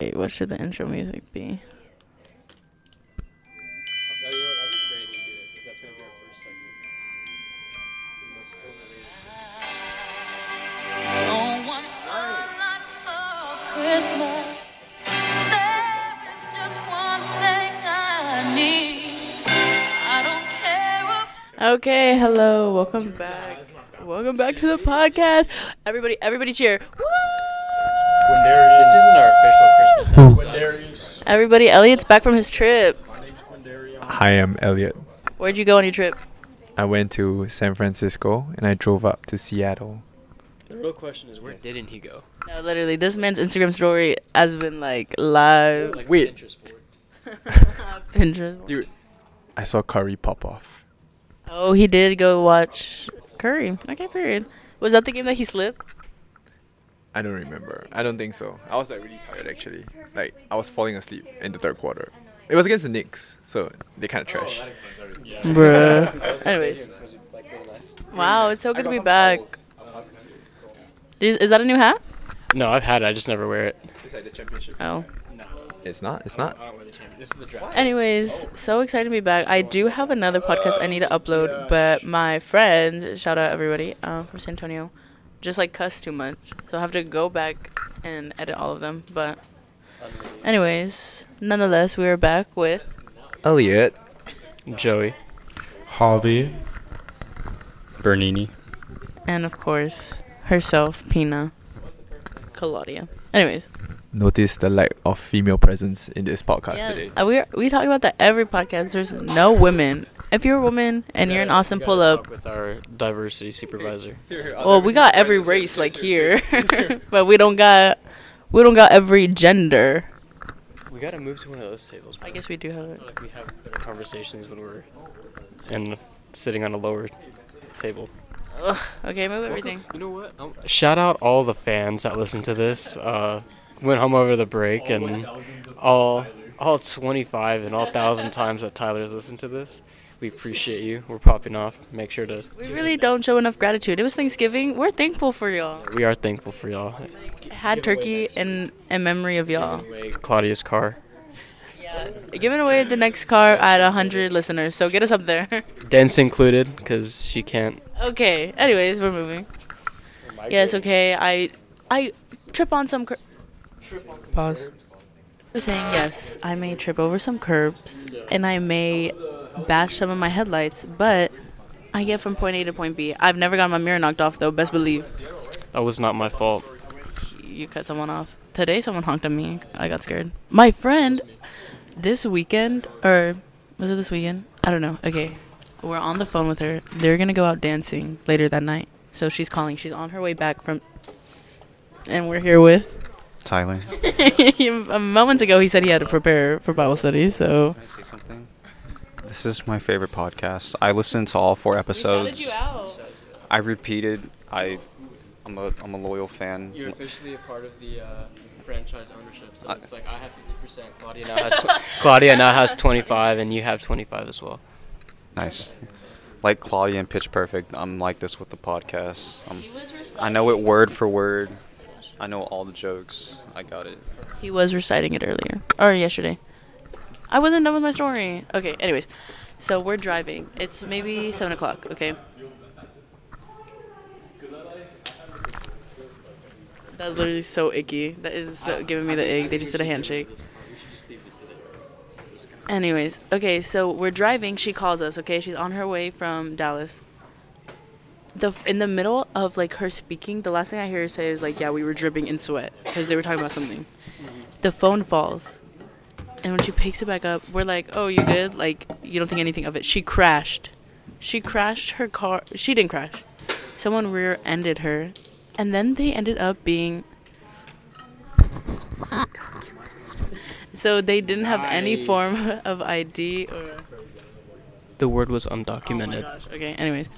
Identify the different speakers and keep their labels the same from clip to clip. Speaker 1: Wait, what should the intro music be?
Speaker 2: No, you know what? I'll just pray that you did it, 'cause that's gonna be our first, like, the most overrated-
Speaker 3: Don't want a lot for Christmas. There is just one thing I need. I don't care about
Speaker 1: Okay, hello, welcome back. Welcome back to the podcast. Everybody, everybody cheer. Woo!
Speaker 4: When there
Speaker 2: This isn't our official Christmas episode.
Speaker 4: Quindarius.
Speaker 1: Everybody, Elliot's back from his trip.
Speaker 4: My name's Quindarius.
Speaker 5: Hi, I'm Elliot.
Speaker 1: Where'd you go on your trip?
Speaker 5: I went to San Francisco and I drove up to Seattle.
Speaker 2: The real question is, where didn't he go?
Speaker 1: No, literally, this man's Instagram story has been like live.
Speaker 2: Like
Speaker 5: Wait.
Speaker 2: Pinterest board.
Speaker 1: Pinterest.
Speaker 5: Dude, I saw curry pop off.
Speaker 1: Oh, he did go watch Curry. Okay, period. Was that the game that he slipped?
Speaker 5: I don't remember. I don't think so. I was like really tired actually. Like I was falling asleep in the third quarter. It was against the Knicks, so they kind of trash.
Speaker 1: Bruh. Anyways,
Speaker 2: Was it, like, way less?
Speaker 1: wow, it's so good to be back. Is, is that a new hat?
Speaker 2: No, I've had it. I just never wear it.
Speaker 5: It's like the championship.
Speaker 1: Oh.
Speaker 5: It's not. It's not.
Speaker 2: I don't wear the champion. This is the draft.
Speaker 1: Anyways, so excited to be back. I do have another podcast I need to upload, but my friend, shout out everybody um, from San Antonio, just like cuss too much. So I have to go back and edit all of them. But, anyways, nonetheless, we are back with.
Speaker 5: Elliot.
Speaker 2: Joey.
Speaker 4: Holly.
Speaker 6: Bernini.
Speaker 1: and of course herself, Pina, Claudia. Anyways,
Speaker 5: Notice the lack of female presence in this podcast today.
Speaker 1: yeah, uh, we we talk about that every podcast. There's no women. If you're a woman and you're an awesome pull up,
Speaker 2: With our diversity supervisor.
Speaker 1: well, we got every race like here, but we don't got we don't got every gender.
Speaker 2: We gotta move to one of those tables.
Speaker 1: I guess we do have it.
Speaker 2: Like we have better conversations when we're and sitting on a lower table.
Speaker 1: Ugh, okay, move everything.
Speaker 2: You know what? Um, shout out all the fans that listen to this. Uh, went home over the break and all all 25 and all thousand times that Tyler's listened to this. We appreciate you. We're popping off. Make sure to.
Speaker 1: We really don't show enough gratitude. It was Thanksgiving. We're thankful for y'all.
Speaker 2: We are thankful for y'all.
Speaker 1: I had turkey in in memory of y'all.
Speaker 2: Anyway, Claudia's car.
Speaker 1: Yeah, giving away the next car at hundred listeners. So get us up there.
Speaker 2: Dents included, because she can't.
Speaker 1: Okay. Anyways, we're moving. Yes. Okay. I I trip on some. Cur- Pause. I was saying yes. I may trip over some curbs and I may bash some of my headlights, but I get from point A to point B. I've never gotten my mirror knocked off though. Best believe
Speaker 2: That was not my fault.
Speaker 1: you cut someone off. Today, someone honked at me. I got scared. My friend, this weekend, or was it this weekend? I don't know. Okay. We're on the phone with her. They're going to go out dancing later that night. So she's calling. She's on her way back from. And we're here with.
Speaker 6: Tyler.
Speaker 1: Moments ago, he said he had to prepare for Bible study. So.
Speaker 6: Can I say something? This is my favorite podcast. I listened to all four episodes.
Speaker 1: out.
Speaker 6: I repeated. I, I'm a, I'm a loyal fan.
Speaker 4: You're officially a part of the uh, franchise ownership, so
Speaker 6: I-
Speaker 4: it's like I have 50%. Claudia
Speaker 2: Now has tw- Claudia now has 25, and you have 25 as well.
Speaker 6: Nice. Like Claudia and Pitch Perfect, I'm like this with the podcast. i I know it word for word. I know all the jokes. I got it.
Speaker 1: He was reciting it earlier or yesterday. I wasn't done with my story. Okay, anyways. So we're driving. It's maybe seven o'clock, okay? That literally is so icky. That is so, giving me the ick. They just did a handshake. Anyways, okay, so we're driving. She calls us, okay? She's on her way from Dallas. The f- in the middle of like her speaking, the last thing I hear her say is like, "Yeah, we were dripping in sweat because they were talking about something." The phone falls, and when she picks it back up, we're like, "Oh, you good? Like, you don't think anything of it?" She crashed. She crashed her car. She didn't crash. Someone rear-ended her, and then they ended up being. So they didn't have any form of ID or.
Speaker 2: The word was
Speaker 1: Oh my
Speaker 2: undocumented.
Speaker 1: gosh. Okay. Anyways,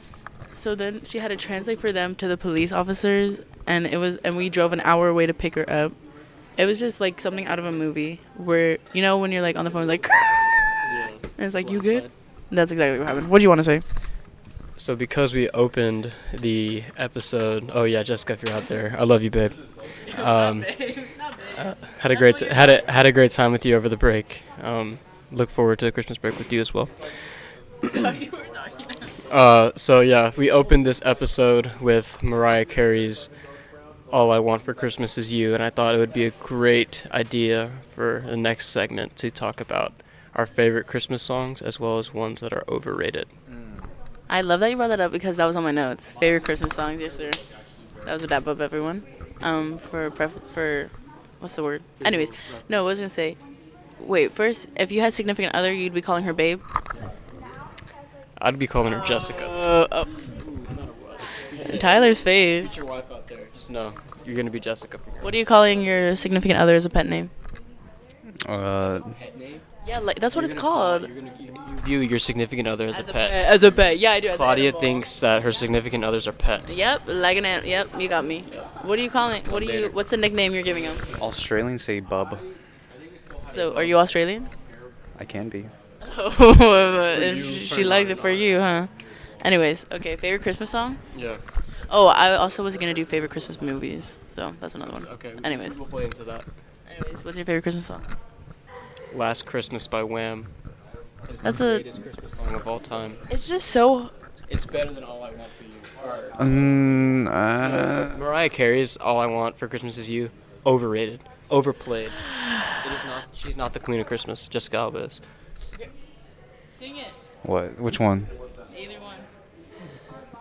Speaker 1: so then she had to translate for them to the police officers, and it was, and we drove an hour away to pick her up. It was just like something out of a movie where you know when you're like on the phone, like, and it's like you good. That's exactly what happened. What do you want to say?
Speaker 2: So because we opened the episode, oh yeah, Jessica, if you're out there, I love you, babe. Um, Had a great had a had a great time with you over the break. Um, look forward to the Christmas break with you as well.
Speaker 1: you were not.
Speaker 2: Uh, so yeah, we opened this episode with Mariah Carey's "All I Want for Christmas Is You," and I thought it would be a great idea for the next segment to talk about our favorite Christmas songs as well as ones that are overrated.
Speaker 1: I love that you brought that up because that was on my notes. Favorite Christmas songs, yes sir. That was a dap up everyone. Um, for pref- for, what's the word? Anyways, no, I was gonna say. Wait, first, if you had significant other, you'd be calling her babe.
Speaker 2: I'd be calling her Jessica.
Speaker 1: Uh, oh. Tyler's face.
Speaker 4: Get your wife out there. Just
Speaker 2: No, you're gonna be Jessica. from here.
Speaker 1: What are you calling your significant other as a pet name?
Speaker 6: Uh,
Speaker 4: pet name.
Speaker 1: Yeah, like that's what it's
Speaker 4: Call-
Speaker 1: called.
Speaker 4: You're gonna, you, you,
Speaker 2: View your significant other as, a, pet.
Speaker 1: As a pet. Yeah, I do. as an
Speaker 2: Claudia
Speaker 1: animal.
Speaker 2: thinks that her significant others are pets.
Speaker 1: Yep, like an ant. Yep, you got me. What are you calling? What do you? What's the nickname you're giving him?
Speaker 6: Australians say bub.
Speaker 1: So, are you Australian?
Speaker 6: I can be.
Speaker 1: if she likes it for you, huh? Anyways, okay, favorite Christmas song?
Speaker 2: Yeah.
Speaker 1: Oh, I also was gonna do favorite Christmas movies, so that's another one.
Speaker 2: Okay. we-
Speaker 1: Anyways,
Speaker 2: We'll play into that.
Speaker 1: anyways, what's your favorite Christmas song?
Speaker 2: Last Christmas by Wham.
Speaker 4: it's
Speaker 1: That's
Speaker 4: the
Speaker 1: a-
Speaker 4: greatest Christmas
Speaker 2: Song
Speaker 4: song.
Speaker 2: of all time.
Speaker 1: It's just so.
Speaker 4: It's better than all I want for you. Alright.
Speaker 6: Mm, uh,
Speaker 2: Mariah Carey's "All I Want for Christmas Is You" overrated, overplayed.
Speaker 4: It is not.
Speaker 2: She's not the queen of Christmas. Jessica Alba is.
Speaker 1: Sing it,
Speaker 6: what? Which one?
Speaker 1: either one.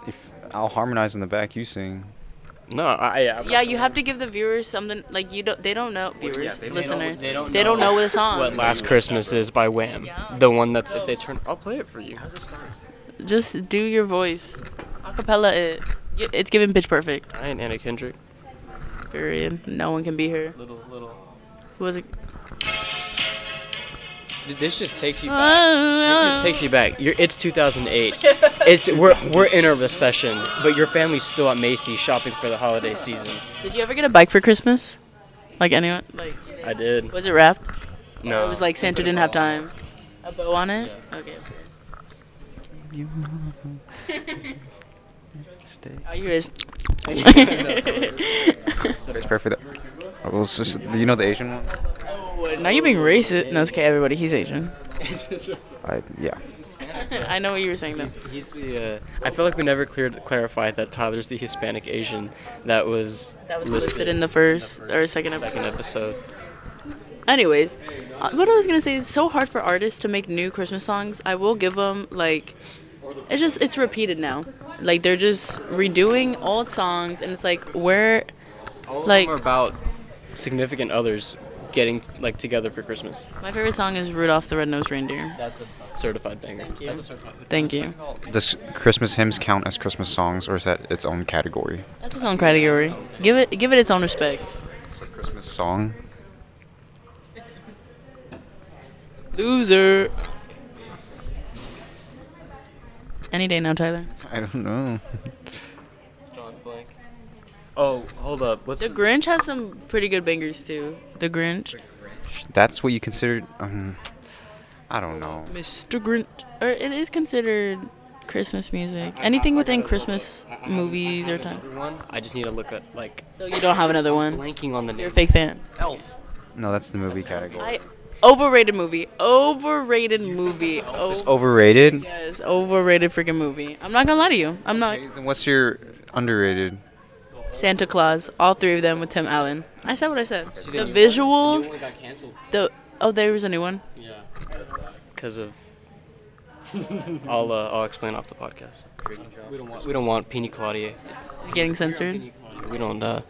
Speaker 6: If I'll harmonize in the back, you sing.
Speaker 2: No, I. I
Speaker 1: Yeah, you have to give the viewers something like you don't. They don't know viewers,
Speaker 2: they don't know-
Speaker 1: listeners.
Speaker 2: they don't
Speaker 1: know what the song.
Speaker 2: What "Last Christmas" is by Wham.
Speaker 1: Yeah.
Speaker 2: The one that's if they turn. I'll play it for you.
Speaker 1: Just do your voice, acapella it. Y- It's giving pitch perfect.
Speaker 2: I ain't Anna Kendrick.
Speaker 1: Period. No one can be here.
Speaker 4: Little little.
Speaker 1: Who was it?
Speaker 4: Th- This just takes you
Speaker 1: Uh,
Speaker 4: back.
Speaker 2: This
Speaker 1: This
Speaker 2: just takes you back. You're, it's 2008. it's we're we're in a recession, but your family's still at Macy's shopping for the holiday season.
Speaker 1: Did you ever get a bike for Christmas? Like anyone? Like
Speaker 2: I did.
Speaker 1: was it wrapped?
Speaker 2: No.
Speaker 1: It was like Santa didn't have time. A bow on it? Okay. All you hear is
Speaker 6: It's perfect. Oh, well, it's just- do you know the Asian one?
Speaker 1: oh, now you're being racist. No, it's okay, everybody. He's Asian.
Speaker 6: I yeah.
Speaker 1: I know what you were saying though.
Speaker 2: He's the. Uh, I feel like we never cleared clarified that Tyler's the Hispanic Asian that was
Speaker 1: That was listed in the first or second
Speaker 2: second
Speaker 1: episode.
Speaker 2: episode.
Speaker 1: Anyways, uh, what I was gonna say is it's so hard for artists to make new Christmas songs. I will give them like, it's just it's repeated now. Like they're just redoing old songs, and it's like where, like
Speaker 2: More about significant others getting like together for Christmas.
Speaker 1: my favorite song is Rudolph the Red-Nosed Reindeer.
Speaker 2: That's a certified banger.
Speaker 1: Thank you. Thank you.
Speaker 6: Does Christmas hymns count as Christmas songs, or is that its own category?
Speaker 1: That's its own category. Give it give it its own respect.
Speaker 6: Christmas song.
Speaker 1: Loser. Any day now, Tyler.
Speaker 6: I don't know.
Speaker 4: John Blank.
Speaker 2: Oh, hold up. What's
Speaker 1: The Grinch has some pretty good bangers too. The Grinch,
Speaker 6: That's what you consider. Um, I don't know.
Speaker 1: Mr. Grinch, or it is considered Christmas music. Anything within Christmas movies or time.
Speaker 2: one? I just need to look at like
Speaker 1: So you don't have another one.
Speaker 2: blanking on the
Speaker 1: You're a
Speaker 2: name.
Speaker 1: fake fan.
Speaker 6: No, that's the movie category.
Speaker 1: I overrated movie. Overrated movie. Oh
Speaker 6: Overrated.
Speaker 1: yes, overrated freaking movie. I'm not gonna lie to you. I'm not.
Speaker 6: Then what's your underrated?
Speaker 1: Santa Claus, all three of them with Tim Allen. I said what I said. The visuals,
Speaker 4: It got canceled.
Speaker 1: the oh, there was a new one.
Speaker 4: Yeah.
Speaker 2: Because of. I'll uh, I'll explain off the podcast. We don't want we don't want Pina Claudia.
Speaker 1: Getting censored.
Speaker 2: We don't. Uh,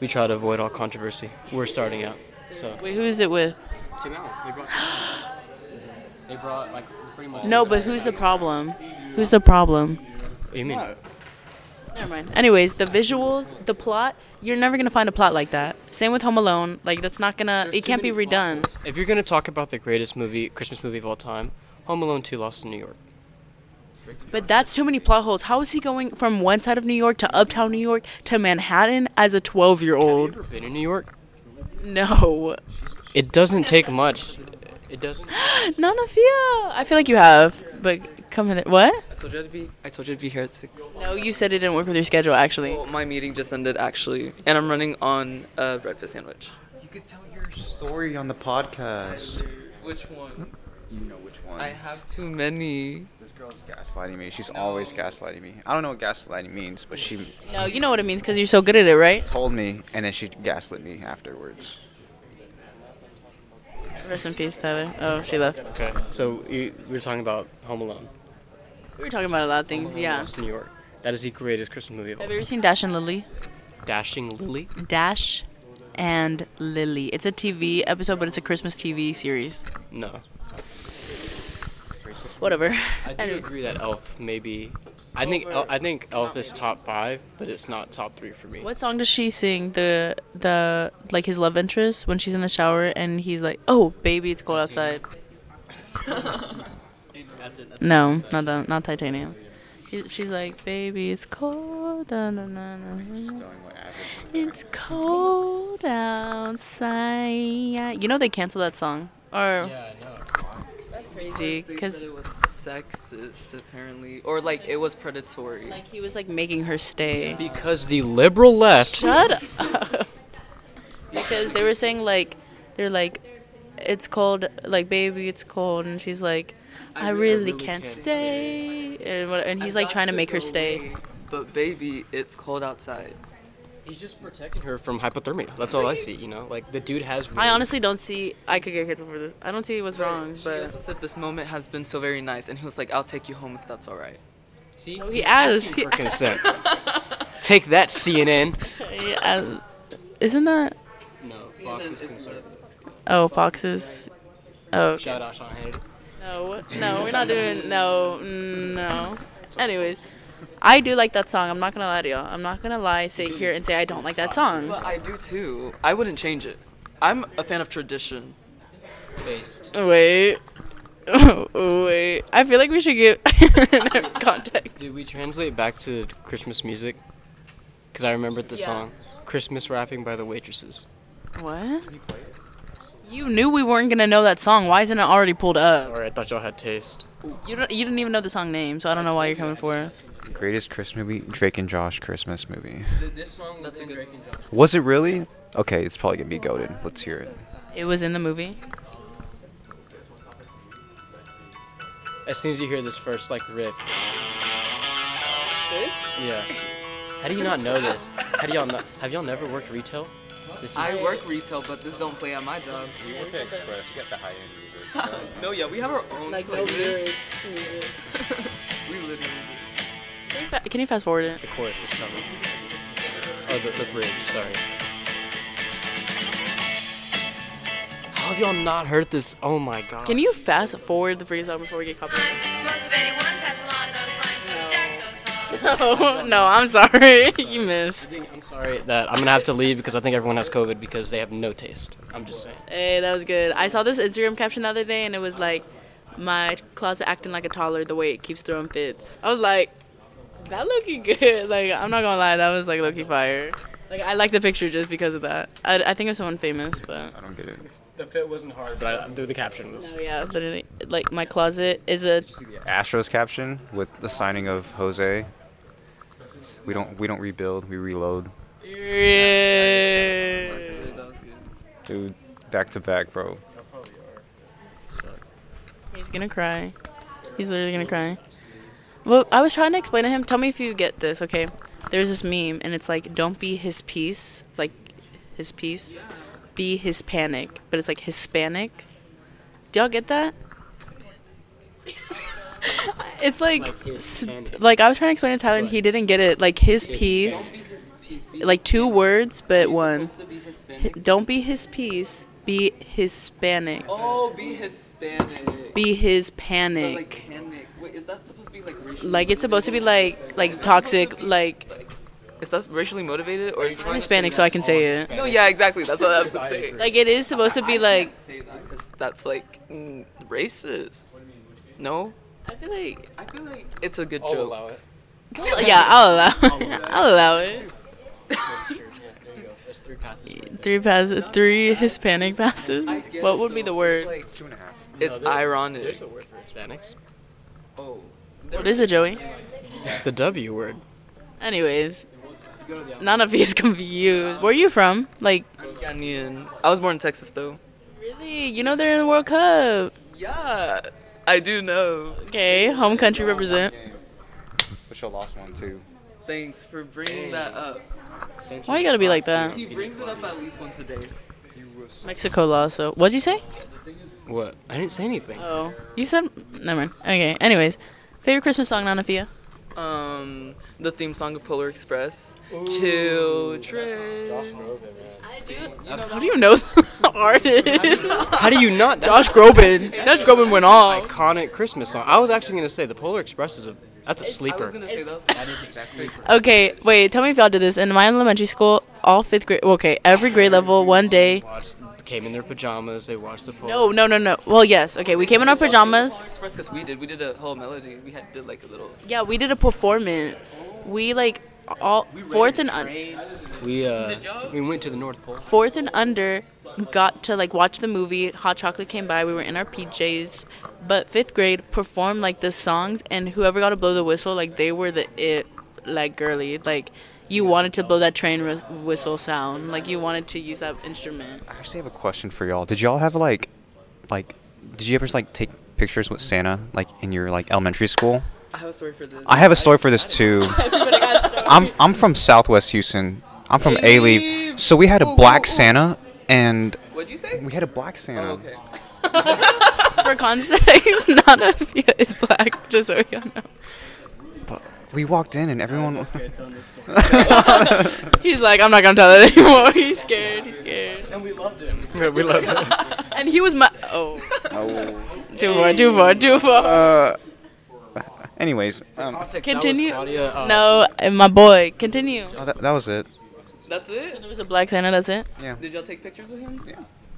Speaker 2: we try to avoid all controversy. We're starting out, so
Speaker 1: Wait, who is it with?
Speaker 4: Tim Allen. They brought. Tim Allen. they brought like pretty much.
Speaker 1: No, but who's the problem? Who's the problem?
Speaker 2: what do you mean?
Speaker 1: Never mind. Anyways, the visuals, the plot. You're never gonna find a plot like that. Same with Home Alone. Like that's not gonna. it can't be redone.
Speaker 2: If you're gonna talk about the greatest movie, Christmas movie of all time, Home Alone 2: Lost in New York.
Speaker 1: But that's too many plot holes. How is he going from one side of New York to uptown New York to Manhattan as a 12 year
Speaker 2: Have you
Speaker 1: old?
Speaker 2: ever been in New York?
Speaker 1: No,
Speaker 2: It doesn't take much. It doesn't.
Speaker 1: none of you. I feel like you have, but come in. What?
Speaker 7: I told you I'd be. I told you I'd be here at six.
Speaker 1: No, you said it didn't work with your schedule, actually.
Speaker 7: Well, my meeting just ended actually, and I'm running on a breakfast sandwich.
Speaker 6: story on the podcast.
Speaker 7: Which one?
Speaker 6: You know which one.
Speaker 7: I have too many.
Speaker 6: This girl's gaslighting me. She's always gaslighting me. I don't know what gaslighting means, but she
Speaker 1: No, you know what it means because you're so good at it, right?
Speaker 6: told me, and then she gaslit me afterwards.
Speaker 1: Rest in peace, Tyler. Oh, she left.
Speaker 2: Okay, so you, we were talking about Home Alone.
Speaker 1: We were talking about a lot of things. Yeah.
Speaker 2: Lost in New York. That is the greatest Christmas movie of all.
Speaker 1: Have you ever seen Dash and Lily?
Speaker 2: Dashing Lily.
Speaker 1: Dash and Lily. It's a TV episode, but it's a Christmas TV series.
Speaker 2: No,
Speaker 1: Whatever.
Speaker 2: I do
Speaker 1: Anyway.
Speaker 2: agree that Elf maybe. I think El- I think Elf is top five, but it's not top three for me.
Speaker 1: What song does she sing? The the like his love interest when she's in the shower and he's like, "Oh, baby, it's cold outside." No, not that, not Titanium. He- She's like, "Baby, it's cold." da, na, na, na, na. It's cold outside. You know they canceled that song. Or
Speaker 8: Yeah, I know.
Speaker 1: that's crazy
Speaker 7: They
Speaker 1: because
Speaker 7: said it was sexist, apparently, or like it was predatory.
Speaker 1: like he was like making her stay.
Speaker 2: Because the liberal left.
Speaker 1: Shut up. because they were saying like they're like it's cold like baby it's cold and she's like I, really, can't, stay, and what, and he's
Speaker 7: I
Speaker 1: like
Speaker 7: got
Speaker 1: trying to make her
Speaker 7: go
Speaker 1: stay.
Speaker 7: away, But baby, it's cold outside.
Speaker 2: He's just protecting her from hypothermia. That's all I see. You know, like the dude has.
Speaker 1: I honestly don't see I could get canceled for this. I don't see what's wrong,
Speaker 7: She also
Speaker 1: but
Speaker 7: said this moment has been so very nice, and he was like, "I'll take you home if that's all right."
Speaker 2: see
Speaker 1: he asked-
Speaker 2: asking
Speaker 1: he
Speaker 2: for consent. Take that, CNN.
Speaker 1: yeah, I- isn't that
Speaker 2: No, Fox is conservative.
Speaker 1: oh Fox's? Oh okay.
Speaker 2: Shout out Sean Hannity.
Speaker 1: no, no, we're not doing no, mm, no. Anyways, I do like that song. I'm not gonna lie to y'all. I'm not gonna lie, sit here and say I don't like that song.
Speaker 7: But I do too. I wouldn't change it. I'm a fan of tradition.
Speaker 8: Based.
Speaker 1: Wait. Wait. I feel like we should give context.
Speaker 2: Did we translate back to Christmas music? Because I remembered the
Speaker 1: Yeah.
Speaker 2: song "Christmas Wrapping" by the Waitresses.
Speaker 1: What? You knew we weren't gonna know that song. Why isn't it already pulled up?
Speaker 2: Sorry, I thought y'all had taste.
Speaker 1: You don't. You didn't even know the song name, so I don't know why you're coming for us.
Speaker 6: Greatest Christmas movie, Drake and Josh Christmas movie.
Speaker 8: This song was in Drake and Josh.
Speaker 6: Was it really? Okay, it's probably gonna be goaded. Let's hear it.
Speaker 1: It was in the movie.
Speaker 2: As soon as you hear this first like riff.
Speaker 7: This?
Speaker 2: Yeah. How do you not know this? How do y'all not? Have y'all never worked retail? This is.
Speaker 7: I work retail, but this don't play at my job.
Speaker 6: You work at Express. You got the high end music.
Speaker 7: No, yeah, we have our own. playlist.
Speaker 1: lyrics, music.
Speaker 7: We literally. do.
Speaker 1: Can you, fa- can you fast forward it?
Speaker 2: the chorus is coming. Oh, the, the bridge. Sorry. How have y'all not heard this? Oh my god.
Speaker 1: Can you fast forward the freaking song before we get copyrighted?
Speaker 3: Most of anyone has along those lines, so deck those halls.
Speaker 1: Oh no, I'm sorry. you missed.
Speaker 2: I think- I'm sorry that I'm gonna have to leave because I think everyone has COVID because they have no taste. I'm just saying.
Speaker 1: Hey, that was good. I saw this Instagram caption the other day, and it was like, "My closet acting like a toddler, the way it keeps throwing fits." I was like, "That looking good." Like, I'm not gonna lie, that was like looking fire. Like, I like the picture just because of that. I, I think it was someone famous, but
Speaker 6: I don't get it.
Speaker 2: The fit wasn't hard, but I, the, the caption was.
Speaker 1: oh, yeah, literally, like my closet is a
Speaker 6: Astros caption with the signing of Jose. We don't we don't rebuild. We reload.
Speaker 1: Yeah.
Speaker 7: That was good.
Speaker 6: Dude, back to back, bro.
Speaker 1: He's gonna cry. He's literally gonna cry. Well, I was trying to explain to him. Tell me if you get this, okay? There's this meme, and it's like, "Don't be his piece, like his piece, be his panic." But it's like Hispanic. Do y'all get that? it's like,
Speaker 2: Like his
Speaker 1: sp-
Speaker 2: panic.
Speaker 1: like I was trying to explain to Tyler, and he didn't get it. Like his piece,
Speaker 7: Don't be his piece. Be
Speaker 1: like two words, but
Speaker 7: You're
Speaker 1: one.
Speaker 7: supposed to be Hispanic.
Speaker 1: Don't be his piece, be Hispanic,
Speaker 7: Oh, be Hispanic.
Speaker 1: be his
Speaker 7: But,
Speaker 1: panic.
Speaker 7: like panic. Wait, is that supposed to be like racially?
Speaker 1: Like it's supposed to be
Speaker 7: motivated?
Speaker 1: like like toxic like
Speaker 7: Is that racially motivated or? Is
Speaker 1: I'm Hispanic so I can say it.
Speaker 7: No, yeah, exactly. That's what I was saying.
Speaker 1: Like it is supposed to be like
Speaker 7: say that because that's like mm, racist. No,
Speaker 1: I feel like
Speaker 7: I feel like it's a
Speaker 6: Oh,
Speaker 7: good joke.
Speaker 2: it.
Speaker 1: yeah, I'll allow I'll allow it.
Speaker 2: There you go. There's three passes.
Speaker 1: Three pass three Hispanic passes.
Speaker 7: I guess,
Speaker 1: What would be the
Speaker 7: though,
Speaker 1: word?
Speaker 7: It's, like,
Speaker 6: Two and a half.
Speaker 7: it's ironic.
Speaker 2: There's a word for Hispanics.
Speaker 7: oh,
Speaker 1: What is it, Joey?
Speaker 2: It's the W word.
Speaker 1: Anyways,
Speaker 2: go to the
Speaker 1: None of you is confused. Where are you from? Like,
Speaker 7: I'm Ghanaian. I was born in Texas though.
Speaker 1: really? You know they're in the World Cup.
Speaker 7: Yeah, I do know.
Speaker 1: Okay, home country represent.
Speaker 6: Which I lost one too.
Speaker 7: Thanks for bringing that up.
Speaker 1: Why you gotta be like that?
Speaker 7: He brings it up at least once a day.
Speaker 1: Mexico lost. So, what'd you say?
Speaker 9: What? I didn't say anything.
Speaker 1: Oh, you said never mind. Okay. Anyways, favorite Christmas song, Nana Fia.
Speaker 7: Um, the theme song of Polar Express. Children.
Speaker 1: I do. How do you know the artist?
Speaker 9: How do you not?
Speaker 1: Josh Groban. Josh Groban went off.
Speaker 9: iconic Christmas song. I was actually gonna say the Polar Express is a that's a sleeper.
Speaker 7: say that.
Speaker 1: Okay, wait. Tell me if y'all did this in my elementary school. All fifth grade. well, Okay, every grade level, one day.
Speaker 9: Watched, came in their pajamas. They watched the Polar.
Speaker 1: No, no, no, no. Well, yes. Okay, we came in our pajamas.
Speaker 7: Polar Express because we did. We did a whole melody. We had did like a little.
Speaker 1: Yeah, we did a performance. We like all fourth and un-
Speaker 9: We uh, we went to the North Pole.
Speaker 1: fourth and under got to like watch the movie. Hot chocolate came by. We were in our PJs, but fifth grade performed like the songs, and whoever got to blow the whistle, like they were the it, like girly, like. You wanted to blow that train whis- whistle sound, like you wanted to use that instrument.
Speaker 6: I actually have a question for y'all. Did y'all have like, like, did you ever just like take pictures with Santa like in your like elementary school?
Speaker 7: I have a story for this.
Speaker 6: I have a story for this too. I'm I'm from Southwest Houston. I'm from A-Leave. So we had a black Santa and
Speaker 7: What'd you say?
Speaker 6: we had a black Santa.
Speaker 7: Oh, okay.
Speaker 1: For context, not a Fia is black, just so y'all know.
Speaker 6: But we walked in and everyone was
Speaker 1: He's like, I'm not gonna tell it anymore. He's scared. He's scared.
Speaker 2: And we loved him.
Speaker 9: we love
Speaker 1: And he was my. Oh. Too far, too far, too far.
Speaker 6: uh anyways, um,
Speaker 1: Continue.
Speaker 9: Claudia, uh,
Speaker 1: No, and my boy, continue.
Speaker 6: oh, that, that was it.
Speaker 7: That's it.
Speaker 1: There was a black Santa, that's it?
Speaker 6: Yeah.
Speaker 7: Did y'all take pictures with him?
Speaker 6: Yeah.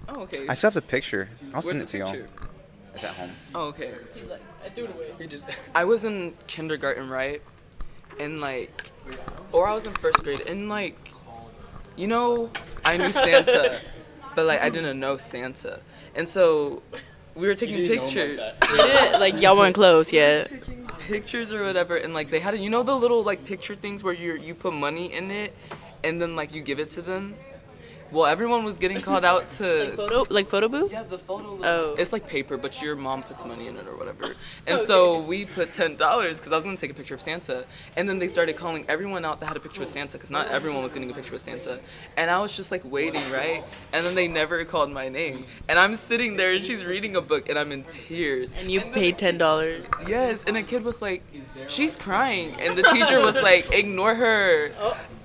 Speaker 7: Oh, okay.
Speaker 6: I still have the picture. I'll
Speaker 7: Where's
Speaker 6: send
Speaker 7: the
Speaker 6: it to y'all.
Speaker 7: picture?
Speaker 6: It's at home.
Speaker 7: Oh, okay.
Speaker 1: I threw it away.
Speaker 7: I was in kindergarten, right? And like, or I was in first grade, and like, you know, I knew Santa, but like I didn't know Santa, and so we were taking pictures,
Speaker 1: like, y'all weren't close yet.
Speaker 7: pictures or whatever, and like they had, a, you know, the little like picture things where you you put money in it, and then like you give it to them. Well, everyone was getting called out to
Speaker 1: Photo, like, photo booth?
Speaker 7: Yeah, the photo.
Speaker 1: Oh.
Speaker 7: Oh. It's like paper, but your mom puts money in it or whatever. And so we put ten dollars because I was gonna take a picture of Santa, and then they started calling everyone out that had a picture with Santa because not everyone was getting a picture with Santa. And I was just like waiting, right? And then they never called my name, and I'm sitting there and she's reading a book and I'm in tears.
Speaker 1: And you
Speaker 7: the-
Speaker 1: paid $10.
Speaker 7: Yes, and a kid was like, she's crying, and the teacher was like, ignore her.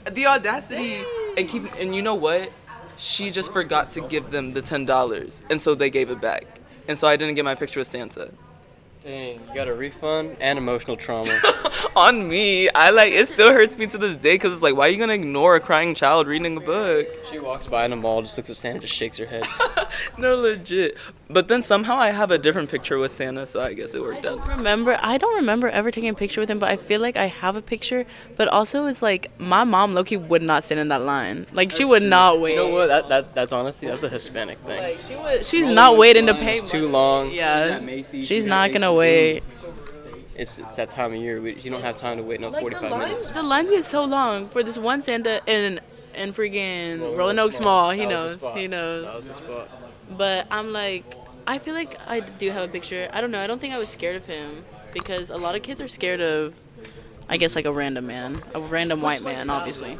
Speaker 7: The audacity, and keep, and you know what? She just forgot to give them the ten dollars, and so they gave it back, and so I didn't get my picture with Santa.
Speaker 9: dang, you got a refund and emotional trauma.
Speaker 7: On me, I like it still hurts me to this day because it's like, why are you gonna ignore a crying child reading a book?
Speaker 9: she walks by in a mall, just looks at Santa, just shakes her head.
Speaker 7: No, legit. But then somehow I have a different picture with Santa, so I guess it worked out.
Speaker 1: Remember, I don't remember ever taking a picture with him, but I feel like I have a picture. But also, it's like my mom, Loki, would not stand in that line. Like, she would not wait.
Speaker 9: You know what? That, that that's honestly that's a Hispanic thing.
Speaker 1: Like, she would, she's not waiting to pay.
Speaker 9: It's too
Speaker 1: money.
Speaker 9: long.
Speaker 1: Yeah,
Speaker 2: Macy's.
Speaker 1: she's not
Speaker 9: E
Speaker 1: gonna wait.
Speaker 9: It's it's that time of year. We, you don't have time to wait no
Speaker 1: Like the
Speaker 9: 45 minutes.
Speaker 1: lines, the lines get so long for this one Santa in in freaking Rolling Oaks Mall. He
Speaker 9: That was the
Speaker 1: knows,
Speaker 9: spot.
Speaker 1: he
Speaker 9: That
Speaker 1: knows.
Speaker 9: was the spot.
Speaker 1: But I'm like, I feel like I do have a picture. I don't know. I don't think I was scared of him because a lot of kids are scared of, I guess, like a random man, a random white man, obviously.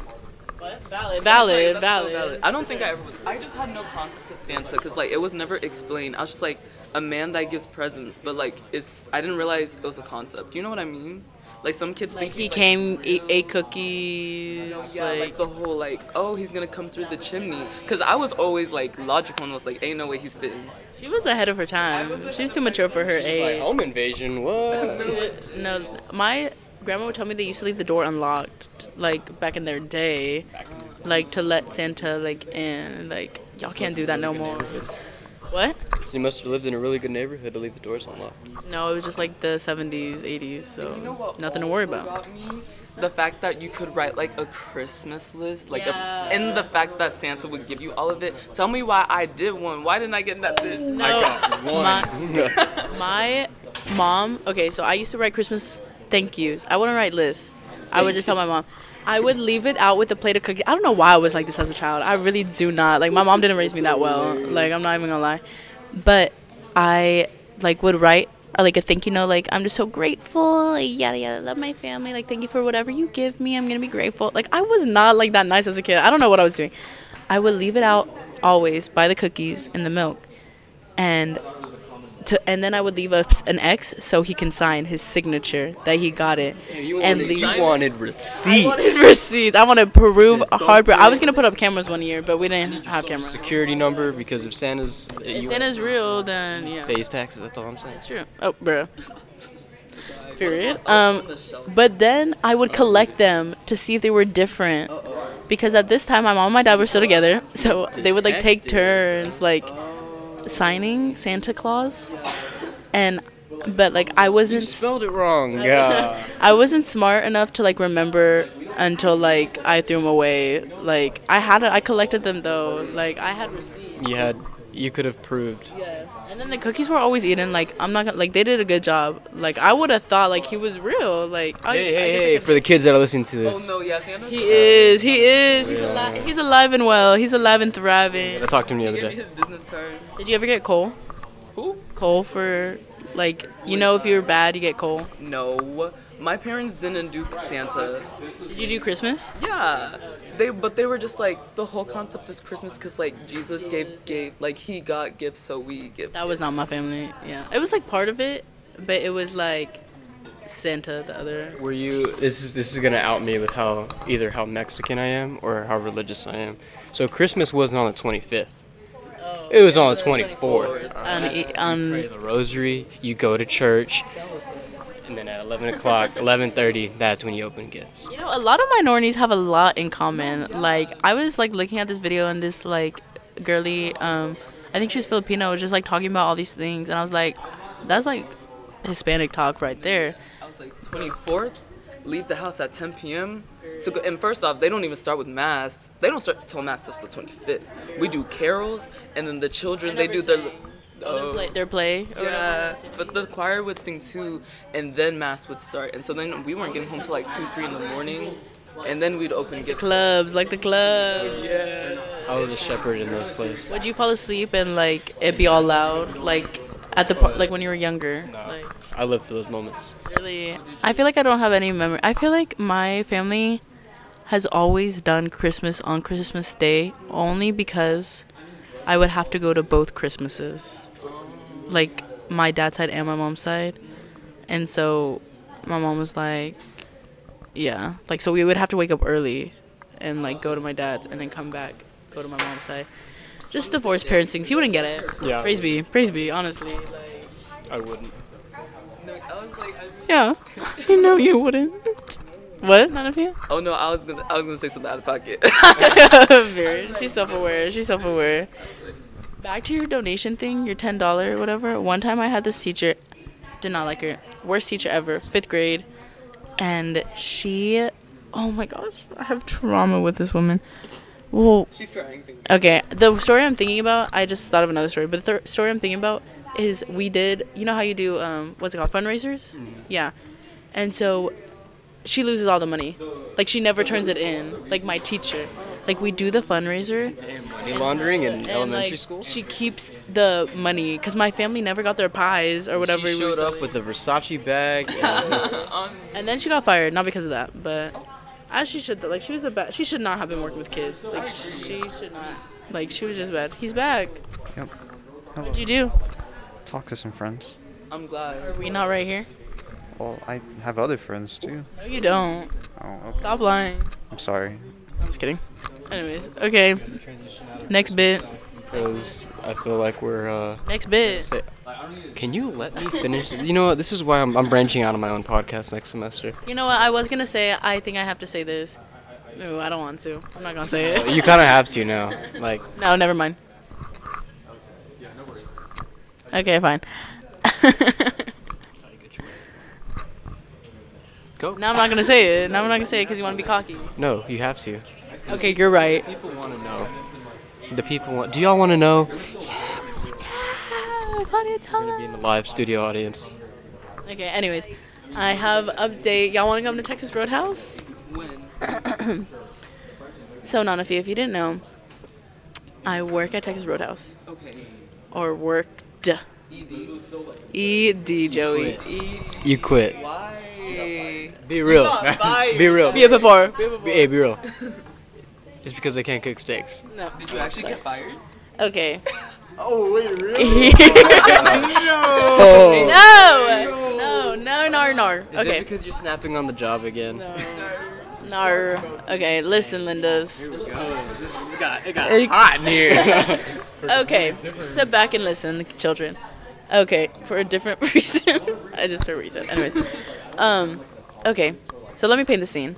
Speaker 1: What? Valid, valid,
Speaker 7: That's
Speaker 1: valid.
Speaker 7: so I don't think I ever was. I just had no concept of Santa because like it was never explained. I was just like a man that gives presents, but like it's I didn't realize it was a concept. Do you know what I mean? Like some kids
Speaker 1: Like
Speaker 7: think
Speaker 1: he
Speaker 7: he's,
Speaker 1: came, e-, ate,
Speaker 7: real-
Speaker 1: ate cookies.
Speaker 7: Yeah, like,
Speaker 1: like,
Speaker 7: the whole like oh he's gonna come through the chimney because I was always like logical and was like ain't no way he's fitting.
Speaker 1: she was ahead of her time. She was too mature for her
Speaker 9: She's like
Speaker 2: "Oh."
Speaker 1: age.
Speaker 9: home invasion. What?
Speaker 1: No, my grandma would tell me they used to leave the door unlocked, like back in their day, like to let Santa like in. Like y'all can't do that no more. What?
Speaker 9: so you must have lived in a really good neighborhood to leave the doors unlocked.
Speaker 1: No, it was just like the 70s, 80s, so
Speaker 7: You know what
Speaker 1: nothing to worry
Speaker 7: also
Speaker 1: about.
Speaker 7: got me? The fact that you could write like a Christmas list, like,
Speaker 1: Yeah.
Speaker 7: a, and the fact that Santa would give you all of it. Tell me why I did one. Why didn't I get nothing?
Speaker 1: No, my, my mom. Okay, so I used to write Christmas thank yous. I wouldn't write lists. I would just tell my mom. I would leave it out with a plate of cookies. I don't know why I was like this as a child. I really do not. Like my mom didn't raise me that well. Like I'm not even gonna lie. But I like would write uh, like a thank you note. Like I'm just so grateful. Like, yada yada. Love my family. Like thank you for whatever you give me. I'm gonna be grateful. Like I was not like that nice as a kid. I don't know what I was doing. I would leave it out always by the cookies and the milk, and to and then I would leave us an X so he can sign his signature that he got it
Speaker 2: you
Speaker 1: and
Speaker 2: wanted
Speaker 1: leave.
Speaker 2: sign-
Speaker 9: You wanted
Speaker 1: I
Speaker 9: receipt.
Speaker 1: wanted receipts. I want to prove
Speaker 2: Shit,
Speaker 1: a
Speaker 2: don't
Speaker 1: hard proof.
Speaker 2: do
Speaker 1: I
Speaker 2: it.
Speaker 1: was gonna put up cameras one year, but we didn't have cameras.
Speaker 9: Security number because if Santa's uh,
Speaker 1: If
Speaker 9: you
Speaker 1: Santa's real, then yeah,
Speaker 9: pays taxes. That's all I'm saying.
Speaker 1: true. Oh, bro. Period. Um, but then I would collect them to see if they were different, because at this time my mom and my dad were still together, so they would like take turns like signing Santa Claus, and but like I wasn't.
Speaker 9: Spelled it wrong. Yeah.
Speaker 1: I wasn't smart enough to like remember until like I threw them away. Like I had, a, I collected them though. Like I had receipts.
Speaker 9: you had. You could have proved.
Speaker 1: Yeah. And then the cookies were always eaten. Like I'm not gonna like they did a good job. Like I would have thought like he was real. Like I,
Speaker 9: Hey,
Speaker 1: I
Speaker 9: hey,
Speaker 1: guess I
Speaker 9: hey!
Speaker 1: could-
Speaker 9: For the kids that are listening to
Speaker 7: Oh
Speaker 9: this,
Speaker 7: no, yeah, Santa's
Speaker 1: He is. He is. He's alive. He's alive and well. He's alive and thriving.
Speaker 9: I talked to him the other
Speaker 7: He gave me
Speaker 9: day.
Speaker 7: his business card.
Speaker 1: Did you ever get coal?
Speaker 7: Who?
Speaker 1: Coal for like you know if you were bad you get coal.
Speaker 7: No, my parents didn't do Santa.
Speaker 1: Did you do Christmas?
Speaker 7: Yeah, they but they were just like the whole concept is Christmas because like Jesus gave gave like he got gifts so we give.
Speaker 1: That was not my family. Yeah, it was like part of it, but it was like Santa, the other.
Speaker 9: Were you? This is this is gonna out me with how either how Mexican I am or how religious I am. So Christmas wasn't on the 25th.
Speaker 1: Oh,
Speaker 9: it was on the 24th.
Speaker 1: On, e-
Speaker 9: Pray
Speaker 1: on
Speaker 9: the rosary. You go to church,
Speaker 7: That was us.
Speaker 9: and then at 11 o'clock, 11:30, that's when you open gifts.
Speaker 1: you know, a lot of minorities have a lot in common. Like I was like looking at this video and this like girly, um, I think she was Filipino, was just like talking about all these things, and I was like, that's like Hispanic talk right there.
Speaker 7: I was like 24th, leave the house at 10 p.m. To go, and first off, they don't even start with mass. They don't start till mass till the 25th. We do carols, and then the children they do their.
Speaker 1: Their Oh, play, their play.
Speaker 7: Yeah, but the choir would sing too, and then mass would start, and so then we weren't getting home till like two, three in the morning, and then we'd open gifts.
Speaker 1: Clubs like the club.
Speaker 9: I was a shepherd in those places.
Speaker 1: Would you fall asleep and like it be all loud like at the par- like when you were younger? Like,
Speaker 9: I lived for those moments.
Speaker 1: really i feel like i don't have any memory i feel like my family has always done christmas on christmas day only because i would have to go to both christmases like my dad's side and my mom's side and so my mom was like yeah like so we would have to wake up early and like go to my dad's and then come back go to my mom's side just divorced parents things you wouldn't get it
Speaker 9: Yeah.
Speaker 1: praise be praise be honestly
Speaker 9: I wouldn't.
Speaker 7: I was like, I
Speaker 1: yeah,
Speaker 7: mean,
Speaker 1: I know you wouldn't. What? None of you?
Speaker 7: oh no, I was gonna, I was gonna say something out of pocket.
Speaker 1: Very. She's self-aware. She's self-aware. Back to your donation thing, your ten dollar, whatever. One time I had this teacher, did not like her. Worst teacher ever. Fifth grade, and she, oh my gosh, I have trauma with this woman. Well,
Speaker 7: She's crying. Thinking.
Speaker 1: Okay, the story I'm thinking about, I just thought of another story, but the th- story I'm thinking about is we did, you know how you do, um, what's it called, fundraisers?
Speaker 9: Mm-hmm.
Speaker 1: Yeah. And so she loses all the money. Like, she never turns it in, like my teacher. Like, we do the fundraiser,
Speaker 9: Money laundering in
Speaker 1: and,
Speaker 9: elementary
Speaker 1: like,
Speaker 9: school.
Speaker 1: she keeps the money because my family never got their pies or whatever.
Speaker 9: She
Speaker 1: we were
Speaker 9: showed up
Speaker 1: selling.
Speaker 9: with a Versace bag. and-
Speaker 1: And then she got fired, not because of that, but as she should. though. Like she was a bad. She should not have been working with kids. Like she should not. Like she was just bad. He's back.
Speaker 6: Yep.
Speaker 1: What'd you do?
Speaker 6: Talk to some friends.
Speaker 7: I'm glad.
Speaker 1: Are we not right here?
Speaker 6: Well, I have other friends too.
Speaker 1: No, you don't.
Speaker 6: Oh,
Speaker 1: Stop lying.
Speaker 6: I'm sorry.
Speaker 1: Just kidding. Anyways, okay. Next bit.
Speaker 9: Because I feel like we're. Uh,
Speaker 1: Next bit.
Speaker 9: say- can you let me finish? You know what? This is why I'm, I'm branching out on my own podcast next semester.
Speaker 1: You know what? I was gonna say. I think I have to say this. No, I don't want to. I'm not gonna say it.
Speaker 9: You kind of have to now. Like,
Speaker 1: No, never mind. Okay, fine.
Speaker 9: Go.
Speaker 1: Now I'm not gonna say it. Now I'm not gonna say it because you want to be cocky.
Speaker 9: no, you have to.
Speaker 1: Okay, you're right.
Speaker 9: People want to know. The people want. Do y'all want to know? Be in the live studio audience.
Speaker 1: Okay, anyways, I have update. Y'all want to come to Texas Roadhouse?
Speaker 7: When?
Speaker 1: so, Nanafi, if you didn't know, I work at Texas Roadhouse.
Speaker 7: Okay. E
Speaker 1: Or worked.
Speaker 7: ED. E
Speaker 1: ED, Joey.
Speaker 9: You quit.
Speaker 7: Why?
Speaker 9: Be real.
Speaker 7: Got fired.
Speaker 9: Be real.
Speaker 1: Be a before.
Speaker 9: Be- Hey, be real. It's because they can't cook steaks.
Speaker 1: No.
Speaker 7: Did you actually get fired?
Speaker 1: Okay.
Speaker 9: Oh wait, really?
Speaker 1: no!
Speaker 9: Oh.
Speaker 1: No, no, nar, nar.
Speaker 9: Is it
Speaker 1: Okay.
Speaker 9: because you're snapping on the job again?
Speaker 1: No. Nar. Okay, listen, Lindas.
Speaker 9: Here we go. This, this got, it got hot in here.
Speaker 1: Okay, sit back and listen, children. Okay, for a different reason. I just for a reason. Anyways. Um, okay, so let me paint the scene.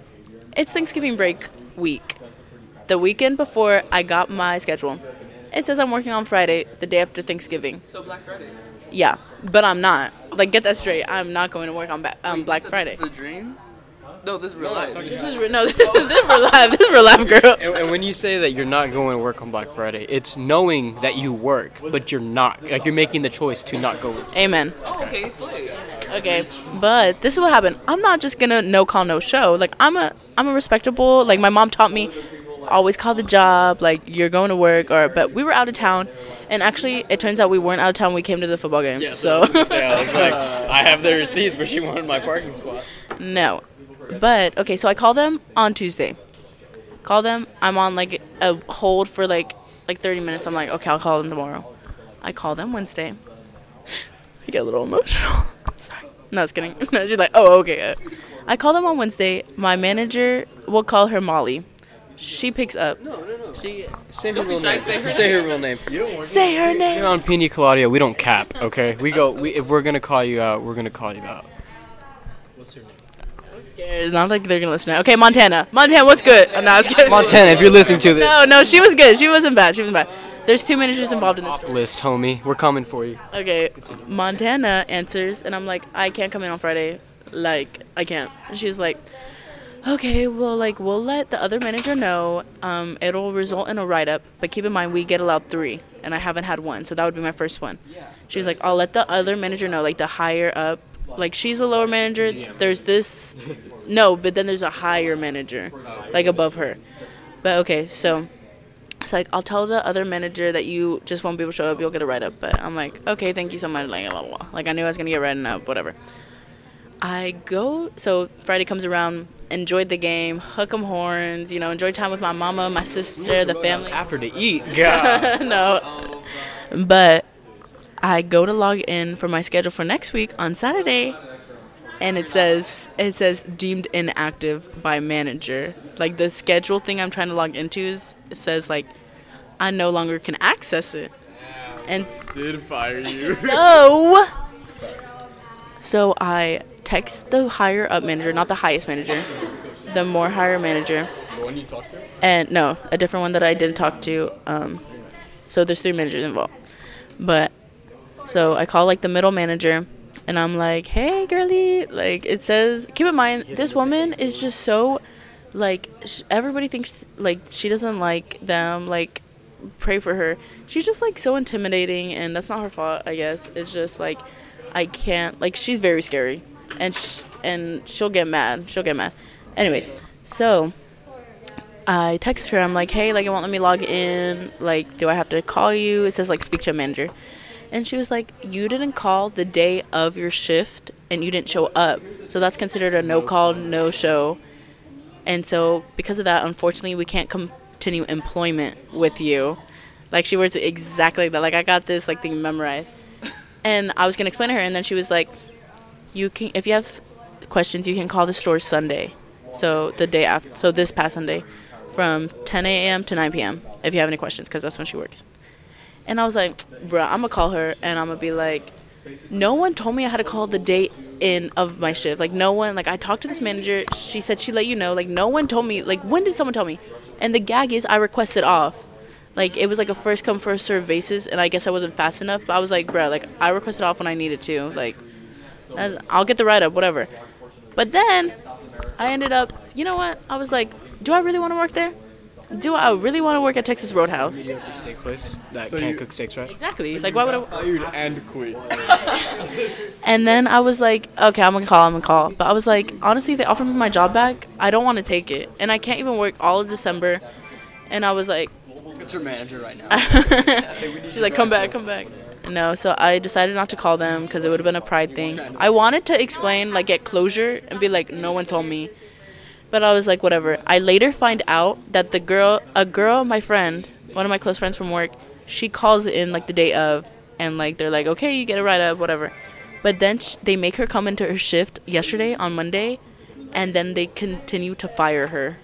Speaker 1: It's Thanksgiving break week. The weekend before I got my schedule. It says I'm working on Friday, the day after Thanksgiving.
Speaker 7: So Black Friday.
Speaker 1: Yeah, but I'm not. Like, get that straight. I'm not going to work on ba- um,
Speaker 7: You
Speaker 1: Black
Speaker 7: said
Speaker 1: Friday.
Speaker 7: This is a dream. No, this is real life.
Speaker 1: This is re- no, this is real live. This is real live, girl.
Speaker 9: and, and when you say that you're not going to work on Black Friday, it's knowing that you work, but you're not. Like you're making the choice to not go.
Speaker 1: Amen.
Speaker 7: Oh, okay, slay.
Speaker 1: Okay, but this is what happened. I'm not just gonna no call no show. Like I'm a I'm a respectable. Like my mom taught me, always call the job. Like you're going to work or. But we were out of town, and actually it turns out we weren't out of town. We came to the football game. so
Speaker 9: I was like, I have the receipts where she wanted my parking spot.
Speaker 1: no, but okay. So I call them on Tuesday. Call them. I'm on like a hold for like like 30 minutes. I'm like okay, I'll call them tomorrow. I call them Wednesday. I get a little emotional. Sorry. No, I was kidding. No, she's like, oh, okay. uh." I call them on Wednesday. My manager, we'll call her Molly. She picks up. No, no, no. She
Speaker 9: Say her real
Speaker 7: shy,
Speaker 9: name.
Speaker 7: say her
Speaker 9: Say her real name.
Speaker 1: say her
Speaker 9: Here
Speaker 1: name.
Speaker 9: on Pina Colada, we don't cap. Okay, we go. We, if we're gonna call you out, we're gonna call you out.
Speaker 1: I'm scared. Not like they're gonna listen. Okay, Montana. Montana, what's good? Oh, no, I was kidding.
Speaker 9: Montana, if you're listening to this,
Speaker 1: No, no, she was good. She wasn't bad. She wasn't bad. There's two managers involved in this. story.
Speaker 9: list, homie, we're coming for you.
Speaker 1: Okay, Montana answers, and I'm like, I can't come in on Friday. Like, I can't. And she's like, okay, well, like, we'll let the other manager know. Um, it'll result in a write up, but keep in mind, we get allowed three, and I haven't had one, so that would be my first one. She's like, I'll let the other manager know, like, the higher up. Like, she's a lower manager. There's this. No, but then there's a higher manager, like, above her. But okay, so. It's like I'll tell the other manager that you just won't be able to show up. You'll get a write up. But I'm like, okay, thank you so much. Like, blah, blah, blah. like I knew I was gonna get written up. Whatever. I go. So Friday comes around. Enjoyed the game. Hook 'em horns. You know, enjoyed time with my mama, my sister, the family.
Speaker 9: After to eat, God.
Speaker 1: no,
Speaker 5: Oh,
Speaker 1: but I go to log in for my schedule for next week on Saturday, and it says it says deemed inactive by manager. Like the schedule thing I'm trying to log into is it says like I no longer can access it. And
Speaker 5: Did fire you.
Speaker 1: so so I text the higher up manager, not the highest manager, the more higher manager. And no, a different one that I didn't talk to. Um, so there's three managers involved. But so I call like the middle manager and I'm like, hey, girly. Like it says, keep in mind, this woman is just so like sh- everybody thinks like she doesn't like them. Like pray for her. She's just like so intimidating and that's not her fault, I guess. It's just like I can't like she's very scary and sh- and she'll get mad. She'll get mad. Anyways, so I text her. I'm like, hey, like, it won't let me log in. Like, do I have to call you? It says, like, speak to a manager. And she was like, you didn't call the day of your shift and you didn't show up. So that's considered a no call, no show. And so, because of that, unfortunately, we can't continue employment with you. Like, she words it exactly like that. Like, I got this, like, thing memorized. And I was going to explain to her. And then she was like, you can, if you have questions, you can call the store Sunday. So the day after, so this past Sunday, from 10 a.m. to 9 p.m. If you have any questions, because that's when she works. And I was like, bruh, I'm gonna call her and I'm gonna be like, no one told me I had to call the day in of my shift. Like no one, like I talked to this manager. She said she let you know. Like no one told me. Like when did someone tell me? And the gag is I requested off. Like it was like a first come first serve basis, and I guess I wasn't fast enough. But I was like, bruh, like I requested off when I needed to. Like and I'll get the write up, whatever. But then I ended up, you know what? I was like, do I really want to work there? do I really want to work at Texas Roadhouse?
Speaker 2: mediocre steak place that can't cook steaks right.
Speaker 1: Exactly. like, why would I?
Speaker 2: Fired and quit.
Speaker 1: And then I was like, okay, I'm gonna call, I'm gonna call. But I was like, honestly, if they offer me my job back, I don't want to take it, and I can't even work all of December. And I was like,
Speaker 2: It's your manager right now.
Speaker 1: she's like, come back, come back. No, so I decided not to call them because it would have been a pride thing. I wanted to explain, like, get closure and be like, no one told me. But I was like, whatever. I later find out that the girl, a girl, my friend, one of my close friends from work, she calls in like the day of, and like they're like, okay, you get a write up, whatever. But then sh- they make her come into her shift yesterday on Monday, and then they continue to fire her.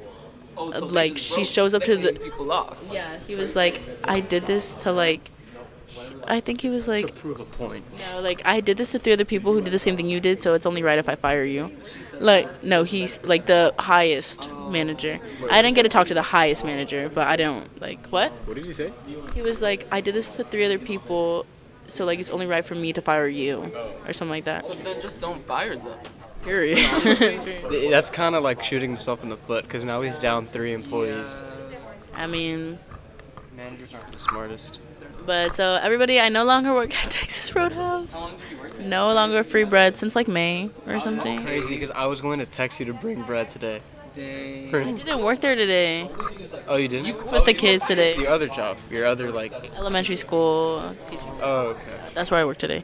Speaker 7: Oh, so they
Speaker 1: Like,
Speaker 7: just
Speaker 1: she
Speaker 7: broke.
Speaker 1: shows up to
Speaker 7: They
Speaker 1: the-
Speaker 7: laid people off.
Speaker 1: Yeah, he was like, I did this to like, I think he was like,
Speaker 2: to prove a point.
Speaker 1: No, like I did this to three other people who did the same thing you did, so it's only right if I fire you. Like no, he's like the highest manager. I didn't get to talk to the highest manager, but I don't like what?
Speaker 2: What did you say?
Speaker 1: He was like, I did this to three other people, so like it's only right for me to fire you or something like that.
Speaker 7: So then just don't fire them.
Speaker 1: Period.
Speaker 2: That's kind of like shooting himself in the foot because now he's down three employees.
Speaker 1: I mean,
Speaker 2: Managers aren't the smartest.
Speaker 1: but so everybody, I no longer work at Texas Roadhouse. No longer free bread since like May or something.
Speaker 2: Crazy because I was going to text you to bring bread today.
Speaker 7: Dang.
Speaker 2: Bring-
Speaker 1: Didn't work there today
Speaker 2: Oh, you didn't?
Speaker 1: with the kids
Speaker 2: Your
Speaker 1: today.
Speaker 2: other job. Your other, like.
Speaker 1: Elementary school teacher.
Speaker 2: Oh, okay.
Speaker 1: That's where I work today.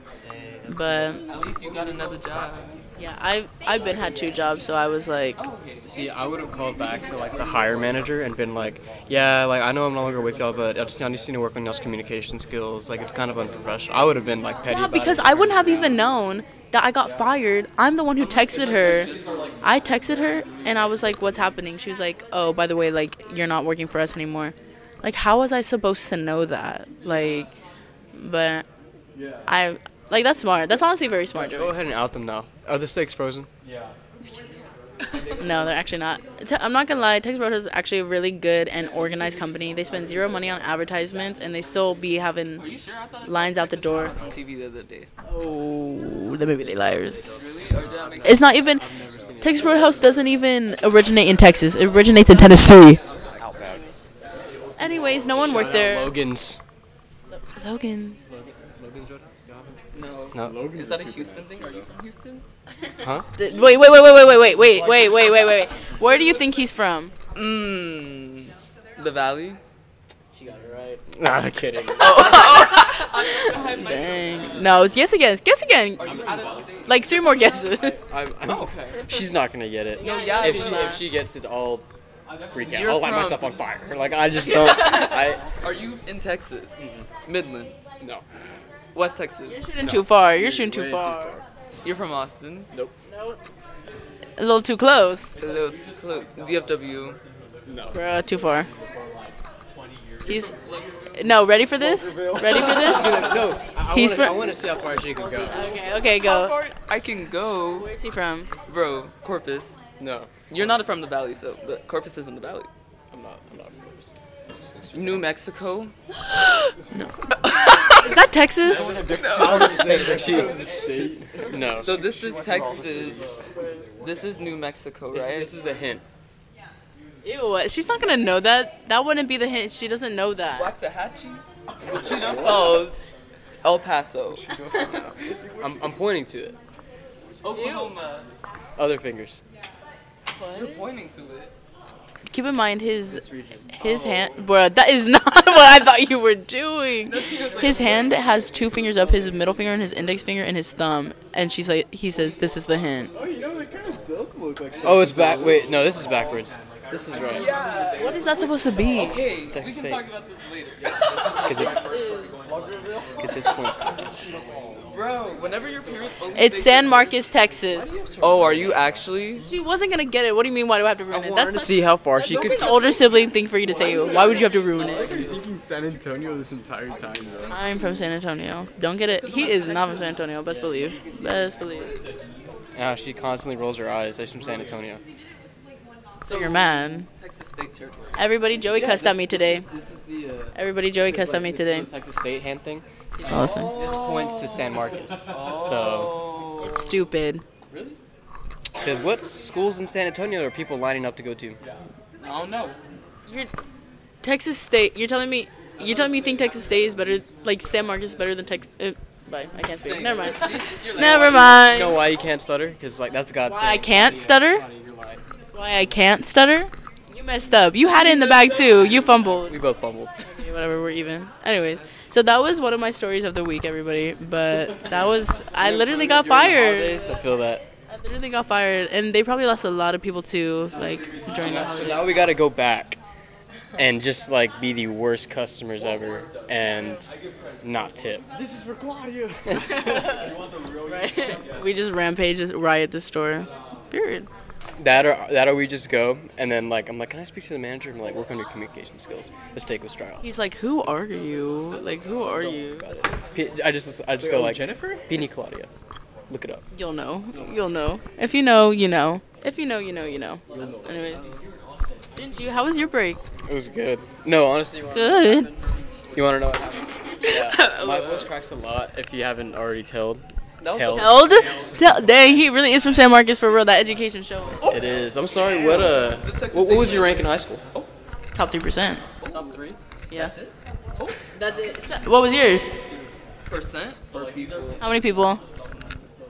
Speaker 1: But
Speaker 7: At least you got another job.
Speaker 1: yeah, I've I've been had two jobs, so I was like,
Speaker 2: See, I would have called back to like the hire manager and been like, "Yeah, like I know I'm no longer with y'all, but I just, I just need to work on y'all's communication skills. Like it's kind of unprofessional." I would have been like petty.
Speaker 1: yeah,
Speaker 2: about it.
Speaker 1: because I wouldn't have even known that I got fired. I'm the one who texted her. I texted her and I was like, "What's happening?" She was like, "Oh, by the way, like you're not working for us anymore." Like, how was I supposed to know that? Like, but I like that's smart. That's honestly very smart.
Speaker 2: Go
Speaker 1: Joey.
Speaker 2: ahead and out them now. Are the steaks frozen?
Speaker 1: No, they're actually not. Te- I'm not gonna lie. Texas Roadhouse is actually a really good and organized company. They spend zero money on advertisements, and they still be having
Speaker 7: Are you sure? I thought I saw
Speaker 1: Lines out the
Speaker 7: Texas
Speaker 1: door.
Speaker 7: Roadhouse on TV the other day.
Speaker 1: Oh, the maybe they liars.
Speaker 7: Oh, Really? Or did I make
Speaker 1: It's not even Texas Roadhouse doesn't even originate in Texas. It originates in Tennessee. Anyways, no one worked there.
Speaker 2: Logan's.
Speaker 1: Logan.
Speaker 7: no.
Speaker 2: No.
Speaker 7: Is that a Houston thing? Are you from Houston?
Speaker 1: Th- Wait, wait, wait, wait, wait, wait, wait, wait, wait, wait, wait, wait. Where do you think he's from?
Speaker 7: Mm. The Valley.
Speaker 2: Nah, kidding.
Speaker 1: Dang. No, guess again. Guess again.
Speaker 7: Are you out of state?
Speaker 1: Like three more guesses.
Speaker 2: I'm, I'm, She's not gonna get it.
Speaker 7: No, yeah,
Speaker 2: If
Speaker 7: she's
Speaker 2: she,
Speaker 7: not.
Speaker 2: if she gets it, I'll freak out.
Speaker 7: You're
Speaker 2: I'll light
Speaker 7: from-
Speaker 2: myself on fire. Like I just don't. I
Speaker 7: Are you in Texas?
Speaker 2: Mm-hmm.
Speaker 7: Midland.
Speaker 2: no.
Speaker 7: West Texas.
Speaker 1: You're shooting too far. You're shooting
Speaker 2: Way
Speaker 1: too far.
Speaker 7: You're from Austin.
Speaker 1: A little too close.
Speaker 7: A little too close. DFW.
Speaker 1: Bruh, too far. He's no ready for this. Ready for this?
Speaker 2: No, I,
Speaker 1: He's wanna- from-
Speaker 2: wanna,
Speaker 1: I
Speaker 2: see how far she can go.
Speaker 1: Okay, okay,
Speaker 7: How
Speaker 1: go.
Speaker 7: far Uh, I can go,
Speaker 1: Where's he from?
Speaker 7: bro. Corpus.
Speaker 2: No,
Speaker 7: You're not from the Valley, so but Corpus is in the Valley.
Speaker 2: I'm not. I'm not.
Speaker 7: New Mexico.
Speaker 1: Is that Texas?
Speaker 2: No.
Speaker 7: So this is Texas. This is New Mexico,
Speaker 2: this,
Speaker 7: right?
Speaker 2: this is the hint.
Speaker 1: Ew, she's not gonna know that. That wouldn't be the hint. She doesn't know that.
Speaker 7: Waxahachie, Wichita Falls, El Paso,
Speaker 2: I'm, I'm pointing to it.
Speaker 7: Oklahoma.
Speaker 2: Other fingers.
Speaker 7: You're pointing to it.
Speaker 1: Keep in mind his
Speaker 2: region.
Speaker 1: his hand, bro. That is not what I thought you were doing. His hand has two fingers up: his middle finger and his index finger and his thumb. And she's like, he says, "This is the hint."
Speaker 2: Oh, it's back. Wait, no, this is backwards. This is right.
Speaker 1: What is that supposed to be?
Speaker 7: Hey, we
Speaker 2: Texas
Speaker 7: can
Speaker 2: State.
Speaker 7: talk about this later.
Speaker 2: Because his points.
Speaker 7: Bro, whenever your parents open
Speaker 1: It's San Marcos, Texas.
Speaker 7: Oh, are you actually?
Speaker 1: She wasn't gonna get it. What do you mean? Why do I have to ruin it? That's like,
Speaker 2: how far
Speaker 1: that's like an older sibling thing for you to say. Why would you have to ruin it?
Speaker 10: thinking San Antonio this entire time, though.
Speaker 1: I'm from San Antonio. Don't get it. He is not from San Antonio. Best believe. Best believe.
Speaker 2: Now Ah, she constantly rolls her eyes. That's from San Antonio.
Speaker 1: So you're mad.
Speaker 7: Texas State territory.
Speaker 1: Everybody, Joey cussed at me today.
Speaker 2: This is the. Uh,
Speaker 1: Everybody, Joey cussed at me
Speaker 2: like, this is
Speaker 1: today.
Speaker 2: the Texas State hand thing.
Speaker 1: Listen,
Speaker 2: This points to San Marcos. So,
Speaker 7: Oh.
Speaker 1: stupid.
Speaker 2: because what schools in San Antonio are people lining up to go to?
Speaker 7: I don't know.
Speaker 1: You're Texas State. You're telling me. You're telling me you think Texas State is better, like San Marcos is better than Texas. Uh, bye. I can't speak. Never mind. Never
Speaker 2: You
Speaker 1: mind.
Speaker 2: know why you can't stutter? Because like that's God's.
Speaker 1: Why I can't stutter? Why I can't stutter? You messed up. You had it in the bag too. You fumbled.
Speaker 2: We both fumbled.
Speaker 1: Okay, whatever, we're even. Anyways, so that was one of my stories of the week, everybody. But that was I literally got fired.
Speaker 2: Holidays, I feel that.
Speaker 1: I literally got fired, and they probably lost a lot of people too, like during the
Speaker 2: So
Speaker 1: holiday.
Speaker 2: now we gotta go back and just like be the worst customers ever and not tip.
Speaker 10: This is for Claudia.
Speaker 1: Right? we just rampage, this riot the store. Period.
Speaker 2: That or that or we just go and then like I'm like, can I speak to the manager? I'm like, work on your communication skills. This take was trials.
Speaker 1: He's like, who are you? Like, who are you?
Speaker 2: P- I just I just go like
Speaker 10: Jennifer?
Speaker 2: Pini Claudia. Look it up.
Speaker 1: You'll know. You'll know. If you know, you know. If you know, you know, you know. Anyway, didn't you? How was your break?
Speaker 2: It was good. No, honestly, you wanna,
Speaker 1: Good.
Speaker 2: you wanna know what happened? Yeah, my voice cracks a lot if you haven't already told.
Speaker 7: That was
Speaker 2: Tell.
Speaker 1: Held. Tell, dang, he really is from San Marcos for real. That education show.
Speaker 2: It is. I'm sorry. What uh?
Speaker 7: Texas
Speaker 2: What, what
Speaker 7: State
Speaker 2: was your rank in high school?
Speaker 1: Top three percent.
Speaker 7: the top three
Speaker 1: Yeah. Oh. That's it. What was yours?
Speaker 7: percent for people.
Speaker 1: How many people?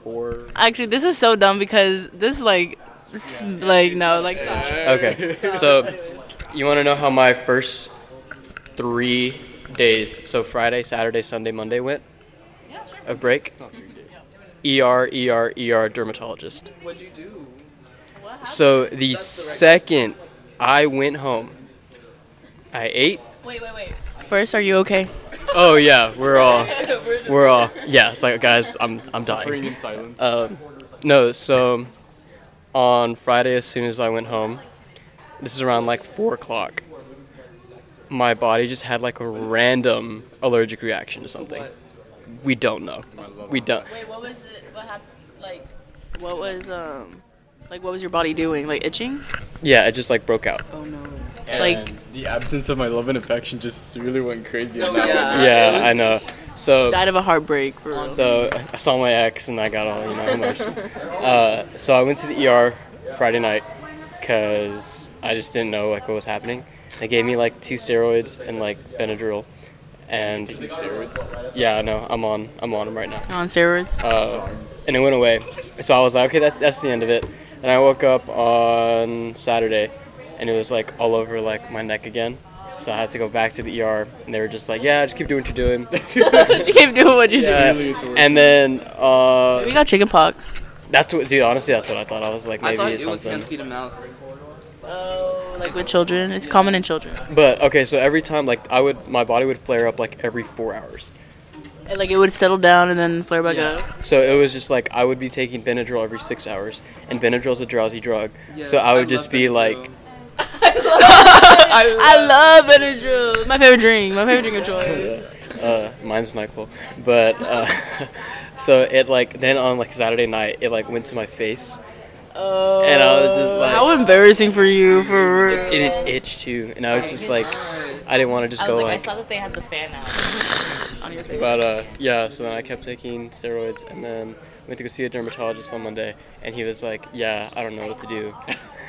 Speaker 2: Four.
Speaker 1: Actually, this is so dumb because this like, this, like no, like stop.
Speaker 2: Okay. So, you want to know how my first three days, so Friday, Saturday, Sunday, Monday went? Of break? ER, ER, ER, dermatologist.
Speaker 7: What'd you do?
Speaker 2: So, the second I went home, I ate.
Speaker 1: Wait, wait, wait. First, are you okay?
Speaker 2: Oh, yeah, we're all, we're all, yeah, it's like, guys, I'm, I'm dying.
Speaker 10: in silence.
Speaker 2: Uh, no, so on Friday, as soon as I went home, this is around like four o'clock. My body just had like a random allergic reaction to something.
Speaker 7: What?
Speaker 2: We don't know. We don't.
Speaker 1: Wait, what was it? What happened? Like, what was um, like what was your body doing? Like itching?
Speaker 2: Yeah, it just like broke out.
Speaker 7: Oh no.
Speaker 1: Like-
Speaker 10: And the absence of my love and affection just really went crazy on that one.
Speaker 7: Yeah.
Speaker 2: Oh, Yeah, I know. So
Speaker 1: Died of a heartbreak for real.
Speaker 2: so I saw my ex and I got all you know emotional. Uh, so I went to the ER Friday night because I just didn't know like what was happening. They gave me like two steroids and like Benadryl, and yeah, I know I'm on I'm on them right now.
Speaker 1: on steroids.
Speaker 2: Uh, and it went away. So I was like, okay, that's that's the end of it. And I woke up on Saturday, and it was like all over like my neck again. So I had to go back to the ER, and they were just like, yeah, just keep doing what you're doing.
Speaker 1: you keep doing what you
Speaker 2: Yeah.
Speaker 10: Really, it's worse.
Speaker 2: And then
Speaker 1: do.
Speaker 2: uh,
Speaker 1: We got chicken pox.
Speaker 2: that's what, dude. Honestly, that's what I thought. I was like,
Speaker 7: I
Speaker 2: maybe
Speaker 7: thought it
Speaker 2: it's
Speaker 7: was
Speaker 2: something.
Speaker 7: hands, feet, and mouth.
Speaker 1: Oh, like with children. It's common in children.
Speaker 2: but okay, so every time, like, I would, my body would flare up like every four hours.
Speaker 1: And, like it would settle down and then flare back up.
Speaker 2: So it was just like I would be taking Benadryl every six hours, and Benadryl's a drowsy drug. so I would just be like,
Speaker 1: I love Benadryl. My favorite drink. My favorite drink of choice.
Speaker 2: uh, mine's Nyquil. But uh, so it like then on like Saturday night, it like went to my face,
Speaker 1: Oh.
Speaker 2: and I was just like,
Speaker 1: How embarrassing for you, for real.
Speaker 2: and it itched too, and I was just like, I didn't want to just
Speaker 4: I
Speaker 2: go
Speaker 4: was like, I
Speaker 2: like.
Speaker 4: saw that they had the fan out.
Speaker 1: on your face.
Speaker 2: But uh, yeah, so then I kept taking steroids, and then went to go see a dermatologist on Monday, and he was like, "Yeah, I don't know what to do,"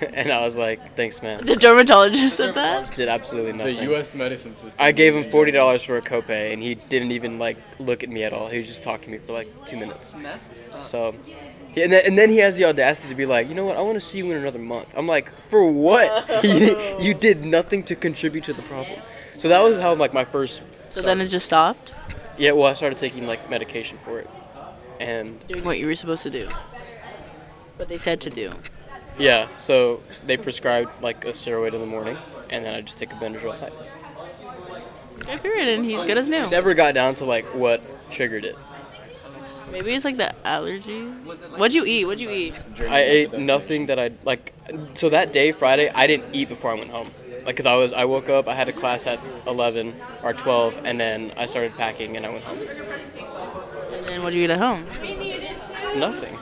Speaker 2: and I was like, "Thanks, man."
Speaker 1: the dermatologist said that.
Speaker 2: Did absolutely
Speaker 10: the
Speaker 2: nothing.
Speaker 10: U.S. medicine system.
Speaker 2: I gave him
Speaker 10: is-
Speaker 2: forty dollars for a copay, and he didn't even like look at me at all. He just talked to me for like two minutes.
Speaker 7: Messed up.
Speaker 2: So, yeah, and then, and then he has the audacity to be like, you know what? I want to see you in another month. I'm like, for what? you, you did nothing to contribute to the problem. So that was how like my first.
Speaker 1: So then it just stopped
Speaker 2: Yeah, well, I started taking like medication for it, and
Speaker 1: doing what you were supposed to do. What they said to do.
Speaker 2: yeah, so they prescribed like a steroid in the morning, and then I just take a Benadryl. I
Speaker 1: Okay, period, and he's good as new.
Speaker 2: never got down to like what triggered it.
Speaker 1: Maybe it's like the allergy.
Speaker 7: Was it like
Speaker 1: What'd you eat? What'd you eat?
Speaker 2: I ate nothing that I like. So that day, Friday, I didn't eat before I went home. Like, cause I was, I woke up, I had a class at 11 or 12, and then I started packing and I went home.
Speaker 1: And then what'd you eat at home?
Speaker 2: Nothing.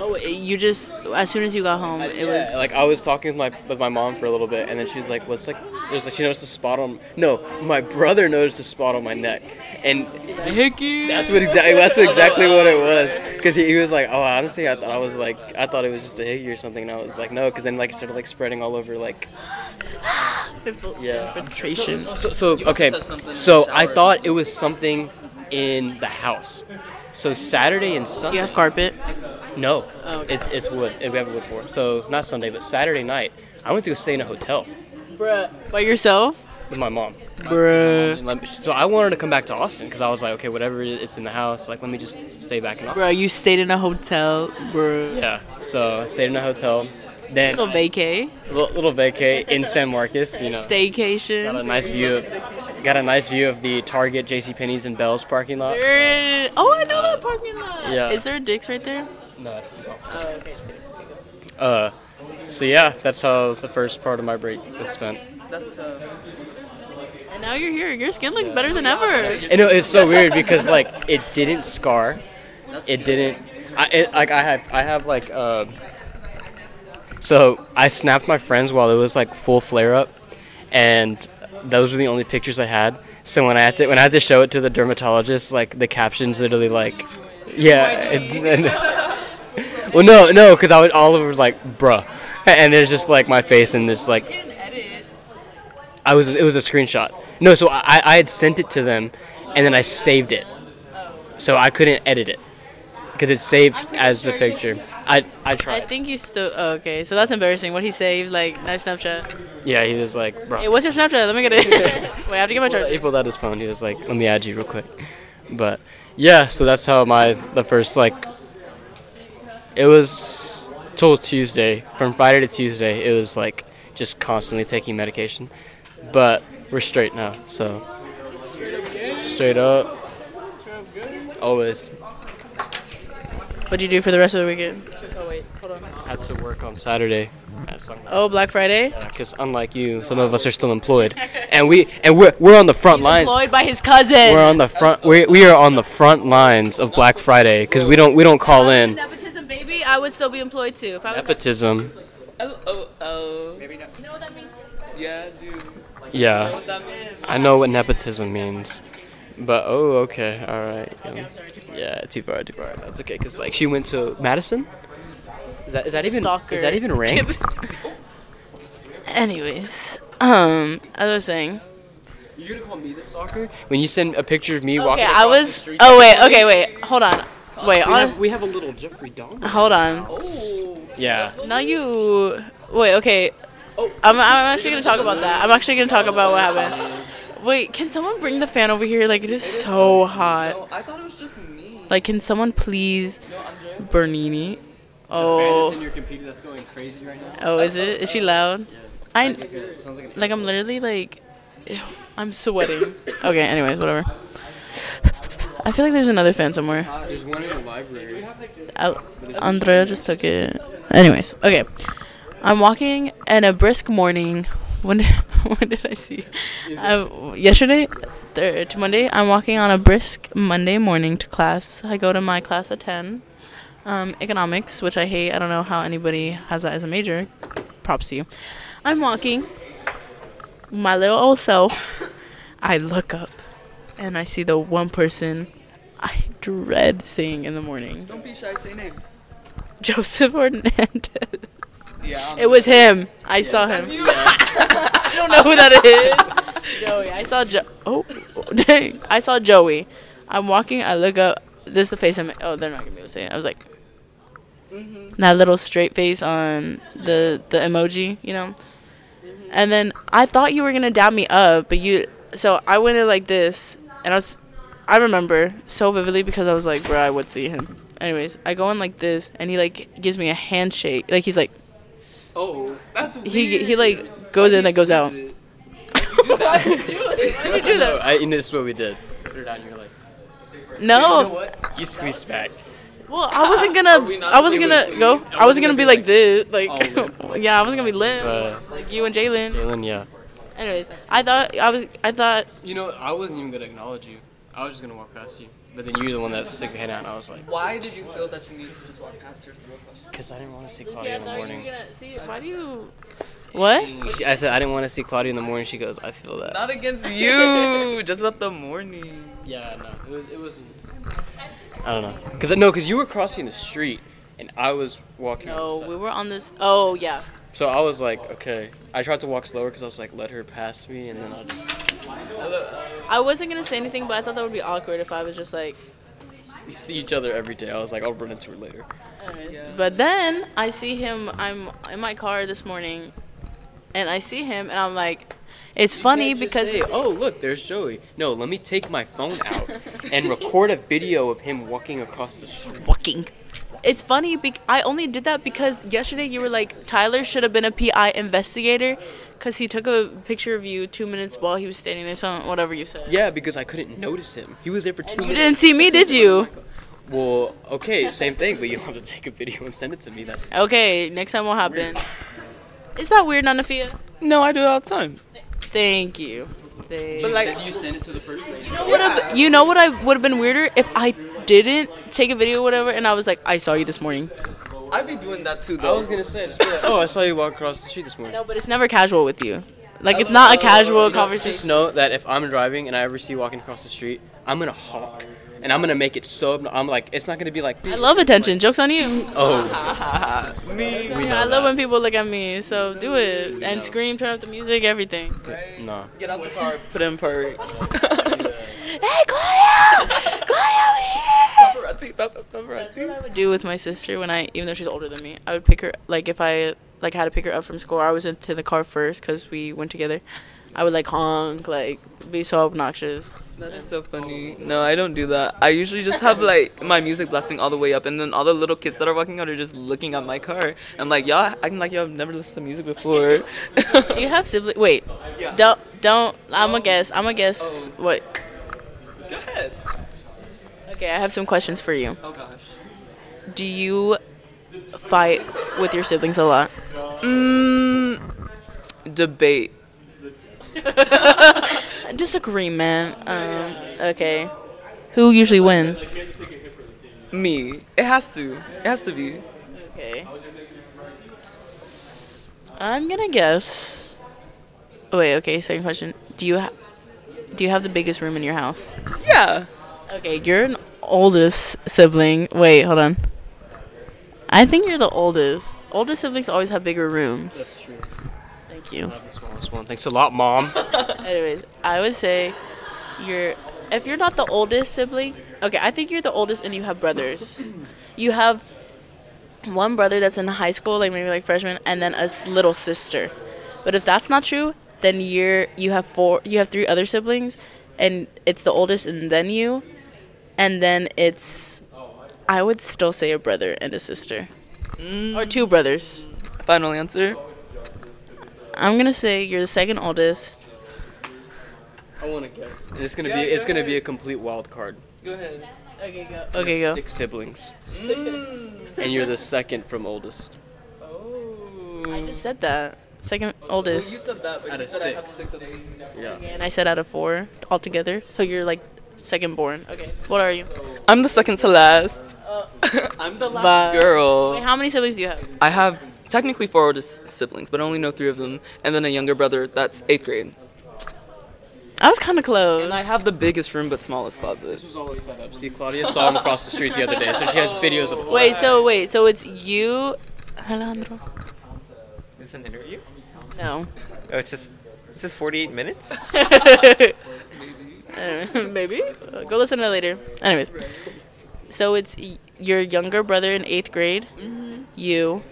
Speaker 1: Oh, you just as soon as you got home, it was
Speaker 2: like I was talking with my with my mom for a little bit, and then she was like, "Let's like." There's like she noticed a spot on. No, my brother noticed a spot on my neck, and
Speaker 1: hickey.
Speaker 2: that's what exactly that's exactly what it was. Cause he, he was like, "Oh, honestly, I thought I was like, I thought it was just a hickey or something," and I was like, "No," cause then like it started like spreading all over like
Speaker 1: Infil-
Speaker 2: Yeah.
Speaker 1: Infiltration.
Speaker 2: So, so
Speaker 7: You must have
Speaker 2: okay,
Speaker 7: touched something in the
Speaker 2: so
Speaker 7: shower
Speaker 2: I
Speaker 7: or
Speaker 2: thought it was something in the house. So Saturday and
Speaker 1: Do you
Speaker 2: Sunday.
Speaker 1: have carpet?
Speaker 2: No,
Speaker 1: Oh, okay.
Speaker 2: it's it's wood, and we have a wood floor. So not Sunday, but Saturday night, I went to go stay in a hotel
Speaker 1: Bruh. By yourself?
Speaker 2: with my mom.
Speaker 1: Bruh.
Speaker 2: And let me- So I wanted to come back to Austin because I was like, okay, whatever it is, it's in the house. Like, let me just stay back in Austin.
Speaker 1: Bruh, you stayed in a hotel. Bruh.
Speaker 2: Yeah. So I stayed in a hotel. Then
Speaker 1: Little vacay.
Speaker 2: little, little vacay in San Marcos. You know, got a
Speaker 1: Staycation.
Speaker 2: nice view of got a nice view of the Target, J.C. Penney's, and Bell's parking lot. So,
Speaker 1: Bruh. Oh, I know that parking lot.
Speaker 2: yeah.
Speaker 1: Is there a Dick's right there?
Speaker 2: no, that's the Bell.
Speaker 1: Oh, okay.
Speaker 2: Uh, so yeah, that's how the first part of my break was spent.
Speaker 7: That's tough.
Speaker 1: And now you're here. Your skin looks better than ever.
Speaker 2: And it, it's so weird because like it didn't scar, it didn't. I it, like I have I have like uh. So I snapped my friends while it was like full flare up, and those were the only pictures I had. So when I had to when I had to show it to the dermatologist, like the captions literally like, yeah. it- well, no, no, because I would all over like bruh, and there's just like my face and this like I was it was a screenshot. No, so I, I had sent it to them, and then I saved it, so I couldn't edit it because it's saved as the picture. I I
Speaker 1: I
Speaker 2: tried.
Speaker 1: think you still. Oh, okay, so that's embarrassing. What he saved, like, nice Snapchat.
Speaker 2: yeah, he was like, bro.
Speaker 1: Hey, what's your Snapchat? Let me get it. Wait, I have to get my
Speaker 2: he
Speaker 1: charger.
Speaker 2: pulled out his phone. He was like, let me add you real quick. But yeah, so that's how my the first like. It was till Tuesday. From Friday to Tuesday, it was like just constantly taking medication, but we're straight now. So straight up, always.
Speaker 1: What'd you do for the rest of the weekend? Oh wait, hold on.
Speaker 2: had to work on Saturday at sunrise
Speaker 1: Oh, Black Friday.
Speaker 2: because unlike you, some of us are still employed, and we and we're, we're on the front lines.
Speaker 1: Employed by his cousin.
Speaker 2: We're on the front. We we are on the front lines of Black Friday because we don't we don't call in
Speaker 1: Nepotism, baby. I would still be employed too if I was.
Speaker 2: nepotism.
Speaker 7: Oh, oh, oh.
Speaker 1: you know what that means?
Speaker 7: Yeah, dude.
Speaker 2: Yeah,
Speaker 7: What that means.
Speaker 2: I know what nepotism means, but oh okay, all right. you know.
Speaker 1: I'm sorry. Too far.
Speaker 2: Yeah, too far, too far. That's okay because like she went to Madison. Is that, is that even
Speaker 1: Stalker.
Speaker 2: is that even ranked?
Speaker 1: Anyways, um, as I was saying.
Speaker 2: You're gonna call me the stalker when you send a picture of me walking
Speaker 1: Okay, I
Speaker 2: across the
Speaker 1: was.
Speaker 2: street.
Speaker 1: Oh wait. Okay, wait. Hold on. Wait.
Speaker 2: we have,
Speaker 1: On.
Speaker 2: we have a little Jeffrey Dahmer.
Speaker 1: Hold on.
Speaker 2: Yeah.
Speaker 1: Now you. Wait. Okay. I'm, I'm actually gonna talk about that. I'm actually gonna talk about what happened. Wait, can someone bring the fan over here? Like it is so hot.
Speaker 7: No, I thought it was just me.
Speaker 1: Like, can someone please,
Speaker 7: Andre.
Speaker 1: Bernini?
Speaker 2: Fan that's in
Speaker 1: Oh,
Speaker 2: your computer that's going crazy right now.
Speaker 1: oh, is it? Is she loud? I
Speaker 2: Sounds like a- sounds like an
Speaker 1: like I'm literally like, ew, I'm sweating. Okay. Anyways, whatever. I feel like there's another fan somewhere.
Speaker 2: There's one in the library.
Speaker 1: Al- Andrea just took it. Anyways, okay. I'm walking in a brisk morning. When when did I see? I, yesterday, thir- to Monday. I'm walking on a brisk Monday morning to class. I go to my class at ten. Um, economics, which I hate. I don't know how anybody has that as a major. Props to you. I'm walking. My little old self. I look up, and I see the one person I dread seeing in the morning.
Speaker 7: Don't be shy. Say names.
Speaker 1: Joseph Hernandez.
Speaker 7: Yeah.
Speaker 1: It was him. I saw him. I don't know who that is. Joey. I saw Joe. Oh, dang. I saw Joey. I'm walking. I look up. This is the face I'm. Oh, they're not gonna be able to see it. I was like, that little straight face on the the emoji, you know. And then I thought you were gonna dab me up, but you. So I went in like this, and I was. I remember so vividly because I was like, bro, I would see him. Anyways, I go in like this, and he like gives me a handshake. Like he's like
Speaker 7: Oh, that's weird.
Speaker 1: he he like goes in and goes out.
Speaker 7: Squeeze it. You do that.
Speaker 1: you do
Speaker 2: No,
Speaker 1: that?
Speaker 2: I, and this is what we did. Put her down. You're like,
Speaker 7: You know
Speaker 1: No.
Speaker 7: what?
Speaker 2: you squeezed back.
Speaker 1: Well, I wasn't
Speaker 7: we
Speaker 1: gonna.
Speaker 7: not
Speaker 1: I wasn't
Speaker 7: gonna
Speaker 1: gonna
Speaker 7: be
Speaker 1: go.
Speaker 7: like-
Speaker 1: I wasn't gonna be like this. Like,
Speaker 2: all limp, like-
Speaker 1: yeah, I wasn't gonna be limp.
Speaker 2: But
Speaker 1: Like you and Jalen.
Speaker 2: Jalen, yeah.
Speaker 1: Anyways, I thought I was. I thought.
Speaker 2: You know, I wasn't even gonna acknowledge you. I was just gonna walk past you. But then you're the one that stuck your head out, and I was like,
Speaker 7: Why did you feel that you need to just walk past? Here's the real question.
Speaker 2: because I didn't want to see Claudia Oh, in the morning.
Speaker 1: See, why do you? What?
Speaker 2: She- I said I didn't want to see Claudia in the morning. She goes, I feel that.
Speaker 7: Not against you. just about the morning.
Speaker 2: Yeah, no, it was. It was. I don't know. Cause no, cause you were crossing the street, and I was walking. on the
Speaker 1: No,
Speaker 2: side.
Speaker 1: we were on this. Oh yeah.
Speaker 2: So I was like, okay. I tried to walk slower because I was like, let her pass me, and then I'll just.
Speaker 1: I wasn't gonna say anything, but I thought that would be awkward if I was just like.
Speaker 2: We see each other every day. I was like, I'll run into her later.
Speaker 1: "Alright." But then I see him. I'm in my car this morning, and I see him, and I'm like, it's funny
Speaker 2: can't just
Speaker 1: because
Speaker 2: say, oh look, there's Joey. No, let me take my phone out and record a video of him walking across the street.
Speaker 1: walking. It's funny. Bec- I only did that because yesterday you were like Tyler should have been a PI investigator, because he took a picture of you two minutes while he was standing there. Some whatever you said.
Speaker 2: Yeah, because I couldn't notice him. He was there for two
Speaker 1: You
Speaker 2: minutes.
Speaker 1: didn't see me, did you?
Speaker 2: Well, okay, same thing, but you don't have to take a video and send it to me. That's
Speaker 1: Okay, next time will happen. Is that weird, Nanafia?
Speaker 7: No, I do it all the time.
Speaker 1: Thank you. Thank
Speaker 7: But like,
Speaker 2: you send it to the person.
Speaker 1: Would've- you know what I would have been weirder if I didn't take a video or whatever and I was like, I saw you this morning.
Speaker 7: I be doing that too
Speaker 2: I
Speaker 7: though.
Speaker 2: was gonna say, just be like, oh, I saw you walk across the street this morning.
Speaker 1: No, but it's never casual with you. Like it's not a casual
Speaker 2: Just
Speaker 1: conversation.
Speaker 2: know that if I'm driving and I ever see you walking across the street, I'm gonna honk, and I'm gonna make it so. obno- I'm like, it's not gonna be like.
Speaker 1: I love attention. Jokes on you.
Speaker 2: Oh,
Speaker 7: Ah, me.
Speaker 1: I love when people look at me. So do it and scream, turn up the music, everything.
Speaker 2: no.
Speaker 7: Get out the car. Put in per.
Speaker 1: Hey, Claudio! Claudio,
Speaker 7: Paparazzi, pap-
Speaker 1: That's what
Speaker 7: paparazzi.
Speaker 1: I would do with my sister when I, even though she's older than me, I would pick her. Like if I like had to pick her up from school, I was into the car first because we went together. I would like honk, like be so obnoxious.
Speaker 7: That is so funny. No, I don't do that. I usually just have like my music blasting all the way up, and then all the little kids that are walking out are just looking at my car. I'm like, y'all acting like y'all have never listened to music before.
Speaker 1: Do you have siblings? Wait,
Speaker 7: Yeah.
Speaker 1: don't don't. I'm a guess. I'm a guess. What?
Speaker 7: Go ahead.
Speaker 1: Okay, I have some questions for you.
Speaker 7: Oh gosh.
Speaker 1: Do you fight with your siblings a lot?
Speaker 7: Mm, Debate.
Speaker 1: Disagreement. Um. Okay. Who usually wins?
Speaker 7: Me. It has to. It has to be.
Speaker 1: Okay. I'm gonna guess. Oh, wait. Okay. Second question. Do you ha- do you have the biggest room in your house?
Speaker 7: Yeah.
Speaker 1: Okay, you're an oldest sibling. Wait, hold on. I think you're the oldest. Oldest siblings always have bigger rooms. That's true. Thank you.
Speaker 2: This one. Thanks a lot, mom.
Speaker 1: Anyways, I would say you're if you're not the oldest sibling, okay, I think you're the oldest and you have brothers. You have one brother that's in high school, like maybe like freshman, and then a s- little sister. But if that's not true, then you're you have four you have three other siblings and it's the oldest and then you and then it's I would still say a brother and a sister. Or two brothers.
Speaker 7: Final answer.
Speaker 1: I'm going to say you're the second oldest.
Speaker 2: I want to guess. And it's gonna be. It's gonna be a complete wild card.
Speaker 7: Go ahead.
Speaker 1: Okay, go. Okay, go.
Speaker 2: Six siblings, and you're the second from oldest.
Speaker 7: Oh.
Speaker 1: I just said that. Second
Speaker 7: You
Speaker 1: oldest.
Speaker 7: said that, but
Speaker 2: Out
Speaker 7: you
Speaker 2: of
Speaker 7: said I have
Speaker 2: six.
Speaker 7: six of them.
Speaker 1: And I said out of four altogether. So you're like second born. Okay. What are you?
Speaker 7: I'm the second to last. Uh, I'm the last
Speaker 1: But-
Speaker 7: girl.
Speaker 1: Wait, how many siblings do you have?
Speaker 7: I have technically four oldest siblings, but I only know three of them, and then a younger brother that's eighth grade.
Speaker 1: I was kind of close.
Speaker 7: And I have the biggest room but smallest closet.
Speaker 2: This was all a setup. See, Claudia saw him across the street the other day, so she has videos of.
Speaker 1: Wait, so wait, so it's you, Alejandro?
Speaker 4: It's an interview?
Speaker 1: No.
Speaker 4: Oh, it's just it's just 48 minutes?
Speaker 1: Uh, Maybe. Uh, Go listen to it later. Anyways. So it's y- your younger brother in eighth grade,
Speaker 4: Mm-hmm.
Speaker 1: you,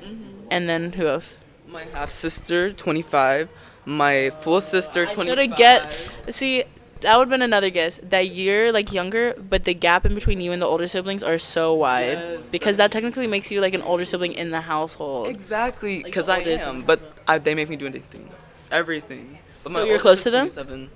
Speaker 1: and then who else?
Speaker 7: My half sister, 25. My full sister,
Speaker 1: I
Speaker 7: 25.
Speaker 1: should have get. See, that would have been another guess. That you're like younger, but the gap in between you and the older siblings are so wide
Speaker 7: Yes.
Speaker 1: because that technically makes you like an older sibling in the household.
Speaker 7: Exactly,
Speaker 1: Like oh,
Speaker 7: because
Speaker 1: the
Speaker 7: I
Speaker 1: oldest.
Speaker 7: am, but I, they make me do anything, everything. But
Speaker 1: So you're
Speaker 7: oldest
Speaker 1: close
Speaker 7: is
Speaker 1: to them?
Speaker 7: 27.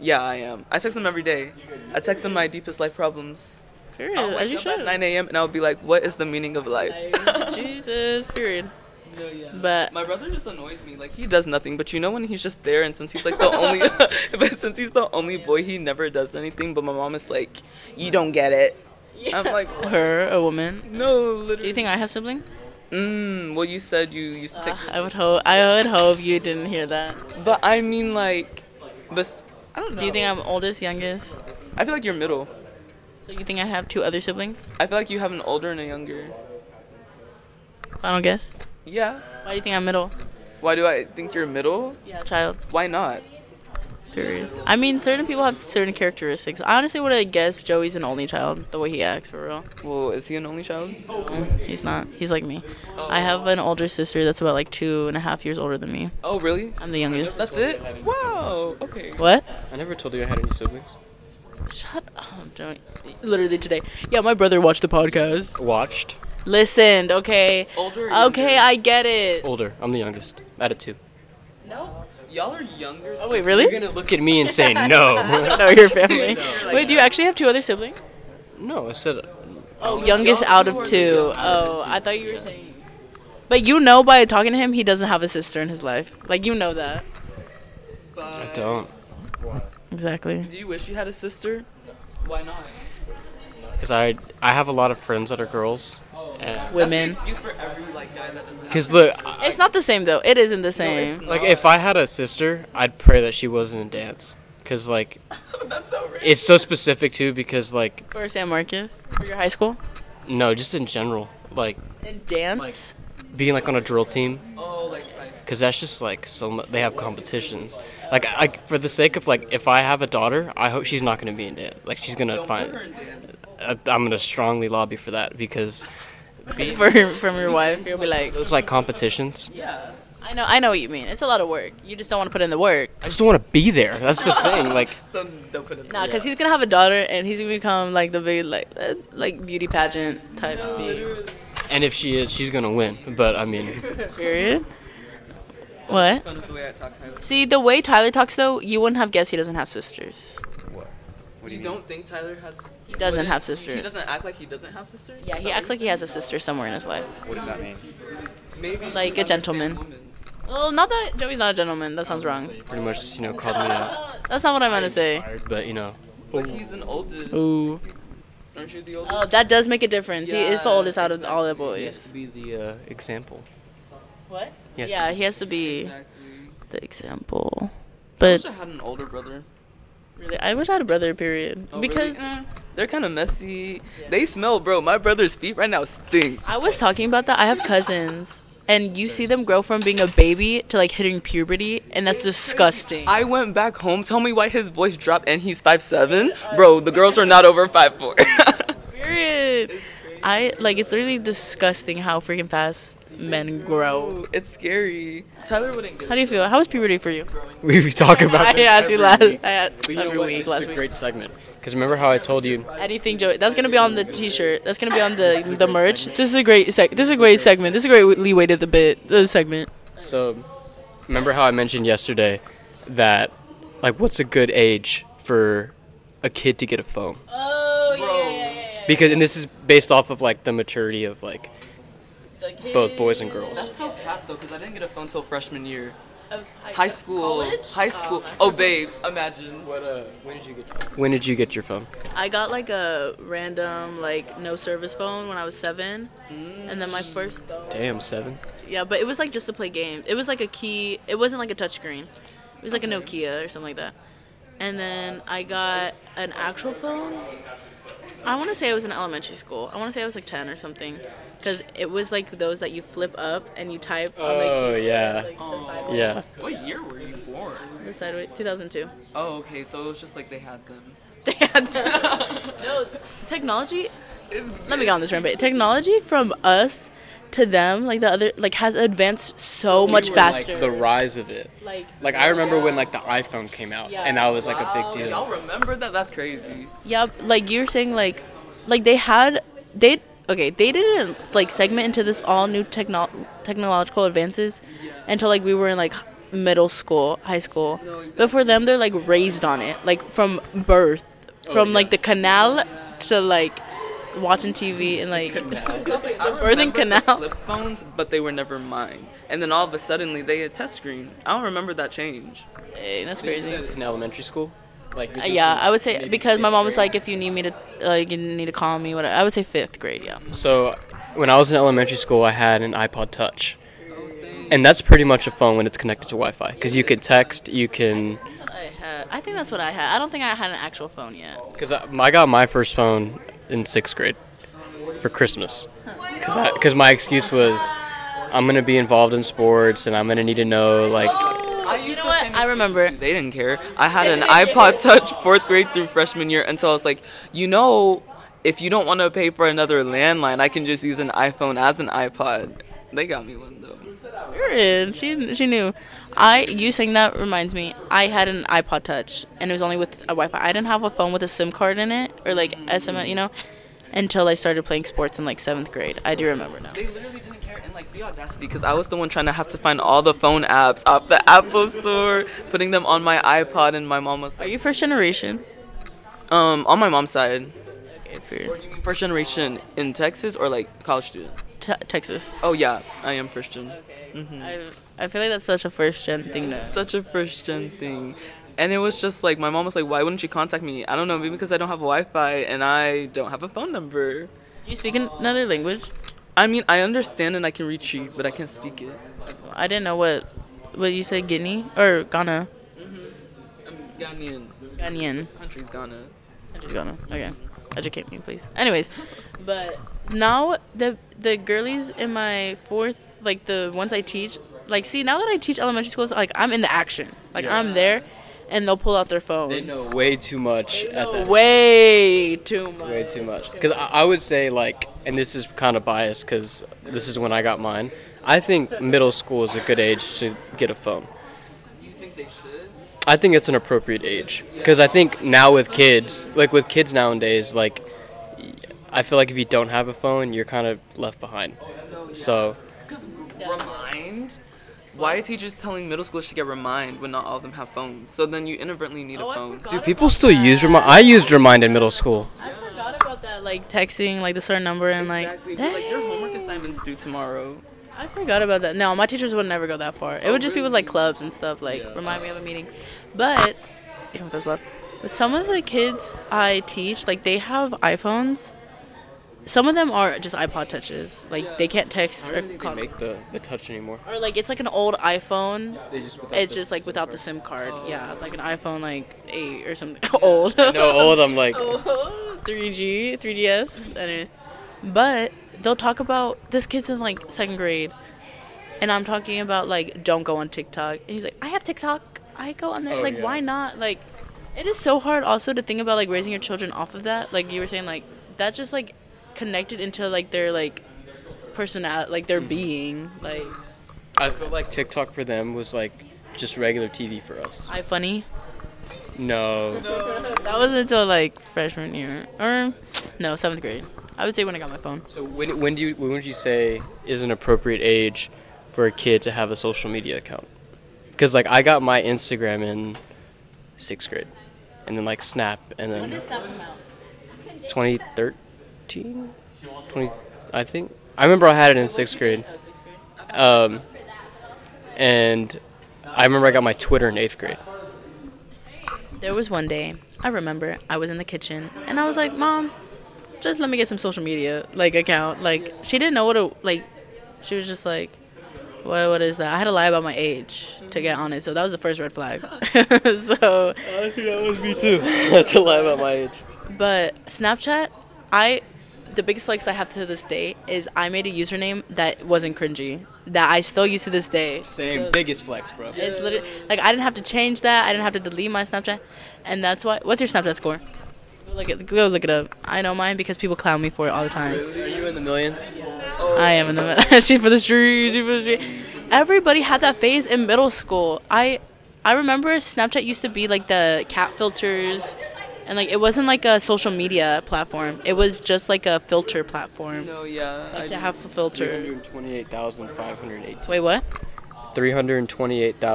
Speaker 7: Yeah, I am. I text them every day. I text them my deepest life problems.
Speaker 1: Period.
Speaker 7: I'll
Speaker 1: As you
Speaker 7: wake up At
Speaker 1: should.
Speaker 7: 9 a.m. and I'll be like, "What is the meaning of life?"
Speaker 1: Jesus. Period.
Speaker 7: No, yeah.
Speaker 1: But-
Speaker 7: my brother just annoys me. Like he does nothing. But you know when he's just there, and since he's like the only, but since he's the only boy, he never does anything. But my mom is like, "You don't get it." I'm like,
Speaker 1: Her, a woman.
Speaker 7: no,
Speaker 1: Do
Speaker 7: literally.
Speaker 1: you think I have siblings?
Speaker 7: mm, well, you said you used to
Speaker 1: Uh,
Speaker 7: text.
Speaker 1: I would hope. I would hope you didn't hear that.
Speaker 7: But I mean, like, but I don't know.
Speaker 1: Do you think I'm oldest, youngest?
Speaker 7: I feel like you're middle.
Speaker 1: So you think I have two other siblings?
Speaker 7: I feel like you have an older and a younger.
Speaker 1: Final guess.
Speaker 7: Yeah.
Speaker 1: Why do you think I'm middle?
Speaker 7: Why do I think you're middle?
Speaker 1: Yeah, child.
Speaker 7: Why not?
Speaker 1: Period. I mean, certain people have certain characteristics. I honestly would have guessed Joey's an only child, the way he acts, for real.
Speaker 7: Well, is he an only child?
Speaker 1: He's not. He's like me. I have an older sister that's about like two and a half years older than me.
Speaker 7: Oh, really?
Speaker 1: I'm the youngest.
Speaker 7: That's it? Wow. Okay.
Speaker 1: What?
Speaker 2: I never told you I had any siblings.
Speaker 1: Shut up, Joey. Literally today. Yeah, my brother watched the podcast.
Speaker 2: Watched.
Speaker 1: Listened, okay.
Speaker 7: Older. or
Speaker 1: Okay, I get it.
Speaker 2: Older. I'm the youngest. Out of two.
Speaker 1: No.
Speaker 7: younger? Y'all are younger.
Speaker 1: Oh, wait, really?
Speaker 2: You're gonna look at me and say no.
Speaker 1: no, your family. Wait, do you actually have two other siblings?
Speaker 2: no, I said
Speaker 1: Oh, youngest
Speaker 7: y'all
Speaker 1: out
Speaker 7: two
Speaker 1: of
Speaker 7: are the
Speaker 1: two.
Speaker 7: youngest out of
Speaker 1: Oh,
Speaker 7: the
Speaker 1: I thought you were saying. But you know by talking to him, he doesn't have a sister in his life. Like, you know that.
Speaker 2: I don't,
Speaker 1: Exactly.
Speaker 7: Do you wish you had a sister? Why not?
Speaker 2: cause I I have a lot of friends that are girls. And
Speaker 1: Women.
Speaker 7: That's the excuse for every like guy that doesn't.
Speaker 2: cause
Speaker 7: Because
Speaker 2: look,
Speaker 1: It's not the same, though. It isn't the same.
Speaker 7: it's
Speaker 2: like if I had a sister, I'd pray that she wasn't in dance. Cause like
Speaker 7: that's so rich.
Speaker 2: it's so specific too. Because like
Speaker 1: For San Marcos? For your high school?
Speaker 2: no, just in general, like
Speaker 1: And dance?
Speaker 2: being like on a drill team.
Speaker 7: oh, like psych.
Speaker 2: because that's just like so much they have competitions like I, I- for the sake of like if i have a daughter i hope she's not going to be in dance like she's going to
Speaker 7: Don't put her
Speaker 2: find
Speaker 7: in dance.
Speaker 2: I, i'm going to strongly lobby for that because
Speaker 1: for from your wife, you'll be like,
Speaker 2: those like competitions
Speaker 7: Yeah.
Speaker 1: I know, I know what you mean. It's a lot of work. You just don't want to put in the work.
Speaker 2: i just don't want to be there that's the thing like
Speaker 7: So don't put it.
Speaker 1: Nah, cause he's gonna have a daughter and he's gonna become like the big like uh, like beauty pageant type big
Speaker 2: and if she is she's going to win but i mean
Speaker 1: period. What?
Speaker 7: Fun with the way I talk, Tyler.
Speaker 1: See, the way Tyler talks though, you wouldn't have guessed he doesn't have sisters.
Speaker 7: you don't think Tyler has? He
Speaker 1: doesn't
Speaker 7: wouldn't-
Speaker 1: have
Speaker 7: He
Speaker 1: sisters.
Speaker 7: doesn't act like he doesn't have sisters.
Speaker 1: Yeah,
Speaker 7: Is
Speaker 1: he
Speaker 7: that
Speaker 1: acts
Speaker 7: what
Speaker 1: like he has
Speaker 7: you're
Speaker 1: a sister somewhere in his life.
Speaker 6: What does that mean?
Speaker 7: saying? Maybe
Speaker 1: like
Speaker 7: you
Speaker 1: a gentleman.
Speaker 7: understand women.
Speaker 1: Well, not that Joey's not a gentleman. That sounds wrong.
Speaker 2: pretty much just you know called me out
Speaker 1: That's not what I meant to say.
Speaker 2: but you know
Speaker 7: But he's an oldest.
Speaker 1: Ooh.
Speaker 7: Aren't you the oldest?
Speaker 1: Oh, that does make a difference. he is the
Speaker 7: Yeah,
Speaker 1: oldest out of all the
Speaker 2: he has
Speaker 1: boys.
Speaker 2: to be the uh, example
Speaker 1: What?
Speaker 2: Yes.
Speaker 1: Yeah, he has to be
Speaker 7: Exactly.
Speaker 1: the example.
Speaker 7: I
Speaker 1: But
Speaker 7: wish I had an older brother.
Speaker 1: really, I wish I had a brother. Period.
Speaker 7: Oh, really?
Speaker 1: Because.
Speaker 7: Eh, they're kind of messy. They smell, bro. My brother's feet right now stink.
Speaker 1: I was talking about that. I have cousins, and you see them grow from being a baby to like hitting puberty, and that's disgusting.
Speaker 7: I went back home. Tell me why his voice dropped and he's five seven, bro. The girls are not over five four.
Speaker 1: Period. I like it's literally disgusting how freaking fast men grow.
Speaker 7: it's scary. Tyler wouldn't get
Speaker 1: How do you feel? How was puberty for you?
Speaker 2: we we talk about
Speaker 1: I
Speaker 2: this
Speaker 1: asked you
Speaker 2: every
Speaker 1: last
Speaker 2: week.
Speaker 1: I asked
Speaker 2: But you know
Speaker 1: every
Speaker 2: what?
Speaker 1: week
Speaker 2: This is
Speaker 1: last
Speaker 2: a
Speaker 1: week.
Speaker 2: great segment because remember how i told you
Speaker 1: Anything, Joey. That's gonna be on the T-shirt. That's gonna be on the the merch. This is a great seg. This is a great segment. This is a great leeway to the bit. The segment.
Speaker 2: So, remember how I mentioned yesterday that, like, what's a good age for a kid to get a phone?
Speaker 1: Oh
Speaker 2: Because, and this is based off of, like, the maturity of, like, both boys and girls.
Speaker 7: That's so cap though, because I didn't get a phone till freshman year.
Speaker 1: High
Speaker 7: High school. High school. Oh, babe, imagine. What uh when did you get
Speaker 2: When did you get your phone?
Speaker 1: I got like a random like no service phone when I was seven, and then my first phone.
Speaker 2: Damn, seven.
Speaker 1: Yeah, but it was like just to play games. It was like a key. It wasn't like a touchscreen. It was like a Nokia or something like that. And then I got an actual phone. I want to say I was in elementary school. I want to say I was like ten or something, because it was like those that you flip up and you type on the
Speaker 2: Oh,
Speaker 1: keyboard,
Speaker 2: yeah.
Speaker 1: like the sideways.
Speaker 2: Yeah.
Speaker 7: What year were you born?
Speaker 1: The sideways. 2002.
Speaker 7: Oh, okay, so it was just like they had them.
Speaker 1: They had the- no technology.
Speaker 7: It's
Speaker 1: let me go on this rant, but technology from us to them, like the other, like has advanced so much faster.
Speaker 2: Like, the rise of it.
Speaker 1: like,
Speaker 2: Like, I remember when, like, the iPhone came out,
Speaker 1: Yeah.
Speaker 2: and that was, like, a
Speaker 7: Wow,
Speaker 2: big deal.
Speaker 7: Y'all remember that? That's crazy.
Speaker 1: yeah, like you're saying, like, like they had, they okay, they didn't like segment into this all new techno technological advances until like we were in like middle school, high school. But for them, they're like raised on it, like from birth, from like the canal to like watching TV and like
Speaker 7: the
Speaker 1: birthing canal.
Speaker 7: flip phones, but they were never mine. And then all of a sudden, they had touchscreen. I don't remember that change.
Speaker 1: Dang, eh, that's
Speaker 2: So you
Speaker 1: crazy.
Speaker 2: said in elementary school? Like, you're
Speaker 1: Uh, yeah,
Speaker 2: thinking
Speaker 1: I would say
Speaker 2: maybe
Speaker 1: because my
Speaker 2: fifth
Speaker 1: mom was
Speaker 2: grade?
Speaker 1: like, if you need me to, like, you need to call me, whatever. I would say fifth grade, yeah.
Speaker 2: So, when I was in elementary school, I had an iPod Touch. And that's pretty much a phone when it's connected to Wi Fi. Because you can text, you can.
Speaker 1: That's what I had. I think that's what I had. I don't think I had an actual phone yet.
Speaker 2: Because I, I got my first phone in sixth grade for Christmas. Because my excuse was I'm gonna be involved in sports and I'm gonna need to know like
Speaker 7: I
Speaker 1: Oh, you
Speaker 7: used
Speaker 1: know
Speaker 7: the
Speaker 1: what?
Speaker 7: same
Speaker 1: I
Speaker 7: excuses
Speaker 1: remember.
Speaker 7: too. They didn't care. I had an iPod Touch fourth grade through freshman year until I was like, you know, if you don't want to pay for another landline, I can just use an iPhone as an iPod. They got me one though.
Speaker 1: Erin, She she knew. I you saying that reminds me. I had an iPod Touch and it was only with a Wi-Fi. I didn't have a phone with a SIM card in it or like SM, you know, until I started playing sports in like seventh grade. I do remember now.
Speaker 7: They literally didn't care and like the audacity because I was the one trying to have to find all the phone apps off the Apple Store, putting them on my iPod, and my mom was
Speaker 1: Are
Speaker 7: like,
Speaker 1: you first generation?
Speaker 7: um, on my mom's side.
Speaker 1: Okay,
Speaker 7: Or
Speaker 1: period.
Speaker 7: you mean first generation in Texas or like college student?
Speaker 1: Te- Texas.
Speaker 7: Oh yeah, I am first gen.
Speaker 1: I, I feel like that's such a first gen thing to.
Speaker 7: such a first gen thing. And it was just like my mom was like, "Why wouldn't you contact me?" I don't know, maybe because I don't have Wi-Fi and I don't have a phone number.
Speaker 1: Do you speak another language?
Speaker 7: I mean, I understand and I can reach you, but I can't speak it.
Speaker 1: I didn't know what what you said Guinea or Ghana.
Speaker 7: I'm Ghanaian.
Speaker 1: Ghanaian.
Speaker 7: Country's Ghana.
Speaker 1: Ghana. Okay. Educate me, please. Anyways, but now the the girlies in my fourth, like the ones I teach, like see now that I teach elementary schools, like I'm in the action, like I'm there, and they'll pull out their phones.
Speaker 2: they know way too much at that
Speaker 1: Way too much.
Speaker 2: way too much because I, I would say like and this is kind of biased because this is when i got mine i think middle school is a good age to get a phone
Speaker 7: You think they should?
Speaker 2: i think it's an appropriate age because i think now with kids like with kids nowadays like i feel like if you don't have a phone you're kind of left behind so
Speaker 7: Cause remind. Why are teachers telling middle schoolers to get remind when not all of them have phones? So then you inadvertently need
Speaker 1: Oh,
Speaker 7: a
Speaker 1: I
Speaker 7: phone.
Speaker 1: forgot
Speaker 2: do
Speaker 1: about
Speaker 2: people still use remind i used remind in middle school
Speaker 1: I forgot about that, like texting, like the certain number, and like,
Speaker 7: exactly. But, like your
Speaker 1: dang.
Speaker 7: homework assignments due tomorrow.
Speaker 1: I forgot about that. No, my teachers would never go that far. It would just be with like clubs and stuff, like remind me of a meeting. But damn, that was loud. But some of the kids I teach, like they have iPhones. Some of them are just iPod touches. Like they can't text or call.
Speaker 2: make the, the touch anymore
Speaker 1: Or like it's like an old iPhone.
Speaker 2: they just
Speaker 1: It's just like without the SIM card. Oh. Yeah, like an iPhone like eight or something old.
Speaker 2: no old i'm like
Speaker 1: Oh, 3G, 3GS, and it, but they'll talk about this kid's in like second grade, and I'm talking about like don't go on TikTok, and he's like, I have TikTok, I go on there,
Speaker 2: Oh,
Speaker 1: like
Speaker 2: yeah.
Speaker 1: why not? Like, it is so hard also to think about like raising your children off of that. Like you were saying, like that's just like connected into like their like personality, like their
Speaker 2: Mm-hmm.
Speaker 1: being, like
Speaker 2: I feel like TikTok for them was like just regular TV for us.
Speaker 1: I funny.
Speaker 2: No.
Speaker 1: That was until like freshman year, or no seventh grade. I would say when I got my phone.
Speaker 2: So when when do you when would you say is an appropriate age for a kid to have a social media account? Because like I got my Instagram in sixth grade, and then like Snap, and then
Speaker 1: Snap come out?
Speaker 2: 2013, 20, I think. I remember I had it in sixth grade.
Speaker 1: Oh, sixth grade.
Speaker 2: Um, and I remember I got my Twitter in eighth grade.
Speaker 1: There was one day, I remember, I was in the kitchen and I was like, "Mom, just let me get some social media like account." Like she didn't know what to like she was just like, "What what is that?" I had to lie about my age to get on it. So that was the first red flag. so,
Speaker 2: That was me too. That's a lie about my age.
Speaker 1: but Snapchat, I the biggest flex I have to this day is I made a username that wasn't cringy that I still use to this day.
Speaker 2: Same biggest flex, bro.
Speaker 1: It's literally like I didn't have to change that. I didn't have to delete my Snapchat, and that's why. What's your Snapchat score? Go look it. Go look it up. I know mine because people clown me for it all the time.
Speaker 2: Are you in the millions?
Speaker 1: I am in the she for the street. She for the street. Everybody had that phase in middle school. I I remember Snapchat used to be like the cat filters, and like it wasn't like a social media platform. It was just like a filter platform
Speaker 7: No, yeah. I
Speaker 1: like to
Speaker 7: do.
Speaker 1: have a filter.
Speaker 2: 328,518.
Speaker 1: Wait, what?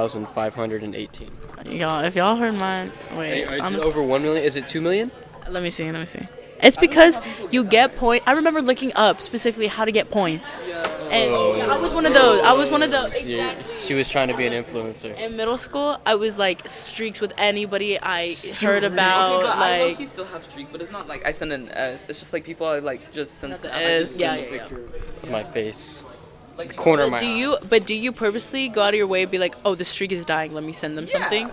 Speaker 2: 328,518.
Speaker 1: Y'all, if y'all heard mine, wait.
Speaker 2: Is
Speaker 1: I'm-
Speaker 2: it over 1 million? Is it 2 million?
Speaker 1: Let me see. Let me see. It's because you get point. I remember looking up specifically how to get points, and I was one of those. I was one of those. Exactly.
Speaker 2: She was trying to be an influencer.
Speaker 1: In middle school, I was like streaks with anybody I heard about.
Speaker 7: Okay, but I
Speaker 1: Like
Speaker 7: low-key still have streaks, but it's not like I send an S. It's just like people are like just send
Speaker 1: Not the
Speaker 7: Snap. I
Speaker 1: S,
Speaker 7: just
Speaker 1: yeah,
Speaker 7: send
Speaker 1: yeah,
Speaker 7: a
Speaker 1: yeah.
Speaker 7: picture.
Speaker 2: My face.
Speaker 7: Like,
Speaker 2: Corner of
Speaker 1: But
Speaker 2: my
Speaker 1: do
Speaker 2: eye.
Speaker 1: you? But do you purposely go out of your way and be like, "Oh, the streak is dying. Let me send them something."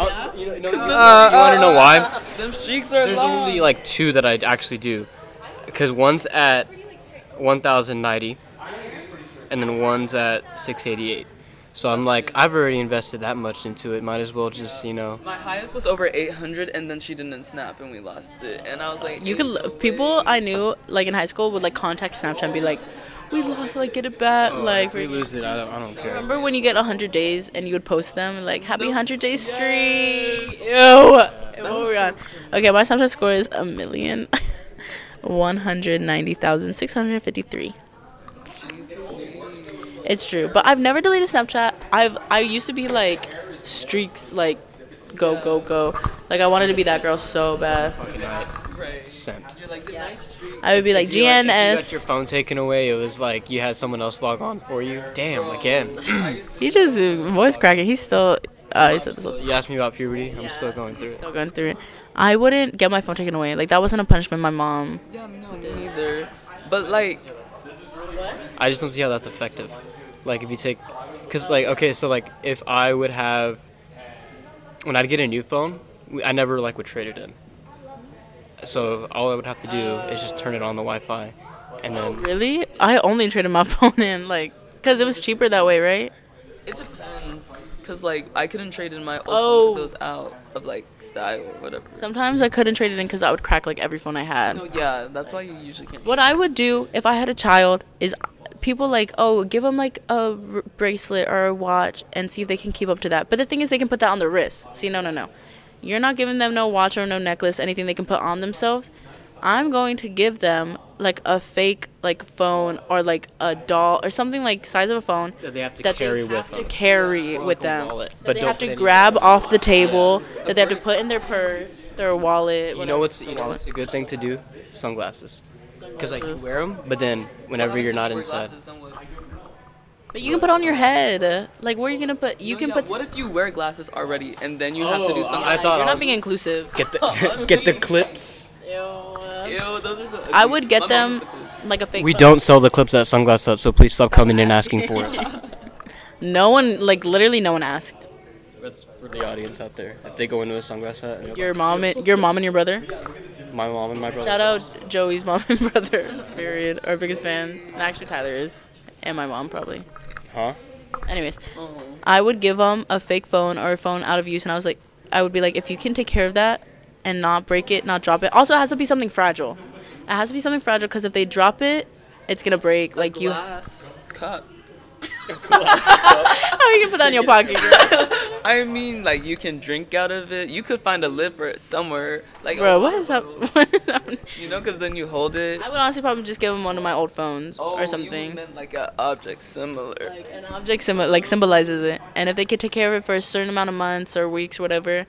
Speaker 2: Oh, you know, you know- you want to know why?
Speaker 7: Them streaks are
Speaker 2: There's
Speaker 7: long.
Speaker 2: only like two that I actually do. Because one's at 1,090, and then one's at 688. So I'm like, I've already invested that much into it. Might as well just, you know.
Speaker 7: My highest was over 800, and then she didn't snap, and we lost it. And I was like,
Speaker 1: You
Speaker 7: "Ain't
Speaker 1: could
Speaker 7: no
Speaker 1: l-
Speaker 7: way."
Speaker 1: people I knew like in high school would like contact Snapchat and be like, "We lost, like get it back."
Speaker 7: Oh,
Speaker 1: like
Speaker 2: if we lose it, I don't, I don't care.
Speaker 1: remember when you get hundred days and you would post them like "Happy hundred day streak." Ew. Moving on. Okay, my Snapchat score is a million. 190,653. It's true, but I've never deleted Snapchat. I've I used to be like streaks like go go go. Like I wanted to be that girl so bad.
Speaker 2: Sent. If
Speaker 1: I would be like
Speaker 2: you, like, if you got your
Speaker 1: GNS.
Speaker 2: phone taken away. It was like you had someone else log on for you. Damn, again.
Speaker 1: He just uh, voice cracking. He's still. Uh, he's still,
Speaker 2: You asked me about puberty. I'm still going through it.
Speaker 1: still going through it. I wouldn't get my phone taken away. Like that wasn't a punishment. My mom.
Speaker 7: Yeah, no, me neither. But like,
Speaker 2: I just don't see how that's effective. Like if you take, cause like okay, so like if I would have, when I'd get a new phone, we- I never like would trade it in. So all I would have to do is just turn it on the Wi-Fi, and then
Speaker 1: Really? I only traded my phone in like, cause it was cheaper that way, right?
Speaker 7: it depends. Cause like, I couldn't trade in my old
Speaker 1: Oh.
Speaker 7: phone 'cause it was out of like style or whatever.
Speaker 1: Sometimes I couldn't trade it in because I would crack like every phone I had.
Speaker 7: No, yeah, that's why you usually can't.
Speaker 1: What I would do if I had a child is people like, oh, give them like a r- bracelet or a watch and see if they can keep up to that. But the thing is, they can put that on their wrist. See, no, no, no. You're not giving them no watch or no necklace, anything they can put on themselves. I'm going to give them like a fake like phone or like a doll or something like size of a phone
Speaker 2: that they have to
Speaker 1: that
Speaker 2: carry
Speaker 1: they have
Speaker 2: with them.
Speaker 1: to carry with
Speaker 2: a
Speaker 1: them.
Speaker 2: wallet,
Speaker 1: that
Speaker 2: but
Speaker 1: they
Speaker 2: don't
Speaker 1: have
Speaker 2: put
Speaker 1: to
Speaker 2: it in
Speaker 1: grab off the table. That they have to put in their purse, their wallet.
Speaker 2: you know what's you know
Speaker 1: whatever.
Speaker 2: what's a good thing to do? Sunglasses. Cause like you wear them, but then whenever
Speaker 7: Happens
Speaker 2: you're
Speaker 7: if
Speaker 2: not
Speaker 7: you wear
Speaker 2: inside,
Speaker 7: glasses, then what?
Speaker 1: But you can put on your head. Like, where are you gonna put? You
Speaker 7: No,
Speaker 1: can
Speaker 7: yeah,
Speaker 1: put.
Speaker 7: What if you wear glasses already and then you have to do
Speaker 2: Oh,
Speaker 7: something?
Speaker 2: I thought
Speaker 1: You're
Speaker 2: I
Speaker 1: not
Speaker 2: was-
Speaker 1: being inclusive.
Speaker 2: get the get the clips.
Speaker 7: Ew, those are so.
Speaker 1: I
Speaker 7: ugly.
Speaker 1: would get
Speaker 7: My mom
Speaker 1: them
Speaker 7: used to clip.
Speaker 1: like a fake.
Speaker 2: We
Speaker 1: phone.
Speaker 2: don't sell the clips at Sunglass Hut, so please stop coming and asking for it.
Speaker 1: No one, like literally, no one asked.
Speaker 2: That's for the audience out there. If they go into a sunglass hut, and
Speaker 1: Your mom, and, your mom and your brother.
Speaker 2: my mom and my brother.
Speaker 1: Shout out Joey's mom and brother. Period. Our biggest fans. And actually, Tyler is, and my mom probably.
Speaker 2: Huh?
Speaker 1: Anyways, I would give them a fake phone or a phone out of use, and I was like, I would be like, if you can take care of that and not break it, not drop it. Also, it has to be something fragile. It has to be something fragile because if they drop it, it's gonna break. Like you, how
Speaker 7: glass cup.
Speaker 1: you can put that in your pocket. girl?
Speaker 7: I mean, like you can drink out of it. You could find a lid for it somewhere. Like,
Speaker 1: Bro,
Speaker 7: a
Speaker 1: what is up?
Speaker 7: bottle.
Speaker 1: What is happening?
Speaker 7: You know, because then you hold it.
Speaker 1: I would honestly probably just give him one of my old phones
Speaker 7: Oh,
Speaker 1: or
Speaker 7: You
Speaker 1: something.
Speaker 7: meant like an object similar.
Speaker 1: Like an object symbol, like symbolizes it, and if they could take care of it for a certain amount of months or weeks, whatever,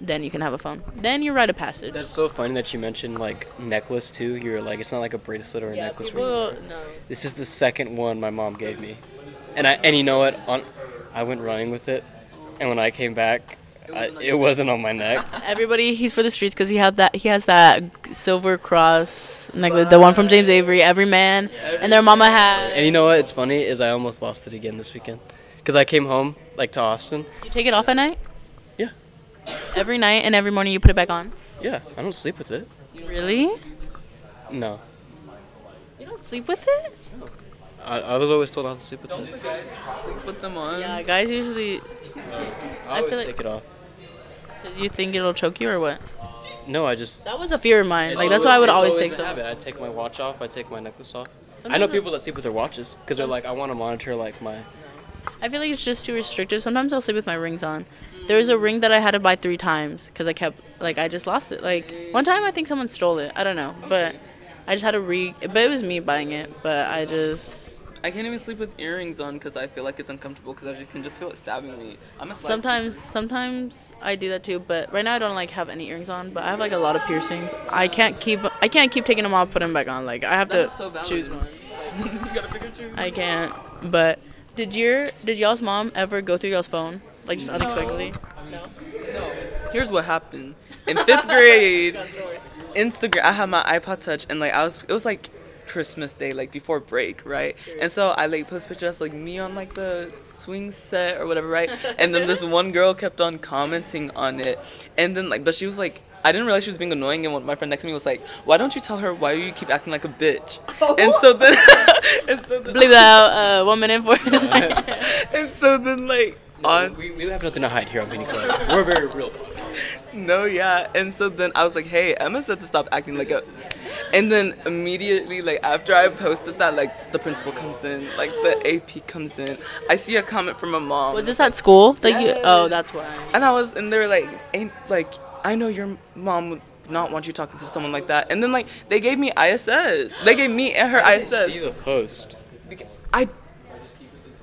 Speaker 1: then you can have a phone. Then you write a passage.
Speaker 2: That's so funny that you mentioned like necklace too. You're like, it's not like a bracelet or a
Speaker 1: yeah,
Speaker 2: necklace.
Speaker 1: people,
Speaker 2: ring.
Speaker 1: no.
Speaker 2: This is the second one my mom gave me, and I and you know what? On, I went running with it, and when I came back, I, it wasn't on my neck.
Speaker 1: Everybody, he's for the streets because he had that. He has that silver cross necklace, the one from James Avery. Every man and their mama had.
Speaker 2: And you know what? It's funny is I almost lost it again this weekend, because I came home like to Austin.
Speaker 1: You take it off at night.
Speaker 2: Yeah.
Speaker 1: Every night and every morning you put it back on.
Speaker 2: Yeah, I don't sleep with it.
Speaker 1: Really?
Speaker 2: No,
Speaker 1: You don't sleep with it?
Speaker 2: I, I was always told not to sleep with it.
Speaker 7: Put them on.
Speaker 1: Yeah, guys usually
Speaker 2: I always
Speaker 1: feel like-
Speaker 2: take it off.
Speaker 1: because you think it'll choke you or what.
Speaker 2: No, I just
Speaker 1: That was a fear of mine.
Speaker 2: It's
Speaker 1: Like that's
Speaker 2: always-
Speaker 1: why I would always
Speaker 2: it's
Speaker 1: take
Speaker 2: a
Speaker 1: them.
Speaker 2: habit. I take my watch off. I take my necklace off. I know
Speaker 1: Sometimes I-
Speaker 2: people that sleep with their watches because they're like, I want to monitor like my.
Speaker 1: I feel like it's just too restrictive. Sometimes I'll sleep with my rings on. There was a ring that I had to buy three times because I kept like I just lost it. Like one time I think someone stole it. I don't know, but I just had to re. But it was me buying it. But I just
Speaker 7: I can't even sleep with earrings on because I feel like it's uncomfortable because I just can just feel it stabbing me. I'm a slight
Speaker 1: sometimes sometimes I do that too. But right now I don't like have any earrings on. But I have like a lot of piercings. I can't keep I can't keep taking them off, putting them back on. Like I have
Speaker 7: sleeper. That
Speaker 1: to
Speaker 7: is
Speaker 1: choose
Speaker 7: so valid.
Speaker 1: one.
Speaker 7: you gotta pick and choose.
Speaker 1: I can't. But did your did y'all's mom ever go through y'all's phone like just unexpectedly?
Speaker 7: No. Here's what happened. In fifth grade, Instagram. I had my iPod Touch, and like I was, it was like Christmas Day, like before break, right? And so I like post pictures like me on like the swing set or whatever, right? And then this one girl kept on commenting on it, and then like, but she was like. I didn't realize she was being annoying, and one, my friend next to me was like, "Why don't you tell her? Why do you keep acting like a bitch?" And so then, and so then,
Speaker 1: Bleep that out. Uh, one minute for a second.
Speaker 7: and so then, like on
Speaker 2: We, we have nothing to hide here on Mini Club. We're very real.
Speaker 7: No, yeah. And so then I was like, hey, Emma said to stop acting like a. And then immediately, like after I posted that, like the principal comes in, like the AP comes in. I see a comment from a mom.
Speaker 1: Was this at school? Like you? Oh,
Speaker 7: Yes.
Speaker 1: that's why.
Speaker 7: And I was, and they were like, ain't like, I know your mom would not want you talking to someone like that. And then like they gave me ISS. They gave me and her
Speaker 2: See
Speaker 7: ISS.
Speaker 2: the post.
Speaker 7: Beca- I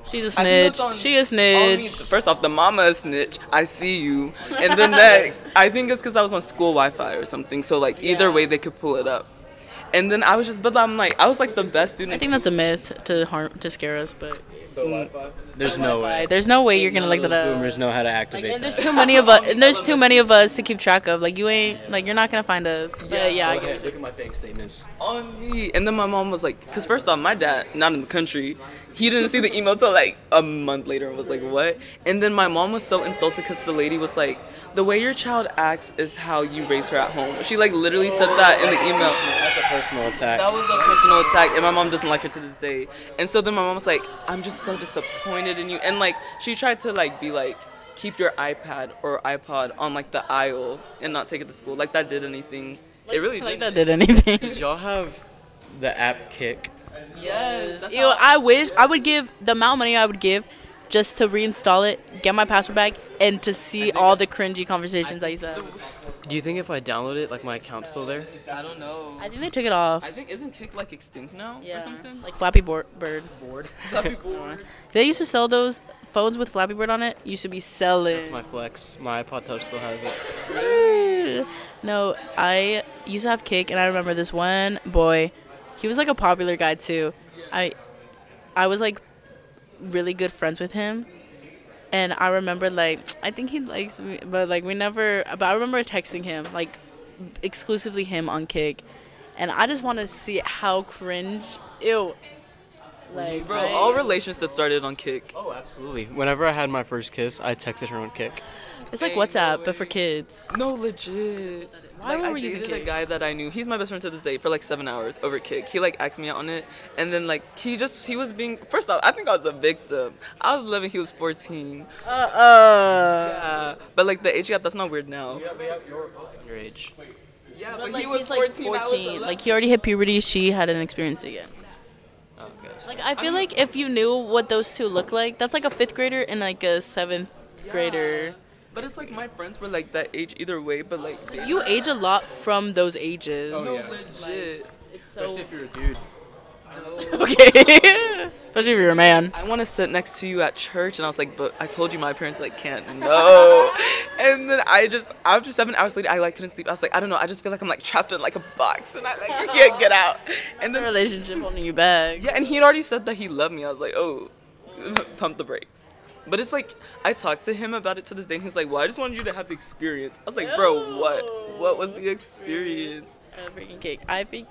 Speaker 1: She's a
Speaker 7: I
Speaker 1: snitch.
Speaker 7: think it's on-
Speaker 1: She a
Speaker 7: on me.
Speaker 1: snitch.
Speaker 7: First off, the mama is snitch. I see you. And then next, I think it's because I was on school Wi-Fi or something. So like either
Speaker 1: Yeah.
Speaker 7: way, they could pull it up. And then I was just, but I'm like, I was like the best student.
Speaker 1: I think that's a myth to harm to scare us, but
Speaker 2: Mm. There's no way.
Speaker 1: Like, there's no way you're gonna look
Speaker 2: Those
Speaker 1: that up.
Speaker 2: boomers know how to
Speaker 1: Like,
Speaker 2: activate.
Speaker 1: and there's
Speaker 2: that.
Speaker 1: too many of us. And there's too many of us to keep track of. Like you ain't like you're not gonna find us. But yeah, I
Speaker 2: Look
Speaker 1: get
Speaker 2: at-
Speaker 1: it.
Speaker 2: look at my bank statements.
Speaker 7: on me. And then my mom was like, because first off, my dad not in the country. He didn't see the email till like a month later and was like, what? And then my mom was so insulted because the lady was like, the way your child acts is how you raise her at home. She like literally said that in the email.
Speaker 2: That's a personal attack.
Speaker 7: That was a personal attack, and my mom doesn't like her to this day. And so then my mom was like, "I'm just so disappointed in you." And like, she tried to like be like, "Keep your iPad or iPod on like the aisle and not take it to school." Like that did anything? It really
Speaker 1: Like
Speaker 7: did.
Speaker 1: that did anything.
Speaker 2: Did y'all have the app kick?
Speaker 7: Yes. that's
Speaker 1: You
Speaker 7: how-
Speaker 1: know, I wish I would give the amount of money I would give just to reinstall it, get my password back, and to see all the cringy conversations I used to have.
Speaker 2: Do you think if I download it, like my account's still there?
Speaker 7: I don't know.
Speaker 1: I think they took it off.
Speaker 7: I think isn't Kick like extinct now or
Speaker 1: Yeah,
Speaker 7: something?
Speaker 1: like Flappy Board Bird.
Speaker 7: Flappy Bird.
Speaker 1: They used to sell those phones with Flappy Bird on it. Used to be selling.
Speaker 2: That's my flex. My iPod Touch still has it.
Speaker 1: no, I used to have Kick, and I remember this one boy. He was like a popular guy too. I, I was like, really good friends with him, and I remember like I think he likes me, but like we never. But I remember texting him like exclusively him on Kick, and I just want to see how cringe. Ew. Like
Speaker 7: Bro,
Speaker 1: I-
Speaker 7: all relationships started on Kick.
Speaker 2: Oh, absolutely. Whenever I had my first kiss, I texted her on Kick.
Speaker 1: it's like
Speaker 7: Ain't no
Speaker 1: WhatsApp but for
Speaker 7: way.
Speaker 1: kids.
Speaker 7: No, legit.
Speaker 1: Why
Speaker 7: like,
Speaker 1: were we
Speaker 7: I
Speaker 1: using
Speaker 7: dated a
Speaker 1: Kick?
Speaker 7: guy that I knew. He's my best friend to this day for like seven hours over Kick. He like asked me out on it, and then like he just he was being. First off, I think I was a victim. I was 11. He was 14.
Speaker 1: Uh uh.
Speaker 7: Yeah, but like the age gap, that's not weird now. Yeah,
Speaker 2: Your age.
Speaker 7: but,
Speaker 1: like,
Speaker 7: he was
Speaker 1: he's, like,
Speaker 7: 14. I was 11.
Speaker 1: Like he already hit puberty. She hadn't experienced it yet.
Speaker 2: Oh, gotcha.
Speaker 1: Like I feel like if you knew what those two look like, that's like a fifth grader and like a seventh grader.
Speaker 7: But it's like my friends were like that age either way. But like, dude,
Speaker 1: You age a lot from those ages.
Speaker 10: Oh,
Speaker 7: no legit.
Speaker 1: It's so
Speaker 10: you're a dude.
Speaker 1: okay. Especially if you're a man.
Speaker 7: I want to sit next to you at church, and I was like, but I told you my parents like can't. No, and then I just after seven hours later, I like couldn't sleep. I was like, I don't know. I just feel like I'm like trapped in like a box, and I like I can't get out. And
Speaker 1: The
Speaker 7: then
Speaker 1: relationship holding you back.
Speaker 7: yeah, and he had already said that he loved me. I was like, oh, pump the brakes. But it's like I talked to him about it to this day, and he's like, well, I just wanted you to have the experience. I was like, bro, what? What was the experience?
Speaker 1: a freaking cake. I think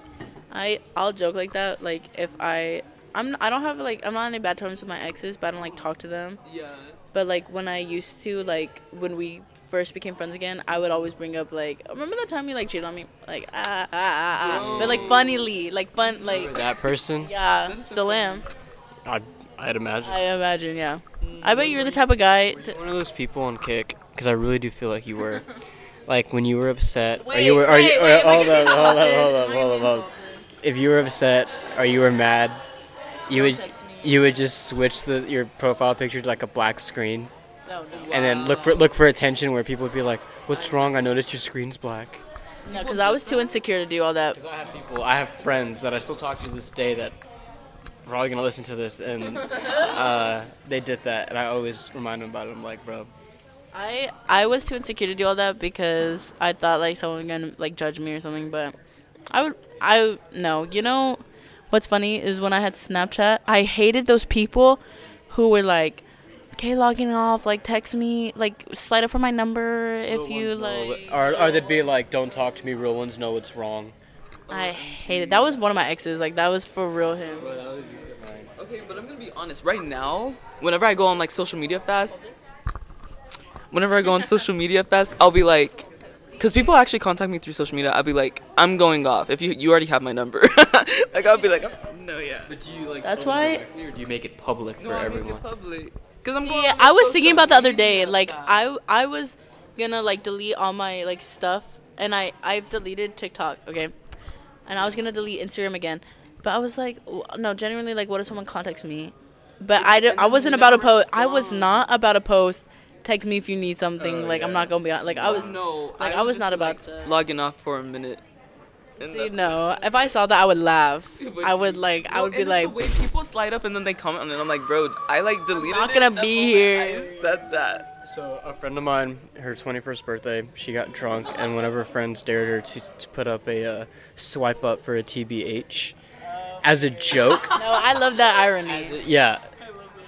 Speaker 1: I I'll joke like that. Like if I I'm I don't have like I'm not on any bad terms with my exes, but I don't like talk to them.
Speaker 7: Yeah.
Speaker 1: But like when I used to, like when we first became friends again, I would always bring up like, remember that time you like cheated on me, like ah ah ah, ah. but like funnily, like fun, like
Speaker 2: That person?
Speaker 1: yeah, still am.
Speaker 2: I, I'd imagine.
Speaker 1: I imagine, yeah. I bet you're the type of guy. To,
Speaker 9: One of those people on Kick, because I really do feel like you were. Like when you were upset,
Speaker 1: Wait,
Speaker 9: or you were, are
Speaker 1: wait,
Speaker 9: you,
Speaker 1: wait,
Speaker 9: hold
Speaker 1: am I
Speaker 9: up,
Speaker 1: getting
Speaker 9: hold up,
Speaker 1: insulted?
Speaker 9: hold up,
Speaker 1: Am I
Speaker 9: hold up,
Speaker 1: getting
Speaker 9: hold up. If you were upset or you were mad, you would,
Speaker 1: text me.
Speaker 9: you would just switch the, your profile picture to like a black screen,
Speaker 1: insulted? No, no,
Speaker 9: and then look for look for attention where people would be like, "What's wrong? I noticed your screen's black."
Speaker 1: no, because I was too insecure to do all that.
Speaker 9: Because I have people, I have friends that I still talk to this day that probably gonna listen to this, and uh, they did that, and I always remind them about it. I'm like, bro,
Speaker 1: I I was too insecure to do all that because I thought like someone was gonna like judge me or something. But I would I no, you know, what's funny is when I had Snapchat, I hated those people who were like, okay, logging off, like text me, like slide up for my number if you like.
Speaker 9: or, or they'd be like, "Don't talk to me. Real ones know what's wrong."
Speaker 1: I hated that was one of my exes. Like that was for real him.
Speaker 7: Okay, but I'm gonna be honest. Right now, whenever I go on like social media fast, whenever I go on social media fast, I'll be like, Because people actually contact me through social media. I'd be like, I'm going off. If you you already have my number, like I'll be like, "Oh, no, yeah.
Speaker 11: But do you like?
Speaker 1: That's
Speaker 11: tell them
Speaker 1: why-
Speaker 11: directly, Or do you make it public for
Speaker 7: No, I make
Speaker 11: everyone?
Speaker 7: it public. Because I'm going.
Speaker 1: Yeah,
Speaker 7: off
Speaker 1: I was
Speaker 7: social
Speaker 1: thinking about the other
Speaker 7: media.
Speaker 1: day. Like I I was gonna like delete all my like stuff and I I've deleted TikTok, okay? And I was gonna delete Instagram again. But I was like, w- no, genuinely like what if someone contacts me? But I, don't-
Speaker 7: And
Speaker 1: I
Speaker 7: then you
Speaker 1: wasn't about to
Speaker 7: never
Speaker 1: post. I was
Speaker 7: respond. Oh,
Speaker 1: not about to post. Text me if you need something. like I'm not gonna be on- like I was
Speaker 7: no,
Speaker 1: like I,
Speaker 7: would
Speaker 1: was
Speaker 7: just
Speaker 1: not
Speaker 7: be,
Speaker 1: about
Speaker 7: like,
Speaker 1: to.
Speaker 7: logging off for a minute. And
Speaker 1: See,
Speaker 7: that's-
Speaker 1: no. If I saw that, I would laugh.
Speaker 7: Would
Speaker 1: I would
Speaker 7: you-
Speaker 1: like. I
Speaker 7: No,
Speaker 1: would be
Speaker 7: and
Speaker 1: like.
Speaker 7: it's the way people slide up and then they comment on it. I'm like, bro, I like deleted.
Speaker 1: not
Speaker 7: it
Speaker 1: gonna
Speaker 7: the
Speaker 1: be
Speaker 7: moment
Speaker 1: here.
Speaker 7: I said that.
Speaker 2: So a friend of mine, her 21st birthday, she got drunk, and whenever a friend dared her to, to put up a uh, swipe up for a TBH, as a joke.
Speaker 1: No, I love that irony.
Speaker 2: yeah.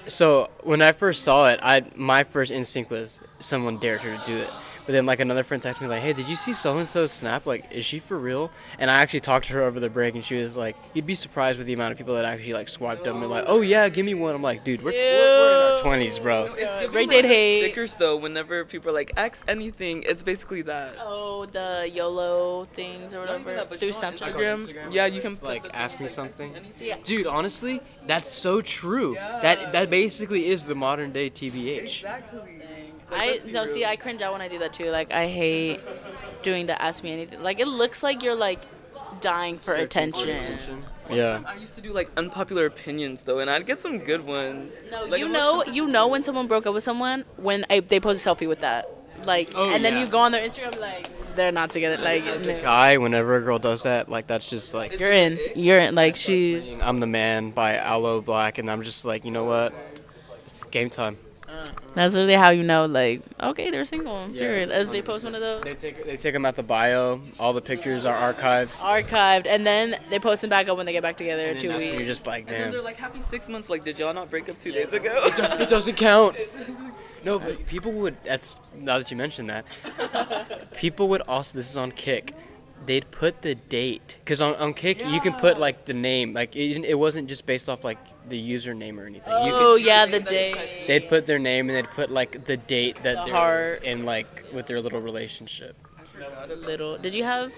Speaker 2: So when I first saw it, I my first instinct was someone dared her to do it. But then like another friend texted me like, "Hey, did you see so and so snap? Like, is she for real?" And I actually talked to her over the break, and she was like, "You'd be surprised with the amount of people that actually like swiped up and were like, oh yeah, give me one." I'm like, "Dude, we're, we're, we're in our
Speaker 1: Ew.
Speaker 2: 20s, bro."
Speaker 7: It's giving,
Speaker 1: Great date
Speaker 7: like,
Speaker 1: hate.
Speaker 7: Stickers though, whenever people are like, X anything, it's basically that.
Speaker 1: Oh, the YOLO things or
Speaker 7: Not even
Speaker 1: whatever
Speaker 7: that, but
Speaker 1: through
Speaker 7: you know on
Speaker 1: Snapchat.
Speaker 7: Instagram, yeah, you can
Speaker 2: It's
Speaker 7: put
Speaker 2: like,
Speaker 7: the thing,
Speaker 2: ask
Speaker 7: it's
Speaker 2: me
Speaker 7: like, X
Speaker 2: something.
Speaker 7: anything.
Speaker 1: Yeah.
Speaker 2: Dude, honestly, that's so true.
Speaker 7: Yeah.
Speaker 2: That that basically is the modern day TBH.
Speaker 7: Exactly.
Speaker 1: I no, see, I cringe out when I do that too. Like I hate doing the ask me anything. Like it looks like you're like dying for attention.
Speaker 2: Yeah.
Speaker 7: I used to do like unpopular opinions though, and I'd get some good ones.
Speaker 1: No,
Speaker 7: Like,
Speaker 1: you
Speaker 7: I'm
Speaker 1: know,
Speaker 7: not-
Speaker 1: you know when someone broke up with someone when I, they post a selfie with that. Like,
Speaker 2: Oh,
Speaker 1: and then
Speaker 2: yeah.
Speaker 1: you go on their Instagram like they're not together. Like
Speaker 2: As
Speaker 1: no.
Speaker 2: a guy, whenever a girl does that, like that's just like
Speaker 1: you're in, you're in. Like she's
Speaker 2: I'm the man by Aloe Black, and I'm just like, you know what? It's game time.
Speaker 1: that's really how you know. Like okay, they're single. Period. If they post one of those.
Speaker 2: They take they take them out the bio. All the pictures are archived.
Speaker 1: Archived, and then they post them back up when they get back together.
Speaker 2: And
Speaker 1: two
Speaker 2: that's when
Speaker 1: weeks.
Speaker 2: you're just like,
Speaker 7: And then they're
Speaker 2: damn.
Speaker 7: like, happy six months. Like, did y'all not break up two days ago?
Speaker 1: Oh,
Speaker 2: It doesn't count. No, but people would. That's now that you mention that. People would also. This is on Kick. They'd put the date because on, on Kick you can put like the name. Like it, didn't- it wasn't just based off like the username or anything. you could
Speaker 1: oh yeah, the day.
Speaker 2: They'd put their name and they'd put like the date that
Speaker 1: The
Speaker 2: they're
Speaker 1: heart.
Speaker 2: in, like with their little relationship.
Speaker 1: little. Did you have?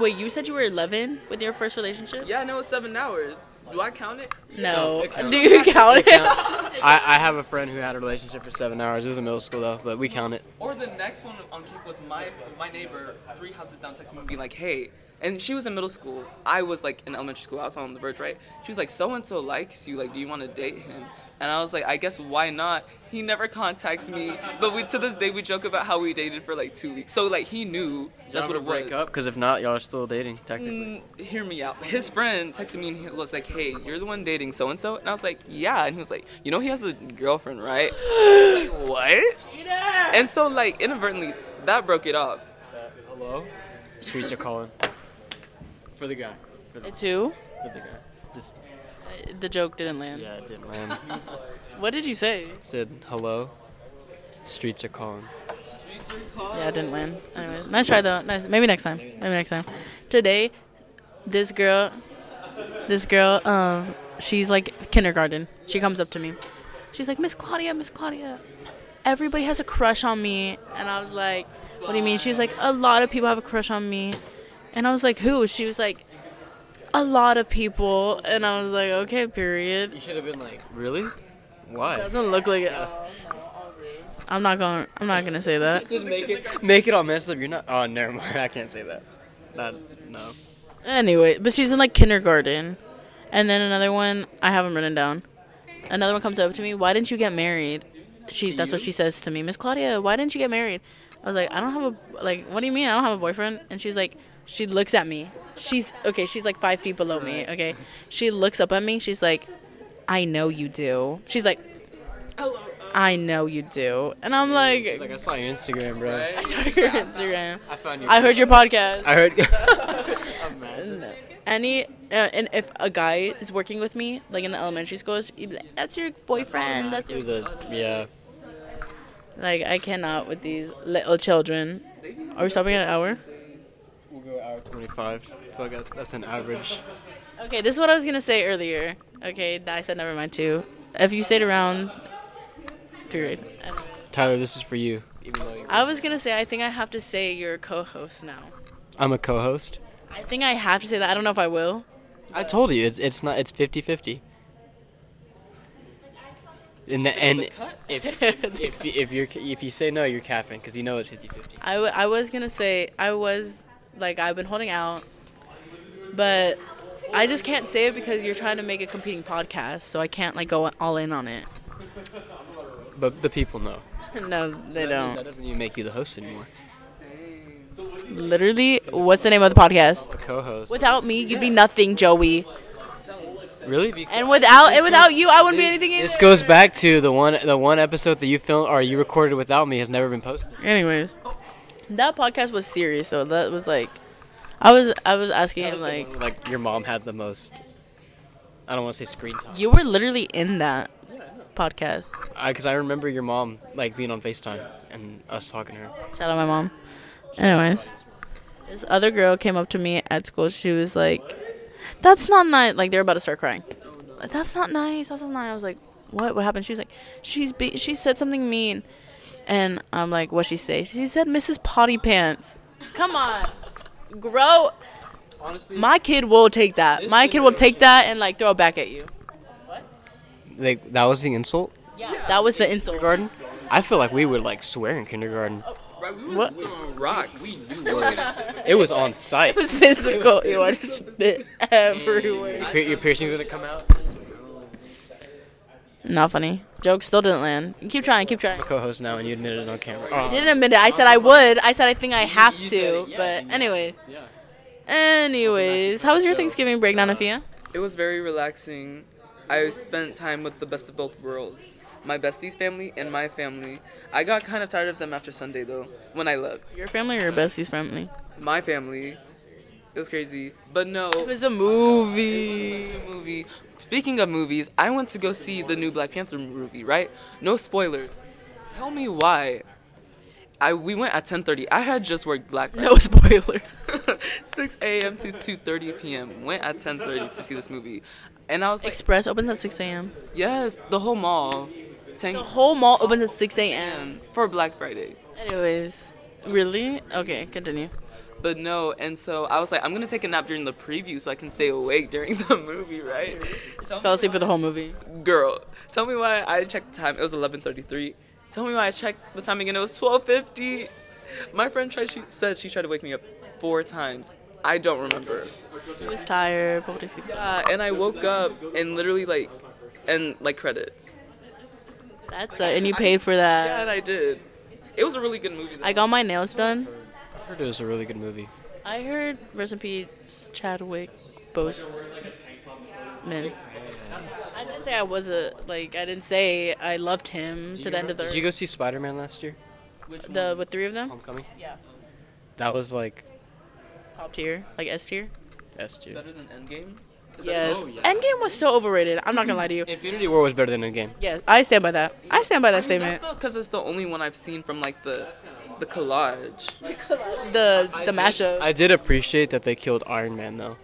Speaker 1: Wait, you said you were 11 with your first relationship?
Speaker 7: yeah, no, it's seven hours. Do I count it?
Speaker 1: No.
Speaker 2: It counts.
Speaker 1: Do you count it?
Speaker 2: I, I have a friend who had a relationship for seven hours. It was in middle school though, but we count it.
Speaker 7: Or the next one on kick was my my neighbor three houses down texted me and be like, hey, and she was in middle school. I was like in elementary school. I was on the verge, right? She was like, so and so likes you. Like, do you want to date him? And I was like, I guess why not? He never contacts me, but we to this day we joke about how we dated for like two weeks. So like he knew that's what it was.
Speaker 2: break up because if not, y'all are still dating technically.
Speaker 7: Mm, hear me out. His friend texted me and he was like, "Hey, you're the one dating so and so," and I was like, "Yeah," and he was like, "You know he has a girlfriend, right?" Like, what? And so like inadvertently that broke it off.
Speaker 2: Mm. Hello. Streets are calling. For the guy. For the,
Speaker 1: It's who?
Speaker 2: for the guy. Just
Speaker 1: The joke didn't land.
Speaker 2: yeah, it didn't land.
Speaker 1: What did you say?
Speaker 2: Said hello. Streets are calling.
Speaker 1: Yeah, it didn't land. Anyway, nice try though. Nice. Maybe next time. Maybe next time. Today, this girl, this girl, um, she's like kindergarten. She comes up to me. She's like, Miss Claudia, Miss Claudia, everybody has a crush on me, and I was like, What do you mean? She's like, A lot of people have a crush on me, and I was like, Who? She was like, A lot of people, and I was like, Okay, period.
Speaker 2: You should have been like, really? Why?
Speaker 1: Doesn't look like it. I'm not going. I'm not gonna say that.
Speaker 2: Just make it. Make it all messed up. You're not. Oh, never mind. I can't say that. That no.
Speaker 1: Anyway, but she's in like kindergarten. And then another one, I have them written down. Another one comes up to me, why didn't you get married? She that's what she says to me, Miss Claudia, why didn't you get married? I was like, I don't have a like what do you mean I don't have a boyfriend? And she's like she looks at me. She's okay, she's like five feet below me, okay? She looks up at me, she's like, I know you do. She's like I know you do. And I'm like,
Speaker 2: Like I saw your Instagram, bro.
Speaker 1: I saw your Instagram.
Speaker 2: I found you.
Speaker 1: I heard your podcast.
Speaker 2: I heard.
Speaker 1: any uh, and if a guy is working with me like in the elementary schools he'd be like, that's your boyfriend that's your
Speaker 2: the yeah.
Speaker 1: like i cannot with these little children are we stopping at an hour
Speaker 2: We'll go hour twenty-five. I feel like that's, that's an average.
Speaker 1: okay this is what i was gonna say earlier okay i said never mind too if you stayed around period
Speaker 2: Tyler, this is for you. Even though you're
Speaker 1: I was gonna say I think I have to say you're a co-host now.
Speaker 2: I'm a co-host.
Speaker 1: I think I have to say that. I don't know if I will.
Speaker 2: I told you it's it's not it's 50-50. And the, and if, if, if you're if you say no, you're capping because you know it's 50-50.
Speaker 1: I, w- I was gonna say I was like I've been holding out, but I just can't say it because you're trying to make a competing podcast, so I can't like go all in on it.
Speaker 2: But the people know.
Speaker 1: no, they
Speaker 2: That means That
Speaker 1: don't.
Speaker 2: doesn't even make you the host anymore.
Speaker 1: Literally, what's the name of the podcast?
Speaker 2: A co-host.
Speaker 1: Without me, you'd be nothing, Joey.
Speaker 2: Really? Because
Speaker 1: And without and without you, I wouldn't be anything. Either.
Speaker 2: this goes back to the one the one episode that you filmed or you recorded without me has never been posted.
Speaker 1: Anyways, that podcast was serious though. That was like, I was I was asking him like,
Speaker 2: like your mom had the most. I don't want to say screen time.
Speaker 1: you were literally in that podcast.
Speaker 2: because I remember your mom like being on Facetime and us talking to her.
Speaker 1: Shout out my mom. Anyways, this other girl came up to me at school. She was like, "That's not nice." Like they're about to start crying. Like, That's not nice. That's not nice. I was like, "What? What happened?" She was like, "She's be- she said something mean," and I'm like, "What she say?" She said, "Mrs. Potty Pants." Come on, grow.
Speaker 2: Honestly,
Speaker 1: My kid will take that. My kid will take that and like throw it back at you.
Speaker 2: like that was the insult.
Speaker 1: Yeah, that was the insult.
Speaker 2: Garden. I feel like we would like swear in kindergarten.
Speaker 7: Right, we was throwing rocks.
Speaker 2: It was on site.
Speaker 1: It was physical. You want to spit everywhere.
Speaker 2: Your pier- your piercings gonna come out.
Speaker 1: Not funny. Joke still didn't land. Keep trying. Keep trying.
Speaker 2: Co-host now, and you admitted it on camera.
Speaker 1: I
Speaker 2: Oh,
Speaker 1: didn't admit it. I said I would. I said I think I have
Speaker 2: you said
Speaker 1: to.
Speaker 2: it, yeah,
Speaker 1: but
Speaker 2: and-
Speaker 1: anyways.
Speaker 2: yeah.
Speaker 1: Anyways, how was your
Speaker 7: So,
Speaker 1: Thanksgiving break, Nanafia?
Speaker 7: It was very relaxing. I spent time with the best of both worlds. My bestie's family and my family. I got kind of tired of them after Sunday though, when I left.
Speaker 1: Your family or your bestie's family?
Speaker 7: My family. It was crazy. But no.
Speaker 1: It was a movie.
Speaker 7: New movie. Speaking of movies, I went to go see the new Black Panther movie, right? No spoilers. Tell me why. I we went at 10:30. I had just worked Black Friday.
Speaker 1: No spoiler.
Speaker 7: 6 a.m. to 2:30 p.m. Went at 10:30 to see this movie, and I was like,
Speaker 1: Express opens at 6 a.m.
Speaker 7: yes, the whole mall. Tank
Speaker 1: The whole mall opens at 6 a.m.
Speaker 7: for Black Friday.
Speaker 1: Anyways, really? Okay, continue.
Speaker 7: But no, and so I was like, I'm gonna take a nap during the preview so I can stay awake during the movie, right? Tell
Speaker 1: Fell
Speaker 7: me
Speaker 1: asleep for the whole movie.
Speaker 7: girl tell me why i checked the time it was 11.33 tell me why i checked the time again it was 12.50 my friend tried she said she tried to wake me up four times i don't remember
Speaker 1: She was tired. Probably sleep.
Speaker 7: uh, and i woke up and literally like and like credits
Speaker 1: That's it. And you paid for that.
Speaker 7: and i did it was a really good movie though.
Speaker 1: Uh, I got my nails done.
Speaker 2: I heard it was a really good movie.
Speaker 1: I heard rest in peace Chadwick Boseman. I didn't say I was a like I didn't say I loved him to the end of the
Speaker 2: Did you go Oh. see Spider-Man last year?
Speaker 1: the with three of them
Speaker 2: Homecoming.
Speaker 1: Yeah.
Speaker 2: That was like
Speaker 1: top tier like S tier.
Speaker 2: S tier.
Speaker 7: better than endgame Is that-
Speaker 1: Yes.
Speaker 7: oh, yeah.
Speaker 1: Endgame was so overrated. I'm not gonna lie to you.
Speaker 2: Infinity War was better than Endgame.
Speaker 1: Yes, I stand by that. I stand by that statement.
Speaker 7: because it's the only one i've seen from like the the collage
Speaker 1: The the mashup.
Speaker 2: I did appreciate that they killed Iron Man though.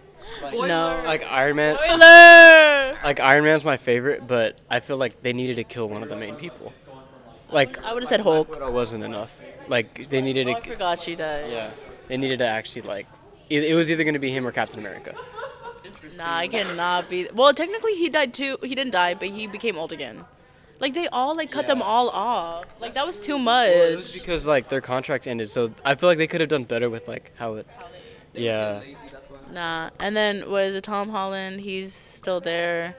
Speaker 1: No.
Speaker 2: Like Iron Man,
Speaker 1: Spoiler.
Speaker 2: like Iron Man's my favorite, but I feel like they needed to kill one of the main people. Like
Speaker 1: I would have said Hulk.
Speaker 2: Widow wasn't enough. Like they needed
Speaker 1: Oh, I
Speaker 2: to,
Speaker 1: forgot she died.
Speaker 2: yeah, they needed to actually like. e, It, it was either going to be him or Captain America.
Speaker 1: Nah, I cannot be. Well, technically he died too. He didn't die, but he became old again. Like they all like cut them
Speaker 2: Yeah.
Speaker 1: all off. Like that was too
Speaker 2: It was
Speaker 1: much.
Speaker 2: because like their contract ended, so I feel like they could have done better with like how it. Yeah,
Speaker 1: Nah. And then was it Tom Holland? He's still there.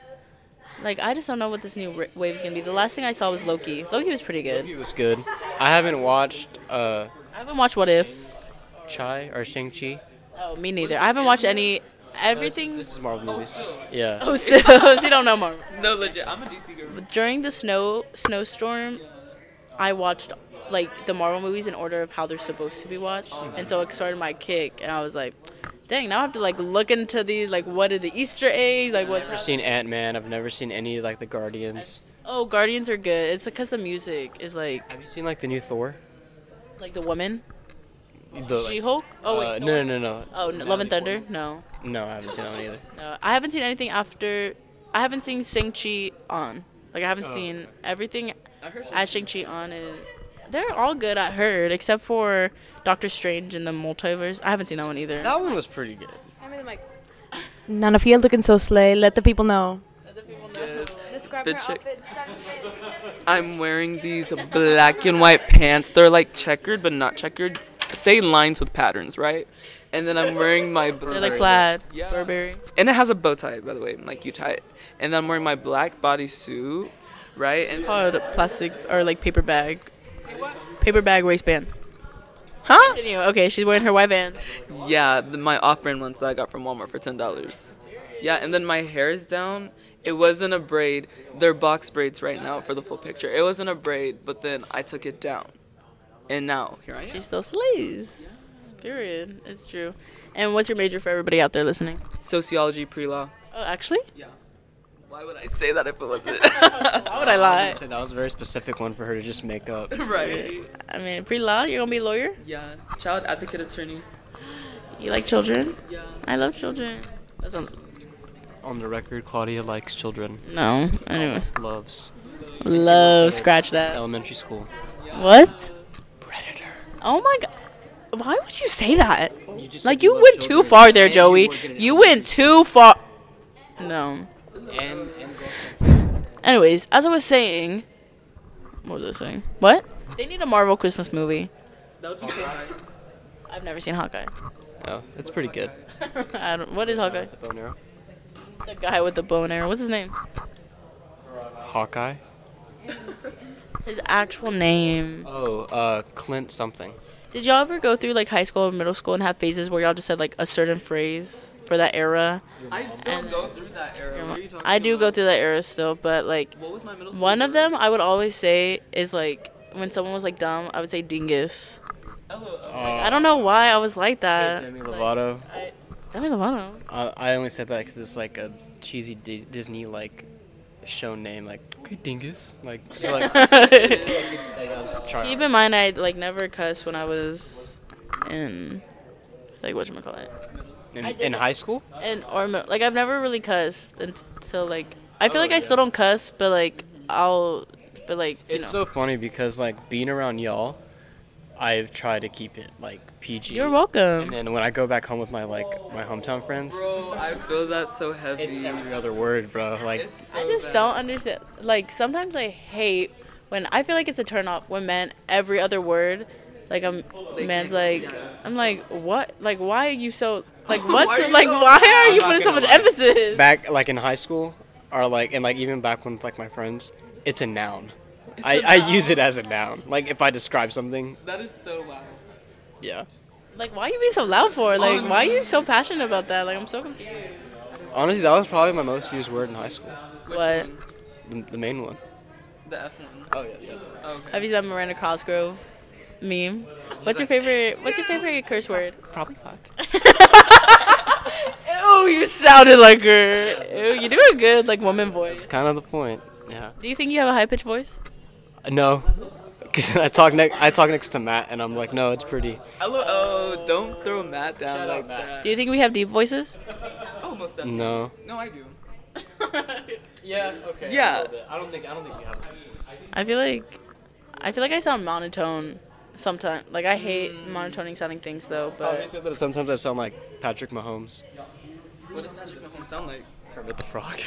Speaker 1: Like I just don't know what this new ra- wave's gonna be. The last thing I saw was Loki. Loki was pretty good.
Speaker 2: it was good. I haven't watched uh
Speaker 1: I haven't watched What If.
Speaker 2: Chai or Shang Chi.
Speaker 1: Oh, me neither. I haven't watched any. Everything.
Speaker 2: This is Marvel movies. Yeah.
Speaker 1: Oh, still she don't know Marvel.
Speaker 7: no legit i'm a dc girl
Speaker 1: During the snow snowstorm, I watched like the Marvel movies in order of how they're supposed to be watched, and so it started my kick, and I was like, "Dang, now I have to like look into these like what are the Easter eggs? Like what's
Speaker 2: I've never
Speaker 1: happening?"
Speaker 2: seen Ant Man. I've never seen any like the Guardians.
Speaker 1: Oh, Guardians are good. It's because the music is like
Speaker 2: Have you seen like the new Thor?
Speaker 1: like the woman
Speaker 2: The, like,
Speaker 1: She Hulk. Oh wait,
Speaker 2: uh,
Speaker 1: the
Speaker 2: no,
Speaker 1: one-
Speaker 2: no, no, no.
Speaker 1: Oh, no, Love and Thunder. No,
Speaker 2: No, I haven't seen that one either.
Speaker 1: no. I haven't seen anything after. I haven't seen Shang Chi on. Like Oh. I haven't seen everything
Speaker 7: i heard
Speaker 1: at Shang Chi on, and They're all good, I heard, except for Doctor Strange and the Multiverse. I haven't seen that one either.
Speaker 2: That one was pretty good.
Speaker 3: I'm in the mic.
Speaker 12: None of you looking so slay. Let the people know.
Speaker 3: Describe
Speaker 7: Fit
Speaker 3: her
Speaker 7: chick.
Speaker 3: outfit. Describe her fit.
Speaker 7: I'm wearing these black and white pants. They're like checkered, but not checkered. Say lines with patterns, right? And then I'm wearing my.
Speaker 1: They're like plaid,
Speaker 7: Yeah.
Speaker 1: Burberry.
Speaker 7: And it has a bow tie, by the way, like you tie it. And then I'm wearing my black bodysuit, right? And
Speaker 1: Called Oh, plastic or like paper bag. Paper bag waistband.
Speaker 7: huh?
Speaker 1: Continue. Okay, she's wearing her white van.
Speaker 7: Yeah, the, my off-brand ones that I got from Walmart for ten dollars. Yeah, and then my hair is down. It wasn't a braid. They're box braids right now for the full picture. It wasn't a braid, but then I took it down, and now here I am.
Speaker 1: She still slays. Period. It's true. And what's your major for everybody out there listening?
Speaker 7: Sociology pre-law.
Speaker 1: Oh, actually,
Speaker 7: Why would I say that if it wasn't?
Speaker 1: why would I lie?
Speaker 2: So that was a very specific one for her to just make up.
Speaker 7: right.
Speaker 1: I mean, pre-law. You're gonna be a lawyer.
Speaker 7: Yeah. Child advocate attorney.
Speaker 1: You like children.
Speaker 7: Yeah.
Speaker 1: I love children. That's a,
Speaker 2: On the record, Claudia likes children.
Speaker 1: no. Anyway,
Speaker 2: Loves
Speaker 1: love. Scratch that.
Speaker 2: elementary school.
Speaker 1: What? Oh my god. Why would you say that? like you went too far there, Joey. You went too far. No.
Speaker 2: And, and
Speaker 1: Anyways, as I was saying, what was I saying? What? They need a Marvel Christmas movie.
Speaker 7: That would be so hard.
Speaker 1: I've never seen Hawkeye.
Speaker 2: oh, it's pretty good.
Speaker 1: I don't, what is Hawkeye?
Speaker 2: The bow and arrow.
Speaker 1: The guy with the bow and arrow. What's his name?
Speaker 2: Hawkeye.
Speaker 1: His actual name.
Speaker 2: Oh, uh, Clint something.
Speaker 1: Did y'all ever go through like high school and middle school and have phases where y'all just said like a certain phrase for that era?
Speaker 7: I still
Speaker 1: And-
Speaker 7: go through that era. What are you talking
Speaker 1: I do go
Speaker 7: about?
Speaker 1: through that era still, but like
Speaker 7: What was my middle school?
Speaker 1: One of
Speaker 7: word?
Speaker 1: them I would always say is like when someone was like dumb, I would say dingus. I don't know why I was like that.
Speaker 2: Uh, Demi Lovato.
Speaker 1: Demi Lovato.
Speaker 2: Uh, I only said that because it's like a cheesy D- Disney like show name, like okay, dingus. Like, you're like
Speaker 1: Keep in mind, I like never cussed when I was in like what call it,
Speaker 2: in, in high school.
Speaker 1: and or mi- like I've never really cussed until like I
Speaker 2: Oh,
Speaker 1: feel like I still don't cuss, but like I'll, but like you
Speaker 2: It's
Speaker 1: know.
Speaker 2: so funny because like being around y'all, I try to keep it like PG.
Speaker 1: You're
Speaker 2: And
Speaker 1: welcome.
Speaker 2: then when I go back home with my like my hometown friends,
Speaker 7: Bro, I feel that so heavy.
Speaker 2: it's every other word, bro. Like
Speaker 7: It's
Speaker 1: I
Speaker 7: so
Speaker 1: just
Speaker 7: bad.
Speaker 1: don't understand. Like sometimes I hate when I feel like it's a turn off when men every other word, like a m- man's like, I'm like what? Like why are you so like what's
Speaker 7: are you
Speaker 1: like
Speaker 7: so-
Speaker 1: why are you
Speaker 2: not
Speaker 1: putting so
Speaker 2: gonna
Speaker 1: much
Speaker 2: lie.
Speaker 1: emphasis?
Speaker 2: back like in high school, or like and like even back with like my friends, it's a noun. I I use it as a noun. Like if I describe something,
Speaker 7: That is so wild.
Speaker 2: yeah.
Speaker 1: Like why are you being so loud for? Like why are you so passionate about that? Like I'm so confused.
Speaker 2: Honestly, that was probably my most used word in high school.
Speaker 7: Which
Speaker 1: What?
Speaker 7: one?
Speaker 2: The, the main one.
Speaker 7: The F one.
Speaker 2: Oh yeah, yeah.
Speaker 7: Okay.
Speaker 1: Have you seen that Miranda Cosgrove meme? What's your favorite? What's your favorite curse word?
Speaker 2: Probably fuck.
Speaker 1: Ew, you sounded like her. Ew, you do a good like woman voice.
Speaker 2: Kind of the point. Yeah.
Speaker 1: Do you think you have a high pitched voice?
Speaker 2: No. Cause I talk next. I talk next to Matt, and I'm like, no, it's pretty.
Speaker 7: Hello. Oh, don't throw Matt down like that.
Speaker 1: Do you think we have deep voices?
Speaker 7: Oh, most definitely.
Speaker 2: No.
Speaker 7: No, I do.
Speaker 2: Yeah. Okay.
Speaker 7: Yeah.
Speaker 2: I don't think. I don't think you have.
Speaker 1: I feel like I feel like I sound monotone sometimes. Like I hate monotoning sounding things though,
Speaker 2: Oh, you
Speaker 1: but
Speaker 2: said that sometimes I sound like Patrick Mahomes.
Speaker 7: What does Patrick Mahomes sound like?
Speaker 2: Kermit the Frog.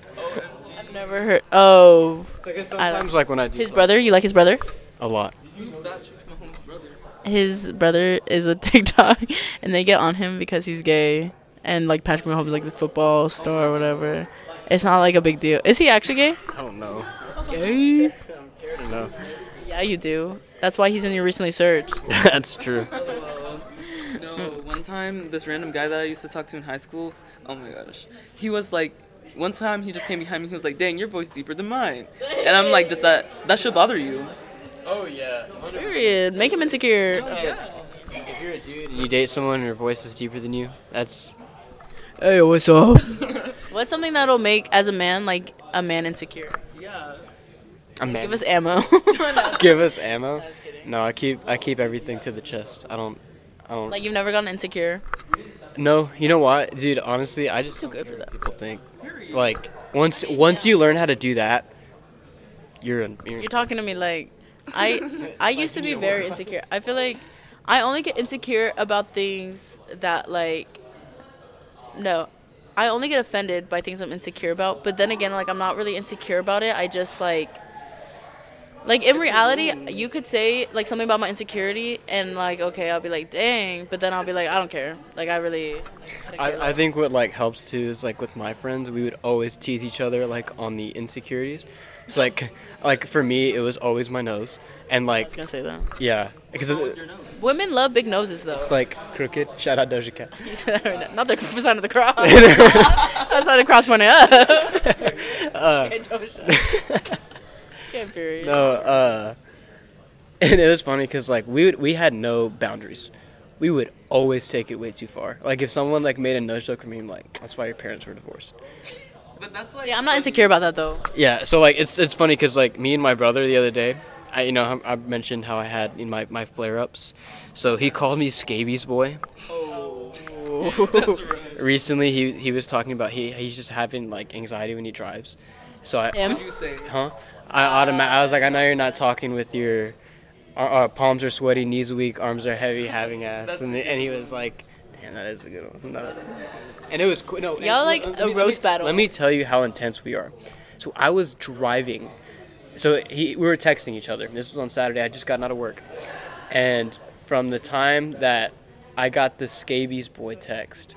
Speaker 1: I've never heard Oh,
Speaker 2: so I guess sometimes like when I do
Speaker 1: his
Speaker 2: talk-
Speaker 1: brother, you like his brother?
Speaker 2: a lot.
Speaker 7: Who's Patrick Mahomes' brother?
Speaker 1: His brother is a TikTok and they get on him because he's gay and like Patrick Mahomes is, like the football star or whatever. It's not like a big deal. Is he actually gay?
Speaker 2: I don't know.
Speaker 1: Gay?
Speaker 2: I don't know.
Speaker 1: Yeah, you do. That's why he's in your recently searched.
Speaker 2: That's true.
Speaker 7: No,
Speaker 1: Hmm.
Speaker 7: one time this random guy that I used to talk to in high school, oh my gosh, he was like, one time he just came behind me. He was like, "Dang, your voice deeper than mine," and I'm like, "Does that that should bother you?"
Speaker 2: Oh yeah.
Speaker 1: Period. Make him insecure.
Speaker 2: If you're a dude and you date someone and your voice is deeper than you, that's
Speaker 1: Hey, what's up? what's something that'll make as a man like a man insecure?
Speaker 7: Yeah.
Speaker 2: a man.
Speaker 1: Give us ammo.
Speaker 2: give us ammo. No, I keep I keep everything to the chest. I don't. I don't.
Speaker 1: like you've never gotten insecure.
Speaker 2: no, you know what, dude? Honestly, I just
Speaker 1: Too
Speaker 2: don't
Speaker 1: good
Speaker 2: care
Speaker 1: for
Speaker 2: what
Speaker 1: that.
Speaker 2: people think. Like once once you learn how to do that, you're in. You're, in-
Speaker 1: You're talking to me like I I used to be very insecure. I feel like I only get insecure about things that like no. I only get offended by things I'm insecure about, but then again like I'm not really insecure about it. I just like like in reality, you could say like something about my insecurity and like okay, I'll be like dang, but then I'll be like I don't care. Like I really
Speaker 2: I, I think what like helps too is like with my friends we would always tease each other like on the insecurities. It's like like for me it was always my nose and like
Speaker 1: gonna say that.
Speaker 2: yeah because it's,
Speaker 1: Women love big noses though.
Speaker 2: it's like crooked. Shout out Doja Cat.
Speaker 1: You said that right now. Not the sign of the cross. That's not a cross pointing up. Get Doja. Get furious.
Speaker 2: Uh. No, uh, and it was funny because like we would, we had no boundaries. We would always take it way too far. Like if someone like made a nudge joke at me, I'm like, that's why your parents were divorced.
Speaker 7: But that's like
Speaker 1: Yeah, I'm not insecure about that though.
Speaker 2: Yeah, so like it's it's funny because like me and my brother the other day, I you know how- I mentioned how I had in my my flare ups, so he called me scabies boy. Recently, he he was talking about he he's just having like anxiety when he drives, so I
Speaker 1: Him?
Speaker 7: you say.
Speaker 2: huh? I automatic. I was like, I know you're not talking with your uh, uh, palms are sweaty, knees weak, arms are heavy, having ass, and, and he was like, damn, that is a good one. No, that is- and it was cool. No, and
Speaker 1: Y'all
Speaker 2: let-
Speaker 1: like
Speaker 2: let
Speaker 1: a
Speaker 2: me- let me
Speaker 1: roast
Speaker 2: t-
Speaker 1: battle.
Speaker 2: Let me tell you how intense we are. So I was driving. So he, we were texting each other. This was on Saturday. I just got out of work, and from the time that I got the scabies boy text,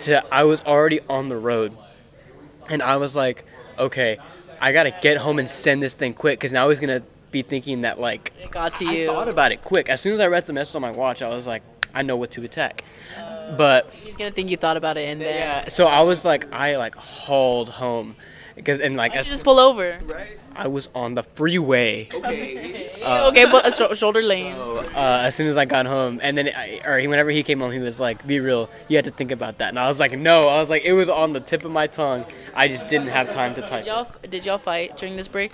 Speaker 2: to I was already on the road and I was like, okay, I gotta get home and send this thing quick because now he's gonna be thinking that like
Speaker 1: It got to
Speaker 2: I
Speaker 1: you.
Speaker 2: thought about it quick. As soon as I read the message on my watch, I was like, I know what to attack. But
Speaker 1: He's gonna think you thought about it and then
Speaker 2: yeah, so I was like, I like hauled home because and like
Speaker 1: Why don't
Speaker 2: as
Speaker 1: you just pull over.
Speaker 7: Right?
Speaker 2: I was on the freeway.
Speaker 7: Okay.
Speaker 1: okay, but a sho- shoulder lane.
Speaker 2: uh, as soon as I got home, and then I, or he, whenever he came home, he was like, "Be real, you had to think about that." And I was like, "No," I was like, "It was on the tip of my tongue. I just didn't have time to type."
Speaker 1: did y'all f- did y'all fight during this break?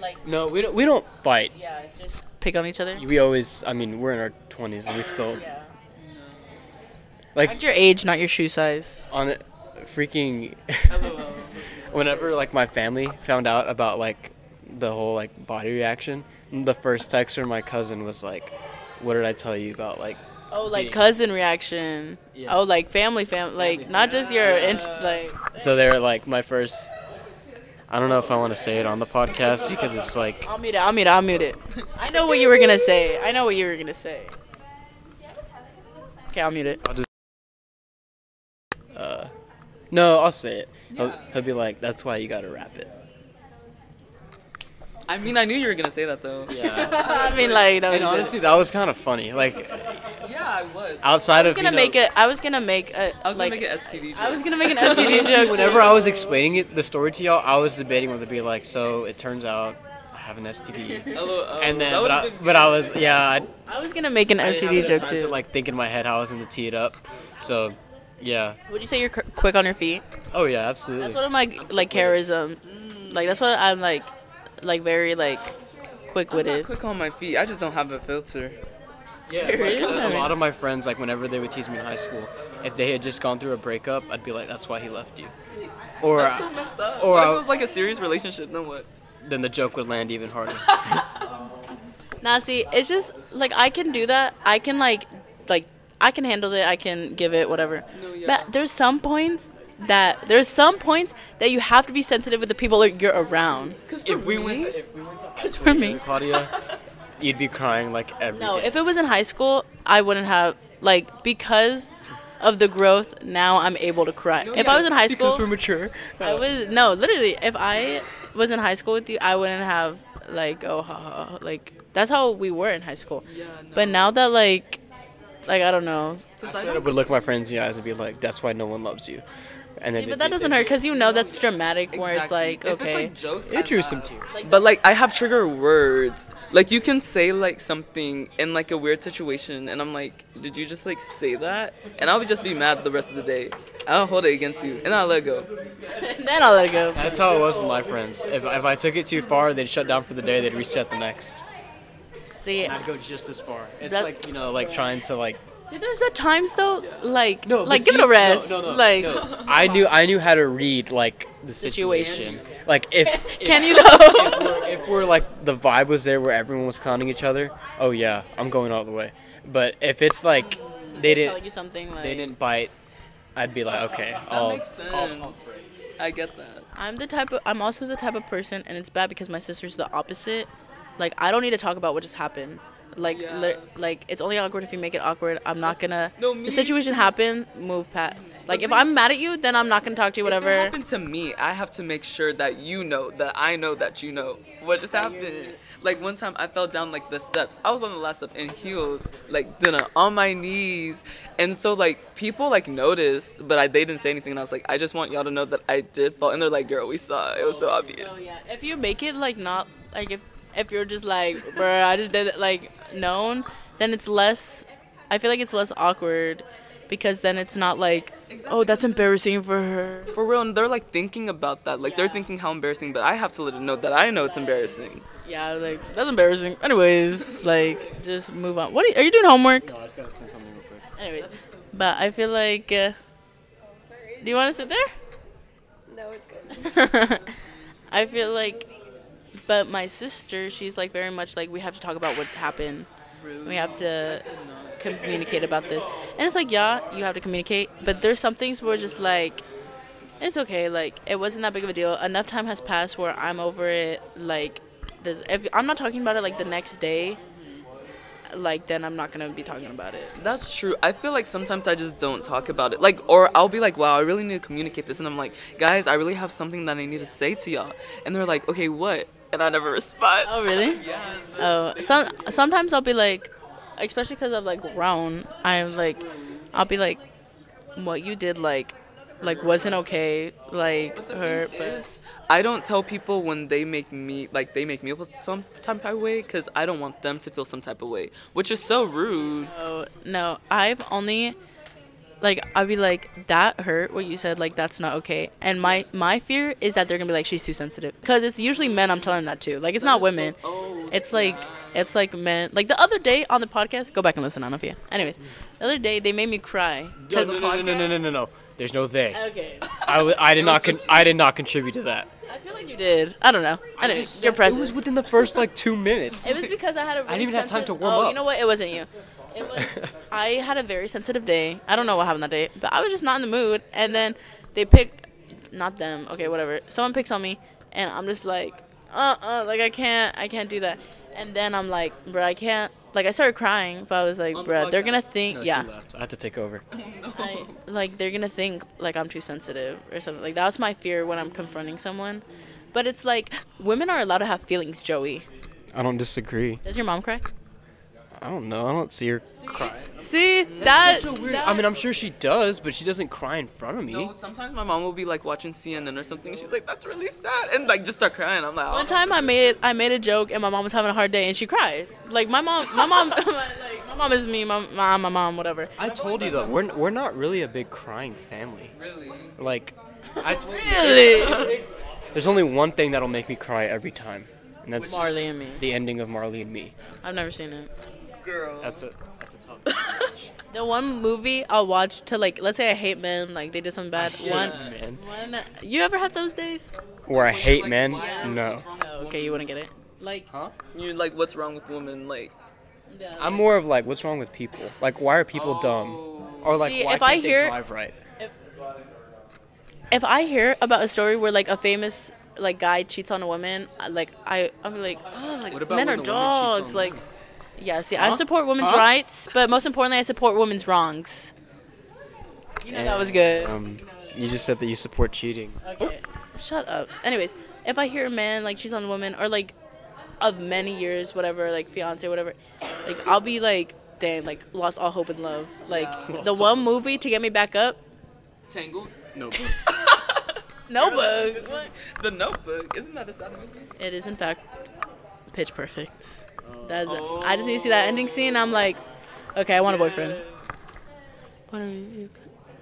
Speaker 1: Like
Speaker 2: No, we don't. We don't fight.
Speaker 1: yeah, just pick on each other.
Speaker 2: we always i mean we're in our 20s and we still
Speaker 1: Yeah.
Speaker 2: like
Speaker 1: Not your age, not your shoe size.
Speaker 2: on it freaking whenever like my family found out about like the whole like body reaction the first text from my cousin was like what did i tell you about like
Speaker 1: Oh, like cousin reaction.
Speaker 2: Yeah.
Speaker 1: Oh, like family, fam, like not just your int- like.
Speaker 2: so they're like my first i don't know if i want to say it on the podcast because it's like
Speaker 1: I'll mute it. I'll mute it. I'll mute it. I know what you were gonna say. I know what you were gonna say. Okay, I'll mute it.
Speaker 2: no i'll say it he'll, he'll be like that's why you gotta wrap it
Speaker 7: I mean, I knew you were gonna say that though. Yeah,
Speaker 1: I mean, like, that was
Speaker 2: and honestly that was kind of funny like
Speaker 7: I was. I
Speaker 2: outside
Speaker 1: I was
Speaker 2: of
Speaker 1: gonna
Speaker 2: you know,
Speaker 1: make it. I was gonna make a. I
Speaker 7: was
Speaker 1: like,
Speaker 7: gonna make an STD joke.
Speaker 1: I was gonna make an STD joke.
Speaker 2: Whenever I was explaining it, the story to y'all, I was debating whether to be like, so it turns out I have an STD.
Speaker 7: LOL.
Speaker 2: And then, but
Speaker 7: oh, That would've
Speaker 2: I,
Speaker 7: been
Speaker 2: but I was, yeah, I,
Speaker 1: I was gonna make an
Speaker 2: I didn't have
Speaker 1: STD
Speaker 2: enough
Speaker 1: joke
Speaker 2: time to
Speaker 1: too.
Speaker 2: like think in my head how I was gonna tee it up. So, yeah.
Speaker 1: Would you say you're qu- quick on your feet?
Speaker 2: Oh yeah, absolutely.
Speaker 1: That's one of my like charism. Like that's what I'm like, like very like quick
Speaker 7: I'm not
Speaker 1: witted.
Speaker 7: quick on my feet. I just don't have a filter.
Speaker 2: yeah, like, a, a lot of my friends, like whenever they would tease me in high school, if they had just gone through a breakup, I'd be like, that's why he left you. Or
Speaker 7: That's so messed up.
Speaker 2: or
Speaker 7: Or what if
Speaker 2: I'll-
Speaker 7: it was like a serious relationship? Then what?
Speaker 2: then the joke would land even harder.
Speaker 1: Nah, see, it's just like I can do that. I can like, like I can handle it. I can give it whatever. But there's some points that there's some points that you have to be sensitive with the people that you're around.
Speaker 7: Because if we went, to,
Speaker 1: Because for me,
Speaker 2: Claudia, you'd be crying like every
Speaker 1: no.
Speaker 2: day.
Speaker 1: If it was in high school, I wouldn't have like because of the growth. Now I'm able to cry. if I was in high school,
Speaker 2: because we're mature.
Speaker 1: I was no, literally. If I was in high school with you, I wouldn't have like oh ha, ha, ha, like that's how we were in high school. But now that like, like I don't know.
Speaker 2: I would look my friends in the eyes and be like, "That's why no one loves you," and then
Speaker 1: See,
Speaker 2: it'd
Speaker 1: but that
Speaker 2: be-
Speaker 1: doesn't hurt because you know that's dramatic. Where it's like
Speaker 7: If it's
Speaker 1: okay,
Speaker 7: like jokes, I
Speaker 2: It drew some
Speaker 7: laugh.
Speaker 2: tears.
Speaker 7: But like I have trigger words. Like you can say like something in like a weird situation, and I'm like, did you just like say that? And I'll just be mad the rest of the day. I'll hold it against you, and I'll let go.
Speaker 1: then I'll let it go.
Speaker 2: That's how it was with my friends. If, if I took it too far, they'd shut down for the day. They'd reach out the next.
Speaker 1: See,
Speaker 2: I'd go just as far. It's
Speaker 1: That-
Speaker 2: like you know, like trying to like
Speaker 1: See, there's at times though, like,
Speaker 2: No, but
Speaker 1: like give it
Speaker 2: see-
Speaker 1: a
Speaker 2: no,
Speaker 1: rest.
Speaker 2: no, no,
Speaker 1: like,
Speaker 2: no. I knew I knew how to read like the situation. Like if, if
Speaker 1: can you though?
Speaker 2: if we're, if we're like the vibe was there where everyone was conning each other, oh yeah, I'm going all the way. But if it's like they
Speaker 1: Telling
Speaker 2: didn't
Speaker 1: you something like
Speaker 2: they didn't bite, I'd be like okay,
Speaker 7: That
Speaker 2: I'll
Speaker 7: makes sense. I get that.
Speaker 1: I'm the type of I'm also the type of person, and it's bad because my sister's the opposite. Like I don't need to talk about what just happened. Like
Speaker 7: Yeah.
Speaker 1: lit- like it's only awkward if you make it awkward. I'm not gonna.
Speaker 7: No, me
Speaker 1: the situation
Speaker 7: too.
Speaker 1: happened. Move past. Like if
Speaker 7: thing
Speaker 1: I'm mad at you, then I'm not gonna talk to you.
Speaker 7: If it
Speaker 1: Whatever.
Speaker 7: happened to me, I have to make sure that you know that I know that you know what just happened. Like one time, I fell down like the steps. I was on the last step in heels, like dinner on my knees, and so like people like noticed, but I they didn't say anything. And I was like, I just want y'all to know that I did fall, and they're like, girl, we saw it. It was so obvious.
Speaker 1: Oh yeah. If you make it like not like if if you're just like bruh, I just did it like known, then it's less. I feel like it's less awkward, because then it's not like oh that's embarrassing for her.
Speaker 7: For real, and they're like thinking about that. Like they're
Speaker 1: Yeah.
Speaker 7: thinking how embarrassing, but I have to let them know that I know it's embarrassing.
Speaker 1: Yeah, like that's embarrassing. Anyways, like just move on. What are you, are you doing homework?
Speaker 10: I just gotta say something real quick.
Speaker 1: Anyways, but I feel like. Uh, do you want to sit
Speaker 3: No, it's good.
Speaker 1: there? I feel like, but my sister, she's like very much like we have to talk about what happened. We have to communicate about this, and it's like yeah, you have to communicate. But there's some things where just like, it's okay. Like it wasn't that big of a deal. Enough time has passed where I'm over it. Like, this if I'm not talking about it like the next day, like then I'm not gonna be talking about it.
Speaker 7: That's true. I feel like sometimes I just don't talk about it. Like, or I'll be like, wow, I really need to communicate this. And I'm like, guys, I really have something that I need to say to y'all. And they're like, okay, what? And I never respond.
Speaker 1: Oh really?
Speaker 7: Yeah.
Speaker 1: Oh, some sometimes I'll be like, especially because of like round, I'm like, I'll be like, what you did like, like wasn't okay, like hurt, but
Speaker 7: Is, I don't tell people when they make me, like, they make me feel some type of way because I don't want them to feel some type of way, which is so rude.
Speaker 1: oh no, I've only, like I'll be like that hurt what you said, like that's not okay, and my my fear is that they're gonna be like she's too sensitive, cause it's usually men I'm telling that to, like it's not women,
Speaker 7: Oh,
Speaker 1: It's like it's like men. Like the other day on the podcast, go back and listen. I don't know if you. Anyways, the other day they made me cry.
Speaker 2: no,
Speaker 1: 'cause
Speaker 2: no,
Speaker 1: of
Speaker 2: no, no, no, no,
Speaker 1: podcast.
Speaker 2: no, no, no. There's no they.
Speaker 1: Okay.
Speaker 2: I, w- I did not con- I did not contribute to that.
Speaker 1: I feel like you did. I don't know. I don't know. You're
Speaker 2: It
Speaker 1: present.
Speaker 2: was within the first like two minutes.
Speaker 1: because I had a really
Speaker 2: didn't even have time
Speaker 1: sensitive-
Speaker 2: to warm
Speaker 1: oh,
Speaker 2: up.
Speaker 1: you know what? It wasn't you. It was I had a very sensitive day. I don't know what happened that day, but I was just not in the mood. And then they picked, not them. Okay, whatever. Someone picks on me, and I'm just like, uh, uh like I can't, I can't do that. And then I'm like, bruh, I can't. Like I started crying, but I was like,
Speaker 7: On the
Speaker 1: bruh, they're
Speaker 7: podcast.
Speaker 1: gonna think,
Speaker 2: No, she
Speaker 1: yeah.
Speaker 2: left. I had to take over.
Speaker 1: I, like they're gonna think like I'm too sensitive or something. Like that's my fear when I'm confronting someone. But it's like women are allowed to have feelings, Joey.
Speaker 9: I don't disagree.
Speaker 1: Does your mom cry?
Speaker 9: I don't know. I don't see her cry.
Speaker 1: See that? that-
Speaker 2: I mean, I'm sure she does, but she doesn't cry in front of me.
Speaker 7: No, sometimes my mom will be like watching CNN or something. She's like, "That's really sad," and like just start crying. I'm like, "Oh,
Speaker 1: one time I made I made a joke and my mom was having a hard day and she cried. Like my mom, my mom, like my mom is me, my mom, my mom, whatever.
Speaker 2: I told you though, we're, we're not really a big crying family.
Speaker 7: really?"
Speaker 2: Like, I told
Speaker 1: Really?
Speaker 2: There's only one thing that'll make me cry every time, and that's
Speaker 1: Marley and me.
Speaker 2: the ending of Marley and Me.
Speaker 1: I've never seen it.
Speaker 7: Girl.
Speaker 2: That's it.
Speaker 1: The one movie I'll watch to like, let's say I hate men, like they did something bad. One,
Speaker 2: Man.
Speaker 1: one. You ever had those days?
Speaker 2: Where I hate
Speaker 7: Like,
Speaker 2: men?
Speaker 7: why are-
Speaker 2: No.
Speaker 7: what's wrong with
Speaker 1: Oh, okay, you wouldn't get it. Like,
Speaker 2: Huh?
Speaker 7: You're like, what's wrong with women? Like,
Speaker 1: yeah,
Speaker 2: I'm more of like, what's wrong with Oh. people? Like, why are people dumb? Or like,
Speaker 1: See,
Speaker 2: why
Speaker 1: if
Speaker 2: can't
Speaker 1: I hear-
Speaker 2: they drive right?
Speaker 1: if I hear about a story where like a famous like guy cheats on a woman, I- like I I'm like, oh, like
Speaker 2: What about
Speaker 1: men
Speaker 2: when
Speaker 1: are
Speaker 2: a woman cheats on
Speaker 1: dogs.
Speaker 2: a
Speaker 1: Like, yeah. See, I
Speaker 2: Huh?
Speaker 1: support women's
Speaker 2: Huh?
Speaker 1: rights, but most importantly, I support women's wrongs. You know that was good.
Speaker 2: Um, you just said that you support cheating.
Speaker 1: Okay. Shut up. Anyways, if I hear a man like cheats on a woman or like of many years, whatever, like fiance, whatever, like I'll be like, dang, like lost all hope and love. Like the one movie to get me back up,
Speaker 7: Tangled.
Speaker 1: Notebook. What?
Speaker 7: The Notebook. Isn't that a sad movie?
Speaker 1: It is in fact pitch perfect. That's I just need to see that ending scene. I'm like, okay, I want a boyfriend. What are you?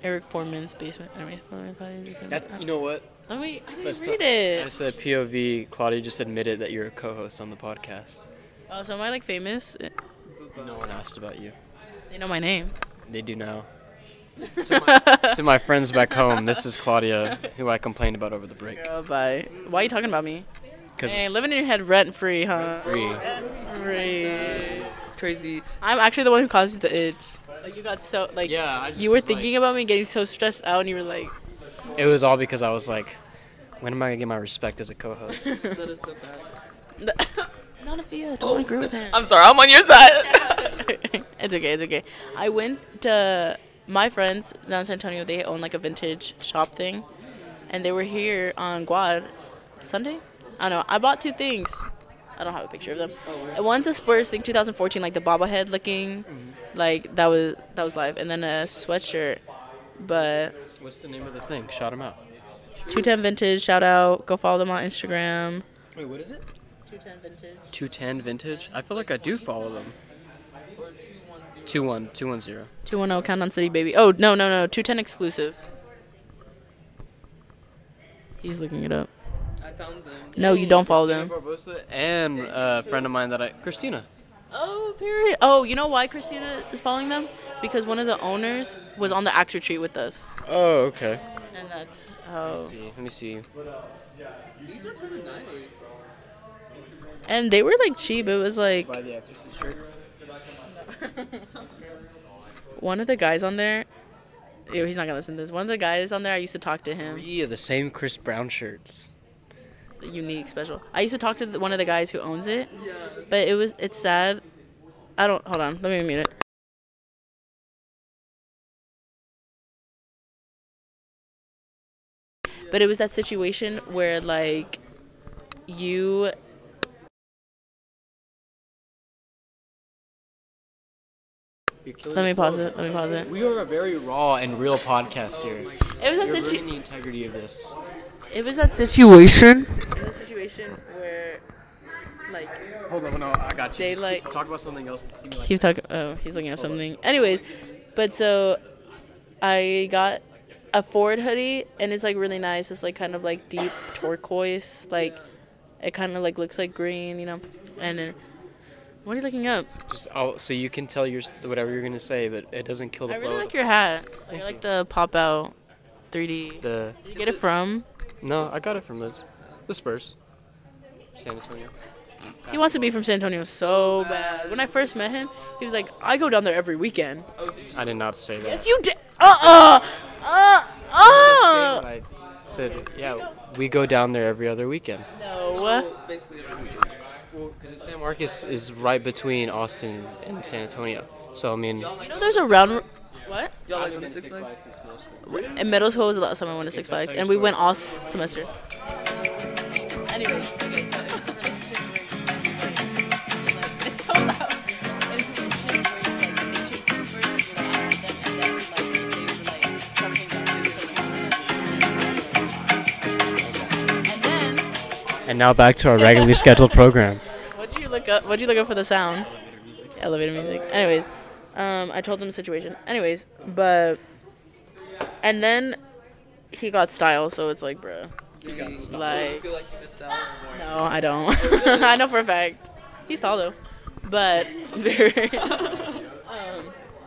Speaker 1: Eric Foreman's basement. I mean, Foreman Potty is in-
Speaker 2: That, you know what?
Speaker 1: Let me. I didn't
Speaker 2: Let's
Speaker 1: read
Speaker 2: talk- I
Speaker 1: it.
Speaker 2: said POV. Claudia just admitted that you're a co-host on the podcast.
Speaker 1: Oh, so am I like famous?
Speaker 2: No one asked about you.
Speaker 1: They know my name.
Speaker 2: They do now. to, my, to my friends back home, this is Claudia, who I complained about over the break.
Speaker 1: Girl, bye. Why are you talking about me?
Speaker 2: 'Cause
Speaker 1: Hey,
Speaker 2: it's-
Speaker 1: living in your head rent free, huh?
Speaker 2: Free.
Speaker 1: Free.
Speaker 7: It's crazy.
Speaker 1: I'm actually the one who caused you the itch. Like you got so like
Speaker 2: Yeah, I
Speaker 1: you were
Speaker 2: just, like-
Speaker 1: thinking about me getting so stressed out, and you were like,
Speaker 2: It was all because I was like, when am I gonna get my respect as a co-host?
Speaker 7: That is so bad.
Speaker 1: "Not a fear. Don't agree with him."
Speaker 7: I'm sorry. I'm on your side.
Speaker 1: it's okay. It's okay. I went to my friends down in San Antonio. They own like a vintage shop thing, and they were here on Guad Sunday. I don't know. I bought two things. I don't have a picture of them. One's a Spurs thing, 2014, like the bobblehead looking, like that was that was live, and then a sweatshirt. But
Speaker 2: What's the name of the thing? Shout him out.
Speaker 1: 210 Vintage, shout out. Go follow them on Instagram.
Speaker 2: Wait, what is it?
Speaker 1: 210 Vintage.
Speaker 2: 210 Vintage. I feel like I do follow them. 21 210.
Speaker 1: 210 Countdown City Baby. Oh, no, no, no. 210 exclusive. He's looking it up.
Speaker 7: I found them.
Speaker 1: No, you don't follow them.
Speaker 2: Barbosa and a friend of mine that I Christina.
Speaker 1: Oh, period. Oh, you know why Christina is following them? Because one of the owners was on the actor treat with us.
Speaker 2: Oh, okay.
Speaker 1: And that's
Speaker 2: Let
Speaker 1: oh.
Speaker 2: me see. Let me see.
Speaker 7: These are pretty nice.
Speaker 1: And they were like cheap. It was like
Speaker 2: the Exorcist shirt.
Speaker 1: one of the guys on there. Ew, he's not gonna listen to this. One of the guys on there, I used to talk to him.
Speaker 2: Three of the same Chris Brown shirts.
Speaker 1: unique special. I used to talk to the, one of the guys who owns it, but it was it's sad. I don't hold on. Let me mute it. But it was that situation where like you let me pause it. Let me pause it.
Speaker 2: We are a very raw and real podcast here.
Speaker 1: It was
Speaker 2: You're
Speaker 1: that situation.
Speaker 2: ruining the integrity of this.
Speaker 1: It was that situation. It was a situation where, like,
Speaker 2: Hold on, no, I got you.
Speaker 1: They, Just keep- like-
Speaker 2: talk about something else.
Speaker 1: keep talking. Oh, he's looking at something. Anyways, but so I got a Ford hoodie, and it's like really nice. It's like kind of like deep turquoise. Like, it kind of like looks like green, you know. And then, what are you looking up?
Speaker 2: Just, oh, so you can tell your s- whatever you're gonna say, but it doesn't kill the
Speaker 1: I
Speaker 2: flow.
Speaker 1: really
Speaker 2: of
Speaker 1: like your hat. I like the pop out 3D. Did
Speaker 2: the
Speaker 1: you get it from?
Speaker 2: no, I got it from the the Spurs, San Antonio.
Speaker 1: He wants to be from San Antonio so bad. When I first met him, he was like, I go down there every weekend.
Speaker 2: I did not say that.
Speaker 1: Yes, you did. Uh uh. Uh
Speaker 2: Saying
Speaker 1: uh.
Speaker 2: what I said yeah, we go down there every other weekend.
Speaker 1: No.
Speaker 7: Basically,
Speaker 2: Well, because San Marcos is right between Austin and San Antonio. So I mean,
Speaker 1: You know there's a round. What?
Speaker 7: y'all like going to Six Flags?
Speaker 1: In middle school was the last time I went to Six Flags, and we went all s- semester. Anyways, okay, so it's the relationship where you, like, it's so loud. It's the relationship where you, like, you chase them first, and you're like after them, and then, like, they were, like, something about you, so you- And then,
Speaker 2: and now back to our regularly scheduled program.
Speaker 1: What do you look up? What do you look up for the sound? Elevator music. Anyways, um, I told him the situation. Anyways, but and then he got style, so it's like, bruh.
Speaker 7: I
Speaker 1: Like,
Speaker 7: feel like you missed out.
Speaker 1: no, I don't. I know for a fact he's tall though, but um,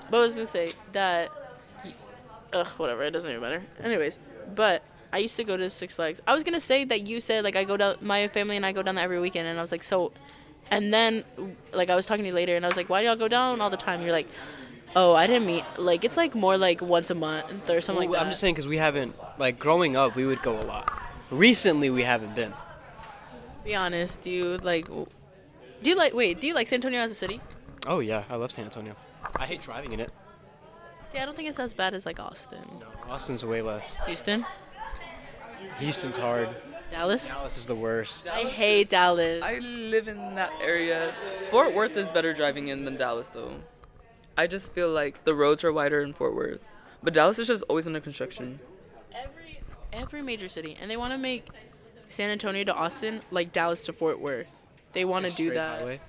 Speaker 1: but I was gonna say that. Ugh, whatever. It doesn't even matter. Anyways, but. I used to go to Six Flags. I was gonna say that you said like I go down, my family and I go down there every weekend, and I was like, so and then, like, I was talking to you later, and I was like, why do y'all go down all the time? You're like, oh, I didn't meet. Like, it's like more like once a month or something like that.
Speaker 2: I'm just saying because we haven't like growing up, we would go a lot. Recently, we haven't been.
Speaker 1: Be honest, do you like? w- Do you like? Wait, do you like San Antonio as a city?
Speaker 2: Oh yeah, I love San Antonio. I hate driving in it.
Speaker 1: See, I don't think it's as bad as like Austin,
Speaker 2: Austin's way less.
Speaker 1: Houston,
Speaker 2: Houston's hard.
Speaker 1: Dallas.
Speaker 2: Dallas is the worst.
Speaker 1: I hate Dallas.
Speaker 7: I live in that area. Fort Worth is better driving in than Dallas, though. I just feel like the roads are wider in Fort Worth, but Dallas is just always under construction.
Speaker 1: every every major city, and they want to make San Antonio to Austin like Dallas to Fort Worth. They want to do
Speaker 2: Straight
Speaker 1: that,
Speaker 2: highway.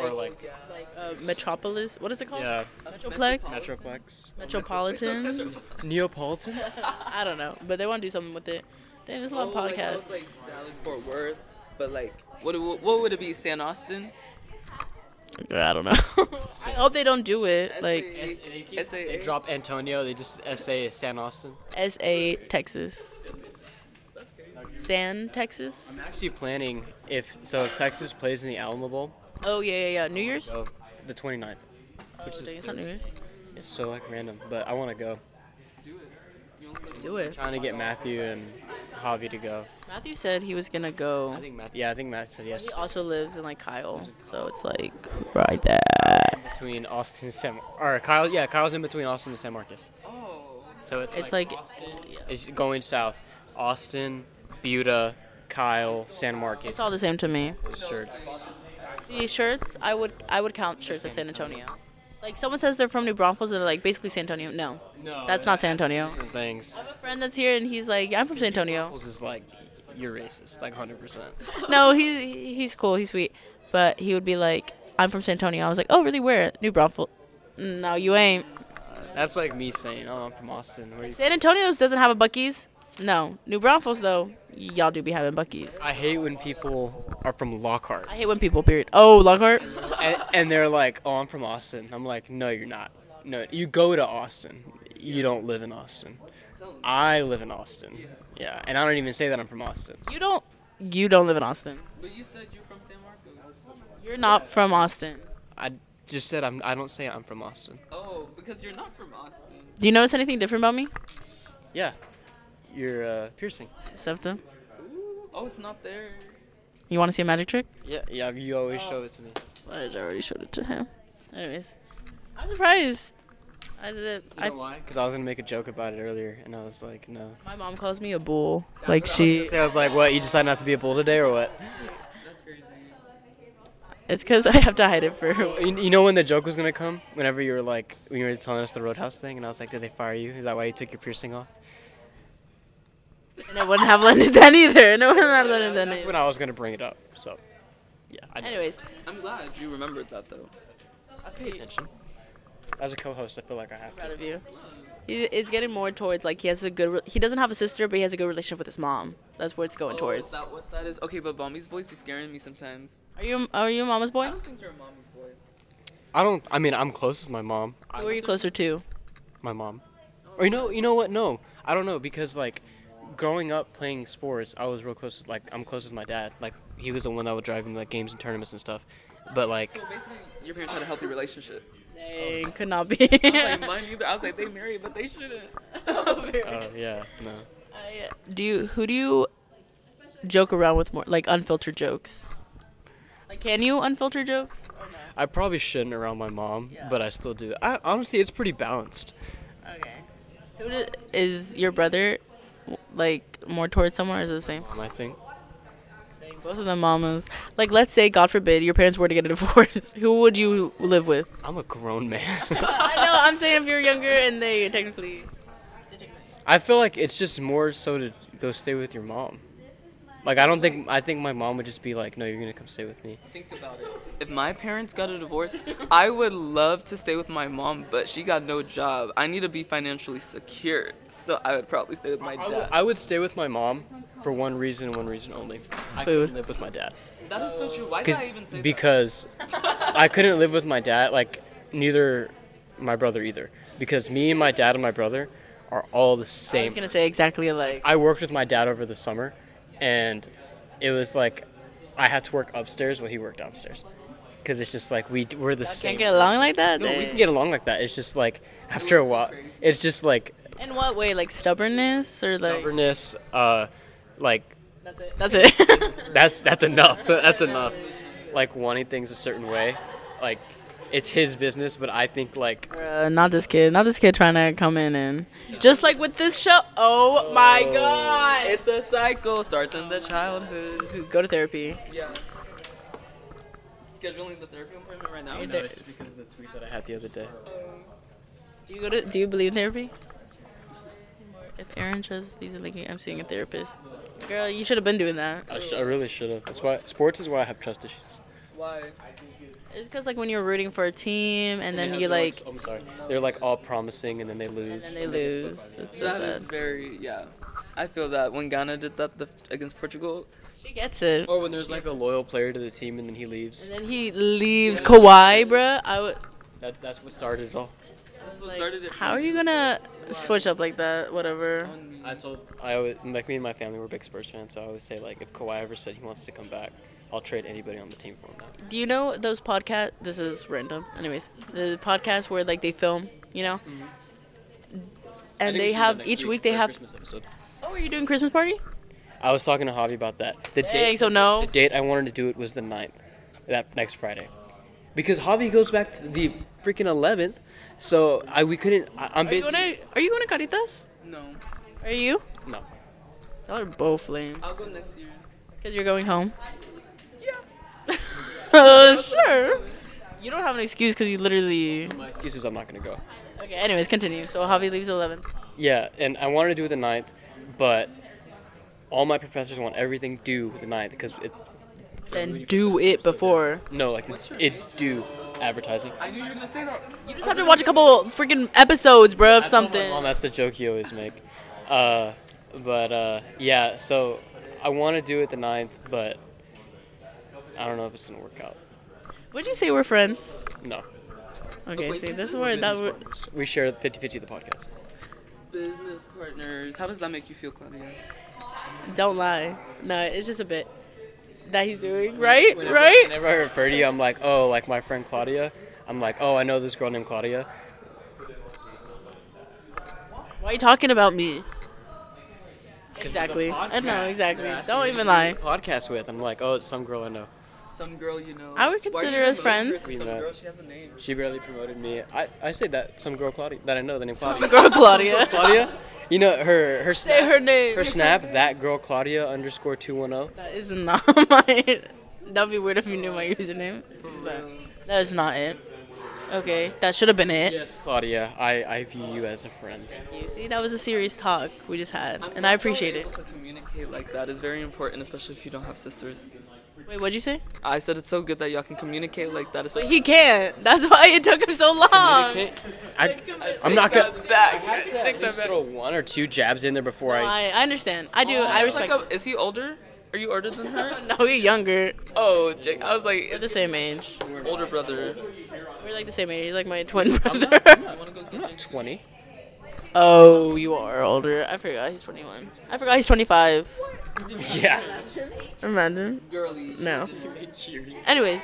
Speaker 2: Or like
Speaker 1: like uh, metropolis. What is it called?
Speaker 2: yeah,
Speaker 1: Metroplex.
Speaker 2: Metroplex.
Speaker 1: Metropolitan.
Speaker 2: Neapolitan.
Speaker 1: I don't know, but they want to do something with it. Damn, there's a lot
Speaker 2: Oh,
Speaker 1: of
Speaker 7: Oh, like, I
Speaker 1: podcasts.
Speaker 7: was like Dallas, Fort Worth, but like, what, what would it be? San Austin?
Speaker 1: I don't know. I hope they don't do it. Like
Speaker 7: S-
Speaker 2: they,
Speaker 7: keep- SA. they
Speaker 2: drop Antonio. They just SA San Austin.
Speaker 1: S A Texas. San Texas.
Speaker 2: I'm actually planning if so if Texas plays in the Alamo Bowl,
Speaker 1: Oh yeah, yeah, yeah. New Year's.
Speaker 2: so the 29th.
Speaker 1: Oh,
Speaker 2: Which is
Speaker 1: dang, it's not New Year's.
Speaker 2: It's so like random, but I want to go.
Speaker 1: Do it.
Speaker 2: Trying to get Matthew and Javi to go.
Speaker 1: Matthew said he was gonna go.
Speaker 2: I think Matthew. Yeah, I think Matt said yes.
Speaker 1: He also lives in like Kyle, so it's like right there.
Speaker 2: Between Austin and San, or Kyle. Yeah, Kyle's in between Austin and San Marcos.
Speaker 7: Oh,
Speaker 2: So it's,
Speaker 1: It's
Speaker 2: like,
Speaker 1: like-
Speaker 2: Austin is going south. Austin, Buda, Kyle, San Marcos.
Speaker 1: It's all the same to me.
Speaker 2: shirts.
Speaker 1: See shirts? I would I would count shirts as San Antonio. Like someone says they're from New Braunfels and they're like basically San Antonio. No,
Speaker 2: No,
Speaker 1: that's not San Antonio.
Speaker 2: Things.
Speaker 1: I have a friend that's here and he's like, yeah, I'm from San Antonio.
Speaker 2: Apples is like you're racist, like 100. percent
Speaker 1: No, he he's cool, he's sweet, but he would be like, I'm from San Antonio. I was like, oh really? Where? New Braunfels. No, you ain't.
Speaker 2: That's like me saying, "Oh, I'm from Austin." Where you-
Speaker 1: San Antonio's doesn't have a Bucky's. No, New Braunfels though, y'all do be having Bucky's.
Speaker 2: I hate when people are from Lockhart
Speaker 1: I hate when people period. Oh, Lockhart.
Speaker 2: and, and they're like, "Oh, I'm from Austin." I'm like, "No, you're not. No, you go to Austin. You don't live in Austin. I live in Austin. Yeah, and I don't even say that I'm from Austin.
Speaker 1: You don't. You don't live in Austin.
Speaker 7: but you said you're from San Marcos.
Speaker 1: You're not from Austin.
Speaker 2: I just said I'm. I don't say I'm from Austin.
Speaker 7: Oh, because you're not from Austin.
Speaker 1: Do you notice anything different about me?
Speaker 2: Yeah, you're uh, piercing.
Speaker 1: Septum.
Speaker 7: Ooh, oh, it's not there.
Speaker 1: You want to see a magic trick?
Speaker 2: Yeah, yeah. You always show it to me.
Speaker 1: I already showed it to him. Anyways, I'm surprised. I didn't.
Speaker 2: You
Speaker 1: I,
Speaker 2: know why? Because I was gonna make a joke about it earlier, and I was like, "No."
Speaker 1: my mom calls me a bull. Like she,
Speaker 2: So I was like, "What? You decided not to be a bull today, or what?"
Speaker 1: it's because I have to hide it for.
Speaker 2: You, you know when the joke was gonna come? Whenever you were like, when you were telling us the Roadhouse thing, and I was like, did they fire you? Is that why you took your piercing off?
Speaker 1: And I wouldn't have landed that either. And I wouldn't have landed that
Speaker 2: That's when
Speaker 1: either.
Speaker 2: I was gonna bring it up. So, yeah. I know.
Speaker 1: Anyways,
Speaker 7: I'm glad you remembered that though.
Speaker 2: I pay attention. As a co-host, I feel like I have
Speaker 1: proud
Speaker 2: to.
Speaker 1: of you. He, it's getting more towards like he has a good. Re- he doesn't have a sister, but he has a good relationship with his mom. That's where it's going
Speaker 7: Oh, is
Speaker 1: towards.
Speaker 7: that what that is? Okay, but mommy's boys be scaring me sometimes.
Speaker 1: Are you are you mama's
Speaker 7: I
Speaker 1: boy?
Speaker 7: don't think you're a mommy's boy.
Speaker 2: I don't. I mean, I'm close with my mom. I,
Speaker 1: Who are you closer to?
Speaker 2: Oh, my mom. Or you know, you know what? No, I don't know because like, growing up playing sports, I was real close. With, like, I'm close with my dad. Like, he was the one that would drive me to like games and tournaments and stuff. But like,
Speaker 7: So basically, your parents had a healthy relationship.
Speaker 1: Dang, could not be.
Speaker 7: I was like, mine either. I was like, they married, but they shouldn't.
Speaker 2: oh yeah, no.
Speaker 1: I- do you who do you joke around with more like unfiltered jokes like can you unfilter jokes
Speaker 2: I probably shouldn't around my mom, but I still do. I, honestly, it's pretty balanced.
Speaker 1: okay who do, is your brother like more towards someone or is it the same
Speaker 2: Um, I think
Speaker 1: thing both of them mamas like let's say god forbid your parents were to get a divorce who would you live with
Speaker 2: I'm a grown man.
Speaker 1: i know i'm saying if you're younger and they technically
Speaker 2: I feel like it's just more so to go stay with your mom. Like I don't think I think my mom would just be like, no, you're gonna come stay with me.
Speaker 7: Think about it. If my parents got a divorce, I would love to stay with my mom, but she got no job. I need to be financially secure, so I would probably stay with my
Speaker 2: I would-
Speaker 7: dad.
Speaker 2: I would stay with my mom for one reason and one reason only. I
Speaker 1: Food.
Speaker 2: couldn't live with my dad
Speaker 7: That is so true. Why did
Speaker 2: 'Cause-
Speaker 7: I even say
Speaker 2: because I couldn't live with my dad. Like neither my brother either because me and my dad and my brother are all the
Speaker 1: i
Speaker 2: same.
Speaker 1: was gonna say exactly like
Speaker 2: I worked with my dad over the summer, and it was like I had to work upstairs while he worked downstairs, because it's just like we we're the same.
Speaker 1: can't get along like that
Speaker 2: No, we
Speaker 1: They-
Speaker 2: can get along like that. It's just like after a
Speaker 7: was so
Speaker 2: while,
Speaker 7: crazy.
Speaker 2: it's just like
Speaker 1: in what way like stubbornness or like
Speaker 2: stubbornness. Uh, like
Speaker 1: that's it that's it
Speaker 2: that's that's enough. that's enough. Like wanting things a certain way, like it's his business, but I think like
Speaker 1: Bruh, not this kid. Not this kid trying to come in and just like with this show. Oh, my
Speaker 7: that?
Speaker 1: god.
Speaker 7: It's a cycle. Starts in the childhood.
Speaker 1: Go to therapy.
Speaker 7: Yeah. Scheduling the therapy appointment right now.
Speaker 1: There-
Speaker 2: because of the tweet that I had the other day.
Speaker 1: Do you go to? Do you believe in therapy? If Aaron says these are like, I'm seeing a therapist. Girl, you should have been doing that.
Speaker 2: I, sh- I really should have. That's why sports is why I have trust issues.
Speaker 7: Why?
Speaker 1: It's because like when you're rooting for a team and then
Speaker 2: Yeah,
Speaker 1: you
Speaker 2: they're
Speaker 1: like,
Speaker 2: I'm sorry. They're like all promising and then they
Speaker 1: and
Speaker 2: lose.
Speaker 1: then they lose. It's so
Speaker 7: That is
Speaker 1: sad.
Speaker 7: very yeah. I feel that when Ghana did that the, against Portugal,
Speaker 1: She gets it.
Speaker 2: Or Oh, when there's like a loyal player to the team and then he leaves.
Speaker 1: And then he leaves Kawhi, bruh. I would.
Speaker 2: That's that's what started it all.
Speaker 7: That's what
Speaker 1: Like,
Speaker 7: started it.
Speaker 1: how are you gonna switch up like that? Whatever.
Speaker 2: I told I always, like me and my family were big Spurs fans, so I always say like if Kawhi ever said he wants to come back, I'll trade anybody on the team for him. Now.
Speaker 1: Do you know those podcast? This is random. Anyways, the podcast where like they film, you know, and they have each week they have. Oh, are you doing Christmas party?
Speaker 2: I was talking to Javi about that. The
Speaker 1: Dang,
Speaker 2: date
Speaker 1: so no.
Speaker 2: the date I wanted to do it was the 9th, that next Friday, because Javi goes back the freaking eleventh, so I we couldn't. I, I'm
Speaker 1: Are you
Speaker 2: basically
Speaker 1: gonna Are you going to Caritas?
Speaker 7: No.
Speaker 1: Are you?
Speaker 2: no.
Speaker 1: Y'all are both lame.
Speaker 7: I'll go next year.
Speaker 1: Cause you're going home. Yeah. uh, sure. You don't have an excuse because you literally.
Speaker 2: My excuse is I'm not gonna go.
Speaker 1: Okay. Anyways, continue. So Javi leaves at eleven.
Speaker 2: Yeah, and I wanted to do it the 9th, but all my professors want everything due the 9th because it
Speaker 1: Then do it before.
Speaker 2: no like it's, it's due advertising.
Speaker 7: I knew you were gonna say that.
Speaker 1: You just have to watch a couple freaking episodes, bro, of
Speaker 2: I told my
Speaker 1: something.
Speaker 2: mom that's the joke you always make. Uh, but uh, yeah, so I want to do it the 9th, but I don't know if it's gonna work out.
Speaker 1: Would you say we're friends?
Speaker 2: No,
Speaker 1: Okay. See, this
Speaker 7: Acquaintances?
Speaker 1: is where that were.
Speaker 2: we share 50-50 the podcast.
Speaker 7: Business partners. How does that make you feel, Claudia?
Speaker 1: Don't lie. No, it's just a bit that he's doing. Right.
Speaker 2: Whenever-
Speaker 1: Right.
Speaker 2: Whenever I refer to you, I'm like, oh, like my friend Claudia. I'm like, oh, I know this girl named Claudia.
Speaker 1: Why are you talking about me?
Speaker 2: 'Cause of the
Speaker 1: Exactly. I know
Speaker 2: podcast.
Speaker 1: exactly.
Speaker 2: They're asking
Speaker 1: Don't
Speaker 2: me
Speaker 1: even
Speaker 2: who
Speaker 1: lie.
Speaker 2: you Podcast with. I'm like, oh, it's some girl I know.
Speaker 7: Some girl you know.
Speaker 1: I would
Speaker 7: Why are you
Speaker 1: consider us
Speaker 7: promoting her
Speaker 1: friends.
Speaker 7: to
Speaker 2: We
Speaker 7: Some
Speaker 2: met.
Speaker 7: girl. She has a name.
Speaker 2: She barely promoted me. I, I say that some girl Claudia that I know the name Claudia.
Speaker 1: Girl, Claudia.
Speaker 2: Claudia, you know her her snap,
Speaker 1: Say her name.
Speaker 2: her snap that girl Claudia underscore two one oh. zero.
Speaker 1: That is not my. That'd be weird if you knew my username. But that is not it. Okay, that should have been it.
Speaker 2: Yes, Claudia, I I view you as a friend.
Speaker 1: Thank you. See, that was a serious talk we just had,
Speaker 7: I'm
Speaker 1: and I
Speaker 7: glad y'all were
Speaker 1: appreciate
Speaker 7: able
Speaker 1: it.
Speaker 7: To communicate like that is very important, especially if you don't have sisters.
Speaker 1: Wait, what'd you say?
Speaker 7: I said it's so good that y'all can communicate like that,
Speaker 1: But
Speaker 7: especially.
Speaker 1: he can't. That's why it took him so long.
Speaker 2: I, I'm not gonna. I have to at least throw one or two jabs in there before I.
Speaker 1: I, I understand. I do. I
Speaker 7: It's
Speaker 1: respect.
Speaker 7: Like a, is he older? Are you older than her?
Speaker 1: no, we're younger.
Speaker 7: oh, Jake. I was like,
Speaker 1: We're
Speaker 7: it's
Speaker 1: the same age.
Speaker 7: an older brother.
Speaker 1: We're like the same age. He's like my twin brother.
Speaker 2: I'm not 20.
Speaker 1: oh, you are older. I forgot he's 21. I forgot he's 25.
Speaker 2: Yeah.
Speaker 1: Imagine.
Speaker 7: Girly.
Speaker 1: No. Anyways,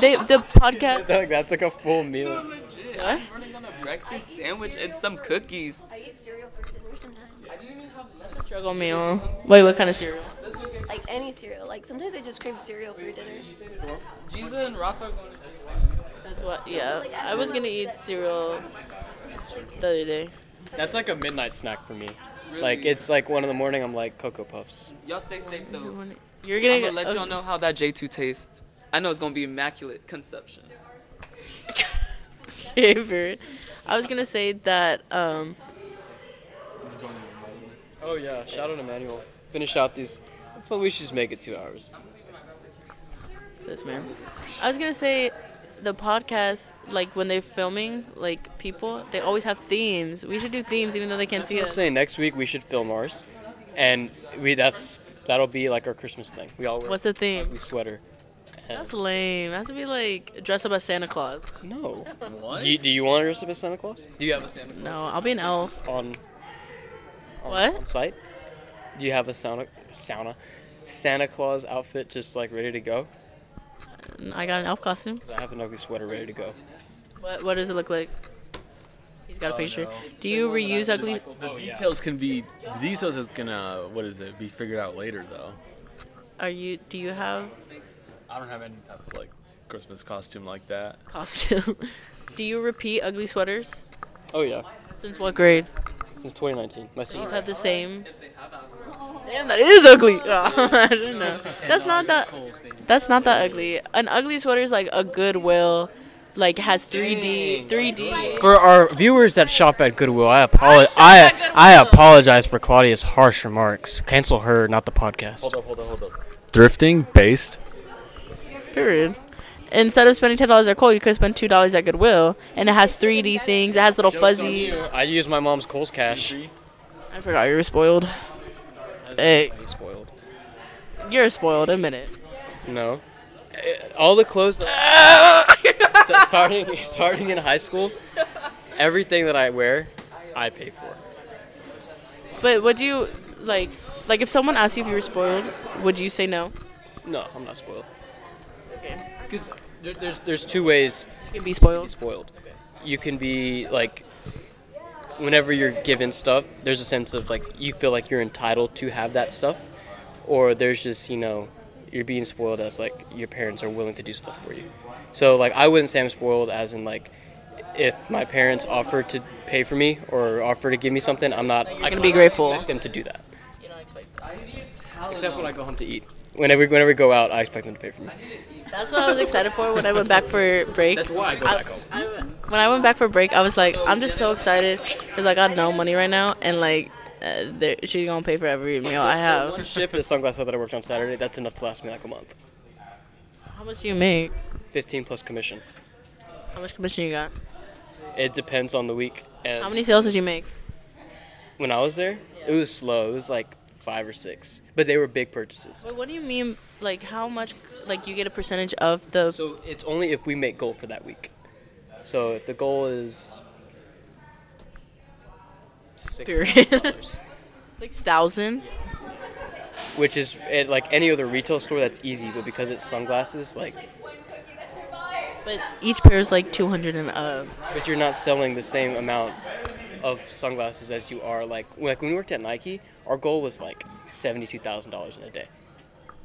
Speaker 1: they, the podcast.
Speaker 2: Like, that's like a full meal.
Speaker 7: Legit. I'm running on a breakfast sandwich and some cookies.
Speaker 3: I eat cereal for dinner sometimes.
Speaker 7: I didn't even have
Speaker 1: That's a struggle meal. Wait, what kind of cereal?
Speaker 3: Like any cereal. Like sometimes I just crave cereal for dinner.
Speaker 7: Giza and Rafa are going
Speaker 1: That's what. Yeah, I was gonna eat cereal the other day.
Speaker 2: That's like a midnight snack for me.
Speaker 7: to.
Speaker 2: Like
Speaker 7: Really?
Speaker 2: it's like one in the morning. I'm like Cocoa Puffs.
Speaker 7: Y'all stay safe though.
Speaker 1: You're
Speaker 7: I'm
Speaker 1: gonna
Speaker 7: gonna let y'all know how that J2 tastes. I know it's gonna be immaculate conception.
Speaker 1: favorite. I was gonna say that. Um,
Speaker 2: Oh yeah, shout out Emmanuel. Finish out these. I feel we should just make it two hours.
Speaker 1: this man. I was gonna say the podcast. Like when they're filming, like people, they always have themes. We should do themes, even though they can't see
Speaker 2: I'm
Speaker 1: us.
Speaker 2: saying next week we should film ours, and we that's that'll be like our Christmas thing. We all wear
Speaker 1: What's the theme?
Speaker 2: we sweater. And
Speaker 1: That's lame. It has to be like dress up as Santa Claus.
Speaker 2: no.
Speaker 7: What?
Speaker 2: Do you, do you want to dress up as Santa Claus
Speaker 7: Do you have a sandwich?
Speaker 1: No, I'll be an elf.
Speaker 2: on, on
Speaker 1: What?
Speaker 2: on site? Do you have a sauna sauna Santa Claus outfit just like ready to go?
Speaker 1: I got an elf costume.
Speaker 2: 'Cause I have an ugly sweater ready to go.
Speaker 1: What What does it look like? He's got a picture. Do you reuse ugly?
Speaker 10: The details can be. The details is gonna. What is it? Be figured out later though.
Speaker 1: Are you? Do you have
Speaker 10: I don't have any type of like Christmas costume like that.
Speaker 1: costume? do you repeat ugly sweaters?
Speaker 2: Oh yeah,
Speaker 1: Since what grade?
Speaker 2: since 2019. My
Speaker 1: You've
Speaker 2: senior.
Speaker 1: had the same. Damn, that is ugly. I don't know. That's not that. That's not that ugly. An ugly sweater is like a Goodwill, like has 3D, 3D.
Speaker 2: For our viewers that shop at Goodwill, I apologize.
Speaker 1: Oh. I shop
Speaker 2: I,
Speaker 1: at
Speaker 2: I
Speaker 1: Goodwill.
Speaker 2: apologize for Claudia's harsh remarks. Cancel her, not the podcast.
Speaker 10: up, hold up, hold up. Thrifting based.
Speaker 1: Period. Instead of spending ten dollars at Kohl, you could spend two dollars at Goodwill, and it has 3D things. It has little fuzzy.
Speaker 2: I use my mom's Kohl's cash.
Speaker 1: I forgot you were spoiled. Hey.
Speaker 2: Spoiled.
Speaker 1: You're spoiled. Admit it.
Speaker 2: No. Eh, All the clothes that so starting starting in high school, everything that I wear, I pay for.
Speaker 1: But would you like like if someone asked you if you were spoiled, would you say no?
Speaker 2: No, I'm not spoiled. Because there, there's there's two ways
Speaker 1: You can be
Speaker 2: be
Speaker 1: spoiled.
Speaker 2: spoiled. You can be like, whenever you're given stuff, there's a sense of like you feel like you're entitled to have that stuff, or there's just you know you're being spoiled as like your parents are willing to do stuff for you. So like I wouldn't say I'm spoiled as in like if my parents offer to pay for me or offer to give me something, I'm not. I
Speaker 1: gonna
Speaker 2: cannot
Speaker 1: be grateful.
Speaker 2: Expect them to do that. Except when I go home to eat. Whenever whenever we go out, I expect them to pay for me.
Speaker 1: That's what I was excited for when I went back for break.
Speaker 2: That's why I go
Speaker 1: I-
Speaker 2: back home.
Speaker 1: I, when I went back for break, I was like, I'm just so excited because I got no money right now, and like, uh, there- she's gonna pay for every meal I
Speaker 2: One
Speaker 1: have.
Speaker 2: ship of sunglass that I worked on Saturday. That's enough to last me like a month.
Speaker 1: How much do you make?
Speaker 2: 15 plus commission.
Speaker 1: How much commission you got?
Speaker 2: It depends on the week. And
Speaker 1: How many sales did you make?
Speaker 2: When I was there, it was slow. It was like five or six, but they were big purchases.
Speaker 1: Wait, what do you mean? Like, how much? Like, you get a percentage of the.
Speaker 2: So it's only if we make goal for that week. So if the goal is
Speaker 1: Period.
Speaker 2: $6,000,
Speaker 1: Six thousand.
Speaker 2: which is at like any other retail store, that's easy. But because it's sunglasses, like,
Speaker 1: But each pair is like two hundred and uh, up.
Speaker 2: but you're not selling the same amount of sunglasses as you are like like when we worked at Nike, our goal was like seventy-two thousand dollars in a day.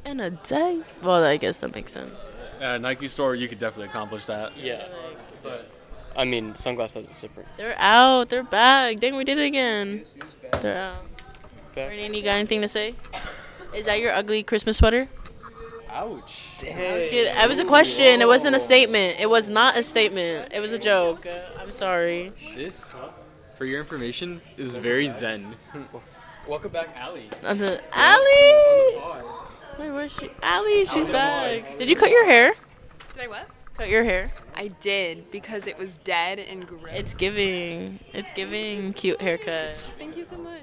Speaker 1: In a day? Well, I guess that makes sense.
Speaker 10: At a Nike store, you could definitely accomplish that.
Speaker 2: Yeah, but I mean, sunglasses is different.
Speaker 1: They're out. They're back. Dang, we did it again. They're out.
Speaker 2: Back.
Speaker 1: Renee, you got anything to say? Is that your ugly Christmas sweater?
Speaker 2: Ouch.
Speaker 1: I was kidding. It was a question. It wasn't a statement. It was not a statement. It was a joke. Uh, I'm sorry.
Speaker 10: This, for your information, is very zen.
Speaker 2: Welcome back, Allie.
Speaker 1: Uh, the- Allie! Wait, where's she? Allie, she's back. Did you cut your hair?
Speaker 13: Did I what?
Speaker 1: Cut your hair.
Speaker 13: I did because it was dead and gross.
Speaker 1: It's giving. It's giving cute haircut.
Speaker 13: Thank you so much.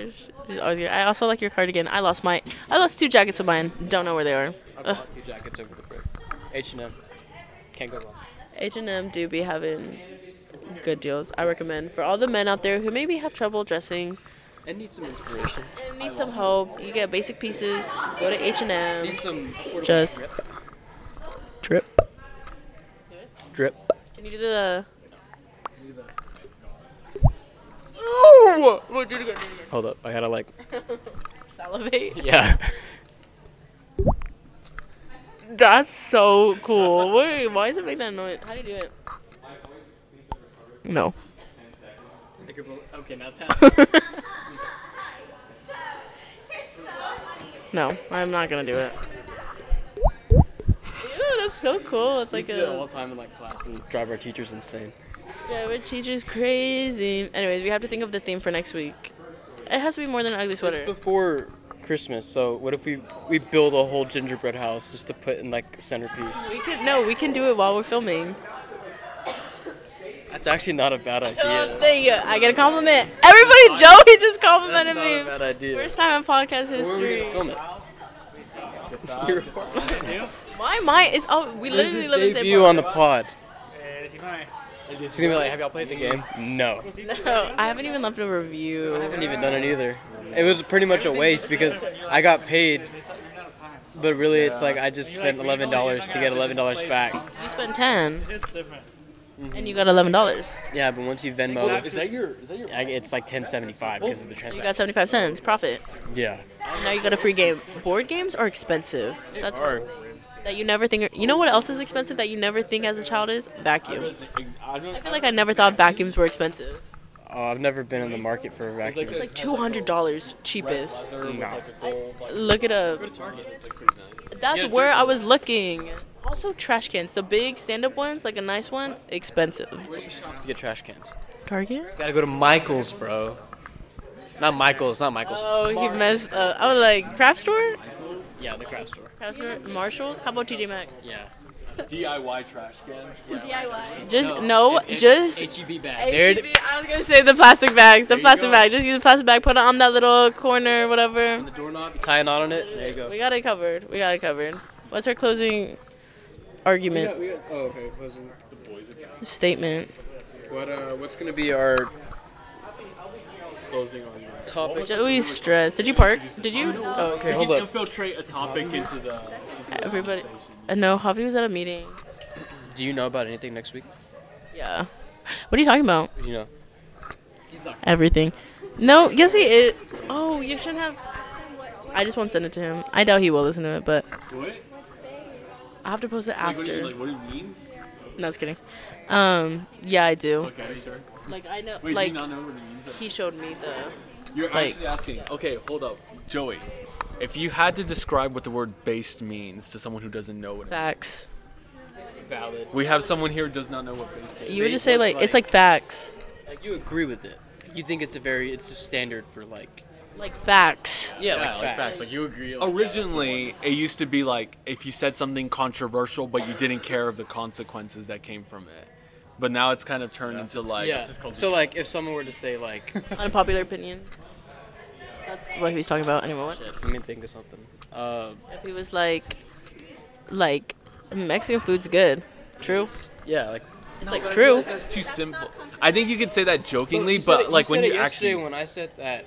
Speaker 1: She's always good. I also like your cardigan. I lost my. I lost two jackets of mine. Don't know where they are.
Speaker 2: I bought two jackets over the break. H and M. Can't go wrong.
Speaker 1: H and M do be having good deals. I recommend for all the men out there who maybe have trouble dressing
Speaker 2: And need some inspiration.
Speaker 1: and need some hope. You get basic pieces. Go to H and M.
Speaker 2: Need some affordable
Speaker 1: Just-
Speaker 2: drip.
Speaker 1: Drip.
Speaker 2: drip.
Speaker 1: Can you do the?
Speaker 2: Hold up, I gotta like.
Speaker 1: Salivate.
Speaker 2: Yeah.
Speaker 1: That's so cool. Wait, why does it make that noise? How do you do it? No.
Speaker 2: okay, now
Speaker 1: no, I'm not gonna do it. Ew, that's so cool. It's like
Speaker 2: we do that all
Speaker 1: a
Speaker 2: the time in like class and drive our teachers insane.
Speaker 1: yeah, which teacher's crazy. Anyways, we have to think of the theme for next week. It has to be more than an ugly
Speaker 2: It's
Speaker 1: sweater.
Speaker 2: before Christmas, so what if we we build a whole gingerbread house just to put in like centerpiece?
Speaker 1: We can no, we can do it while we're filming.
Speaker 2: That's actually not a bad
Speaker 1: Oh,
Speaker 2: idea.
Speaker 1: thank you. I get a compliment. Everybody, Joey just
Speaker 2: That's
Speaker 1: complimented
Speaker 2: not a bad
Speaker 1: me.
Speaker 2: idea.
Speaker 1: First time in podcast
Speaker 2: Where are we gonna
Speaker 1: history.
Speaker 2: film it? Your-
Speaker 1: My my it's oh we literally
Speaker 2: This is
Speaker 1: live in the
Speaker 2: debut on
Speaker 1: same
Speaker 2: the pod. He's gonna be like, "Have y'all played the game?" No,
Speaker 1: apartment. No, I haven't even left a review.
Speaker 2: I haven't even done it either. It was pretty much a waste because I got paid, but really, it's like I just spent eleven dollars to get eleven dollars back.
Speaker 1: You spent ten. It's different. And you got eleven dollars.
Speaker 2: Yeah, but once you Venmo,
Speaker 10: Is that your? Is that your?
Speaker 2: I- it's like ten seventy five because of the
Speaker 1: You
Speaker 2: transaction.
Speaker 1: got seventy five cents profit.
Speaker 2: Yeah,
Speaker 1: And now you got a free game. Board games are expensive. That's one thing that you never think. You know what else is expensive that you never think as a child is vacuums.
Speaker 10: I don't.
Speaker 1: I feel like I never thought vacuums were expensive.
Speaker 2: oh, I've never been in the market for a vacuum.
Speaker 1: It's like two hundred dollars cheapest.
Speaker 2: Nah.
Speaker 1: Look it up. That's where I was looking. Also, trash cans. The big stand-up ones, like a nice one, expensive.
Speaker 2: to get trash cans.
Speaker 1: Target.
Speaker 2: Gotta go to Michaels, bro. Not Michaels, not Michaels.
Speaker 1: Oh, he messed up. I was like, craft store.
Speaker 2: Yeah, the craft store.
Speaker 1: Craft store. Marshalls. How about TJ Maxx?
Speaker 2: Yeah.
Speaker 10: DIY trash can.
Speaker 3: DIY.
Speaker 1: Just no, just
Speaker 2: E
Speaker 10: HEB
Speaker 1: HEB, I was gonna say the plastic bag, the
Speaker 2: you
Speaker 1: plastic
Speaker 2: go.
Speaker 1: bag. Just use the plastic bag. Put it on that little corner, whatever.
Speaker 2: doorknob, you tie a knot on it. There you go.
Speaker 1: We got it covered. We got it covered. What's our closing argument
Speaker 2: oh, okay. Closing. The boys are back.
Speaker 1: statement?
Speaker 2: What, uh, what's going to be our
Speaker 10: Closing on
Speaker 1: Topic. Joey stressed. Did you park? Did you? Oh, okay.
Speaker 10: You
Speaker 1: Hold
Speaker 10: can
Speaker 1: up.
Speaker 10: infiltrate a topic into the.
Speaker 1: Everybody. Uh, no, Javi was at a meeting.
Speaker 2: Do you know about anything next week?
Speaker 1: Yeah. What are you talking about?
Speaker 2: You know.
Speaker 1: Everything. No, yes he is. Oh, you shouldn't have. I just won't send it to him. I doubt he will listen to it, but
Speaker 10: What?
Speaker 1: I have to post it
Speaker 10: Like, what do you,
Speaker 1: after.
Speaker 10: like, what it means?
Speaker 1: No, just kidding. Um, yeah, I do.
Speaker 10: Okay, sure.
Speaker 1: Like I know,
Speaker 10: Wait, do
Speaker 1: like
Speaker 10: you not know what it means?
Speaker 1: he showed me the.
Speaker 10: You're
Speaker 1: Like-
Speaker 10: actually asking. Okay, hold up, Joey. If you had to describe what the word "based" means to someone who doesn't know what it
Speaker 1: Facts.
Speaker 10: valid. We have someone here who does not know what based is.
Speaker 1: You would just say like it's like facts,
Speaker 2: Like you agree with it. You think it's a very it's a standard for like
Speaker 1: like facts.
Speaker 2: yeah, like, facts. Like you agree.
Speaker 10: Originally, it used to be like if you said something controversial, but you didn't care of the consequences that came from it. But now it's kind of turned into like
Speaker 2: yeah. So like if someone were to say like
Speaker 1: Unpopular opinion. That's what he was talking about. Anyway, what?
Speaker 2: Shit, let me think of something. Uh,
Speaker 1: If he was like, like Mexican food's good. True.
Speaker 2: yeah, like
Speaker 1: It's like true.
Speaker 10: that's too simple. I think you could say that jokingly,
Speaker 2: You
Speaker 10: but,
Speaker 2: said it-
Speaker 10: like
Speaker 2: you
Speaker 10: when
Speaker 2: said
Speaker 10: you
Speaker 2: it yesterday
Speaker 10: actually
Speaker 2: when I said that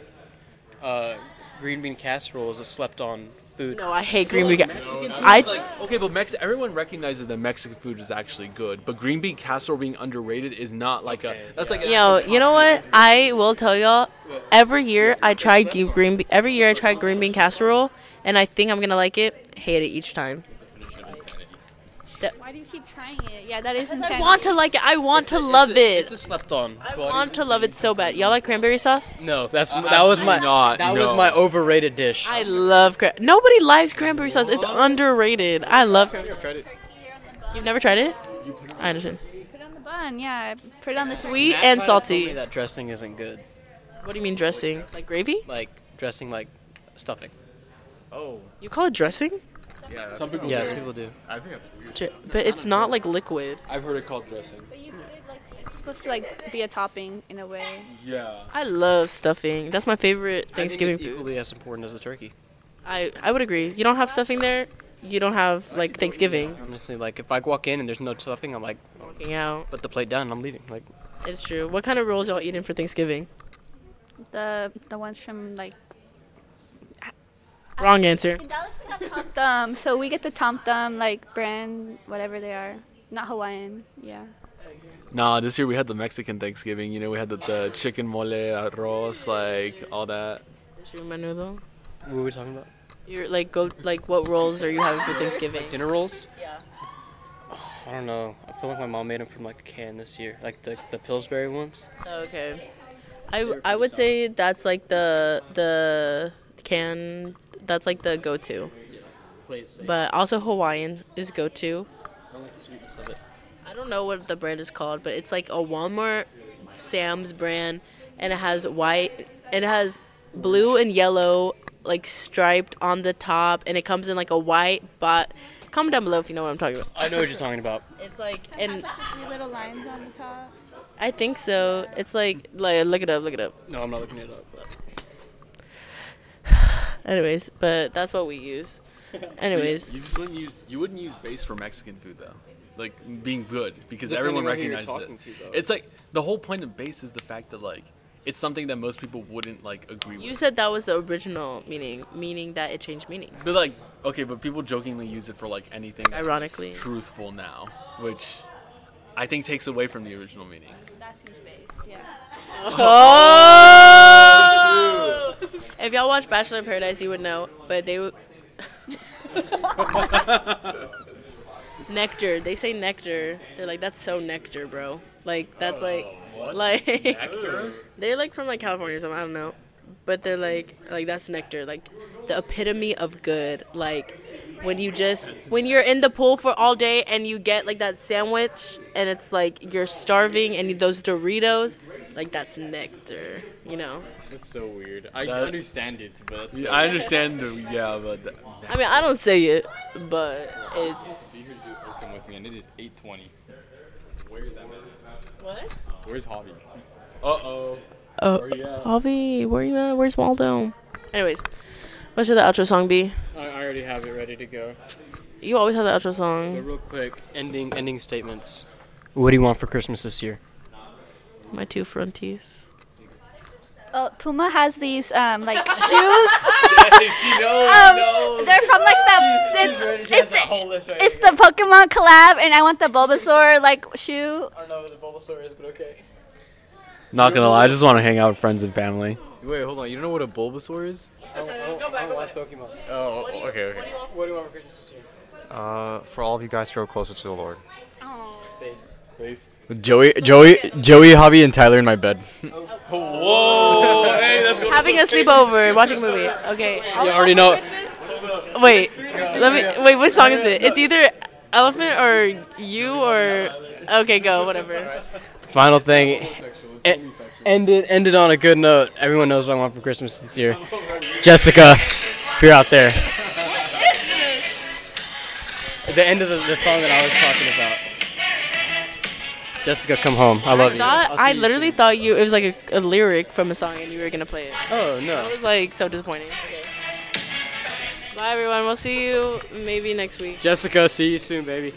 Speaker 2: uh, green bean casserole is a slept on food.
Speaker 1: No, I hate green bean.
Speaker 10: Mexican food
Speaker 1: I
Speaker 10: is like okay, but Mex- everyone recognizes that Mexican food is actually good, but green bean casserole being underrated is not like a that's like a-
Speaker 1: Yo, you know what? I will tell y'all. Every year I try gu- green. Be- every year I try green bean casserole, and I think I'm gonna like it. Hate it each time.
Speaker 3: Why do you keep trying it? Yeah, that is
Speaker 1: I
Speaker 3: insanity.
Speaker 1: want to like it. I want to love it.
Speaker 2: It's a slept on.
Speaker 1: I want to love it so bad. Y'all like cranberry sauce?
Speaker 2: No, that's that was my
Speaker 10: Uh, absolutely not,
Speaker 2: that
Speaker 10: no.
Speaker 2: was my overrated dish.
Speaker 1: I love cran. Nobody likes cranberry sauce. It's underrated. I love. Cran-
Speaker 2: tried it.
Speaker 1: You've never tried it? I understand.
Speaker 3: Put it on the bun, yeah. Put it on the
Speaker 1: Sweet
Speaker 2: Matt
Speaker 1: and
Speaker 2: tried to tell me
Speaker 1: salty.
Speaker 2: That dressing isn't good.
Speaker 1: What do you mean dressing? Like gravy?
Speaker 2: Like dressing like stuffing.
Speaker 4: Oh,
Speaker 1: You call it dressing?
Speaker 4: yeah.
Speaker 10: Some people
Speaker 2: Yeah,
Speaker 10: do.
Speaker 2: some people do.
Speaker 4: I think that's weird.
Speaker 1: Dr- But it's not like liquid.
Speaker 10: I've heard it called dressing.
Speaker 3: It's supposed to like be a topping in a way.
Speaker 10: Yeah.
Speaker 1: I love stuffing. That's my favorite Thanksgiving
Speaker 2: I think it's
Speaker 1: food.
Speaker 2: equally as important as the turkey.
Speaker 1: I, I would agree. You don't have stuffing there, you don't have like Thanksgiving.
Speaker 2: Honestly, like if I walk in and there's no stuffing, I'm like,
Speaker 1: Walking out.
Speaker 2: put the plate down, and I'm leaving. Like
Speaker 1: It's true. What kind of rolls y'all eating for Thanksgiving?
Speaker 3: The the ones from like
Speaker 1: Wrong answer.
Speaker 3: in Dallas we have Tom Thumb, so we get the Tom Thumb like brand whatever they are, not Hawaiian. Yeah.
Speaker 10: Nah, this year we had the Mexican Thanksgiving. You know, we had the, the chicken mole, arroz, like all that.
Speaker 1: Is your menu though?
Speaker 2: what were we talking about?
Speaker 1: You're like go like what rolls are you having for Thanksgiving?
Speaker 2: Dinner rolls?
Speaker 1: Yeah.
Speaker 2: I don't know. I feel like my mom made them from like a can this year, like the the Pillsbury ones.
Speaker 1: Okay. I, I would say that's like the the can that's like the go to.
Speaker 2: Play it safe.
Speaker 1: But also Hawaiian is go to.
Speaker 2: I don't like the sweetness of it.
Speaker 1: I don't know what the brand is called, but it's like a Walmart Sam's brand and it has white and it has blue and yellow like striped on the top and it comes in like a white but comment down below if you know what I'm talking about.
Speaker 2: I know what you're talking about.
Speaker 1: It's like and
Speaker 3: three little lines on the top.
Speaker 1: I think so. It's like like look it up, look it up.
Speaker 2: No, I'm not looking it up.
Speaker 1: Anyways, but that's what we use. Anyways.
Speaker 10: You just wouldn't use you wouldn't use base for Mexican food though, like being good because
Speaker 2: Depending
Speaker 10: everyone
Speaker 2: on who you're
Speaker 10: recognizes
Speaker 2: talking
Speaker 10: it.
Speaker 2: to, though.
Speaker 10: it's like the whole point of base is the fact that like it's something that most people wouldn't like agree
Speaker 1: You
Speaker 10: with.
Speaker 1: said that was the original meaning, meaning that it changed meaning.
Speaker 10: But like okay, but people jokingly use it for like anything. that's
Speaker 1: Ironically.
Speaker 10: truthful now, which I think takes away from the original meaning.
Speaker 3: That seems based, yeah.
Speaker 1: Oh! If y'all watch Bachelor in Paradise, you would know, but they would. nectar. They say nectar. They're like, that's so nectar, bro. Like, that's like. Like. they like from like California or something. I don't know. But they're like, like, that's nectar. Like, the epitome of good. Like, when you just. When you're in the pool for all day and you get like that sandwich and it's like you're starving and you- those Doritos, like, that's nectar, you know?
Speaker 4: That's so weird. I
Speaker 10: That-
Speaker 4: understand it, but that's
Speaker 10: Yeah, I understand. The, yeah, but.
Speaker 1: I mean, I don't say it, but it's
Speaker 4: so- Be here to open with and it is 8:20. Where's that?
Speaker 1: What?
Speaker 4: Where's Hobby?
Speaker 10: Uh-oh.
Speaker 1: Oh,
Speaker 10: Where you at?
Speaker 1: Avi, where you at? Where's Waldo? Anyways, what should the outro song be?
Speaker 2: I, I already have it ready to go.
Speaker 1: You always have the outro
Speaker 2: But
Speaker 1: song.
Speaker 2: real quick, ending ending statements. What do you want for Christmas this year?
Speaker 1: My two front teeth.
Speaker 3: Oh, Puma has these um, like shoes.
Speaker 4: she knows,
Speaker 3: Um,
Speaker 4: knows.
Speaker 3: They're from like the
Speaker 4: She-
Speaker 3: it's,
Speaker 4: she's ready- she has
Speaker 3: it's,
Speaker 4: a
Speaker 2: Oh,
Speaker 4: whole list right
Speaker 3: it's the
Speaker 4: here.
Speaker 3: Pokemon collab, and I want the Bulbasaur like shoe.
Speaker 4: I don't know what the Bulbasaur is, but okay.
Speaker 10: Not gonna lie, I just want to hang out with friends and family.
Speaker 5: Wait, hold on. You don't know what a Bulbasaur is?
Speaker 4: I don't, I
Speaker 1: Uh,
Speaker 4: don't, Oh, I don't watch Pokemon.
Speaker 5: Oh, okay, okay.
Speaker 4: What do you want for Christmas this year?
Speaker 6: Uh, for all of you guys, grow closer to the Lord.
Speaker 4: Based. Based.
Speaker 5: Joey, Joey, Joey, Hobby, and Tyler in my bed.
Speaker 4: Whoa! hey, that's going
Speaker 1: Having a sleepover, watching a movie. Okay.
Speaker 5: You already know.
Speaker 1: Wait, let me. Wait, which song is it? It's either Elephant or You or. Okay, go, whatever.
Speaker 2: Final thing. It ended ended on a good note. Everyone knows what I want for Christmas this year. Jessica, if you're out there. The end of the, the song that I was talking about. Jessica, come home. I love you.
Speaker 1: Thought, I literally thought you. It was like a, a lyric from a song and you were gonna play it.
Speaker 2: Oh
Speaker 1: That
Speaker 2: no.
Speaker 1: was like so disappointing. Okay. Bye everyone. We'll see you maybe next week.
Speaker 2: Jessica, see you soon, baby.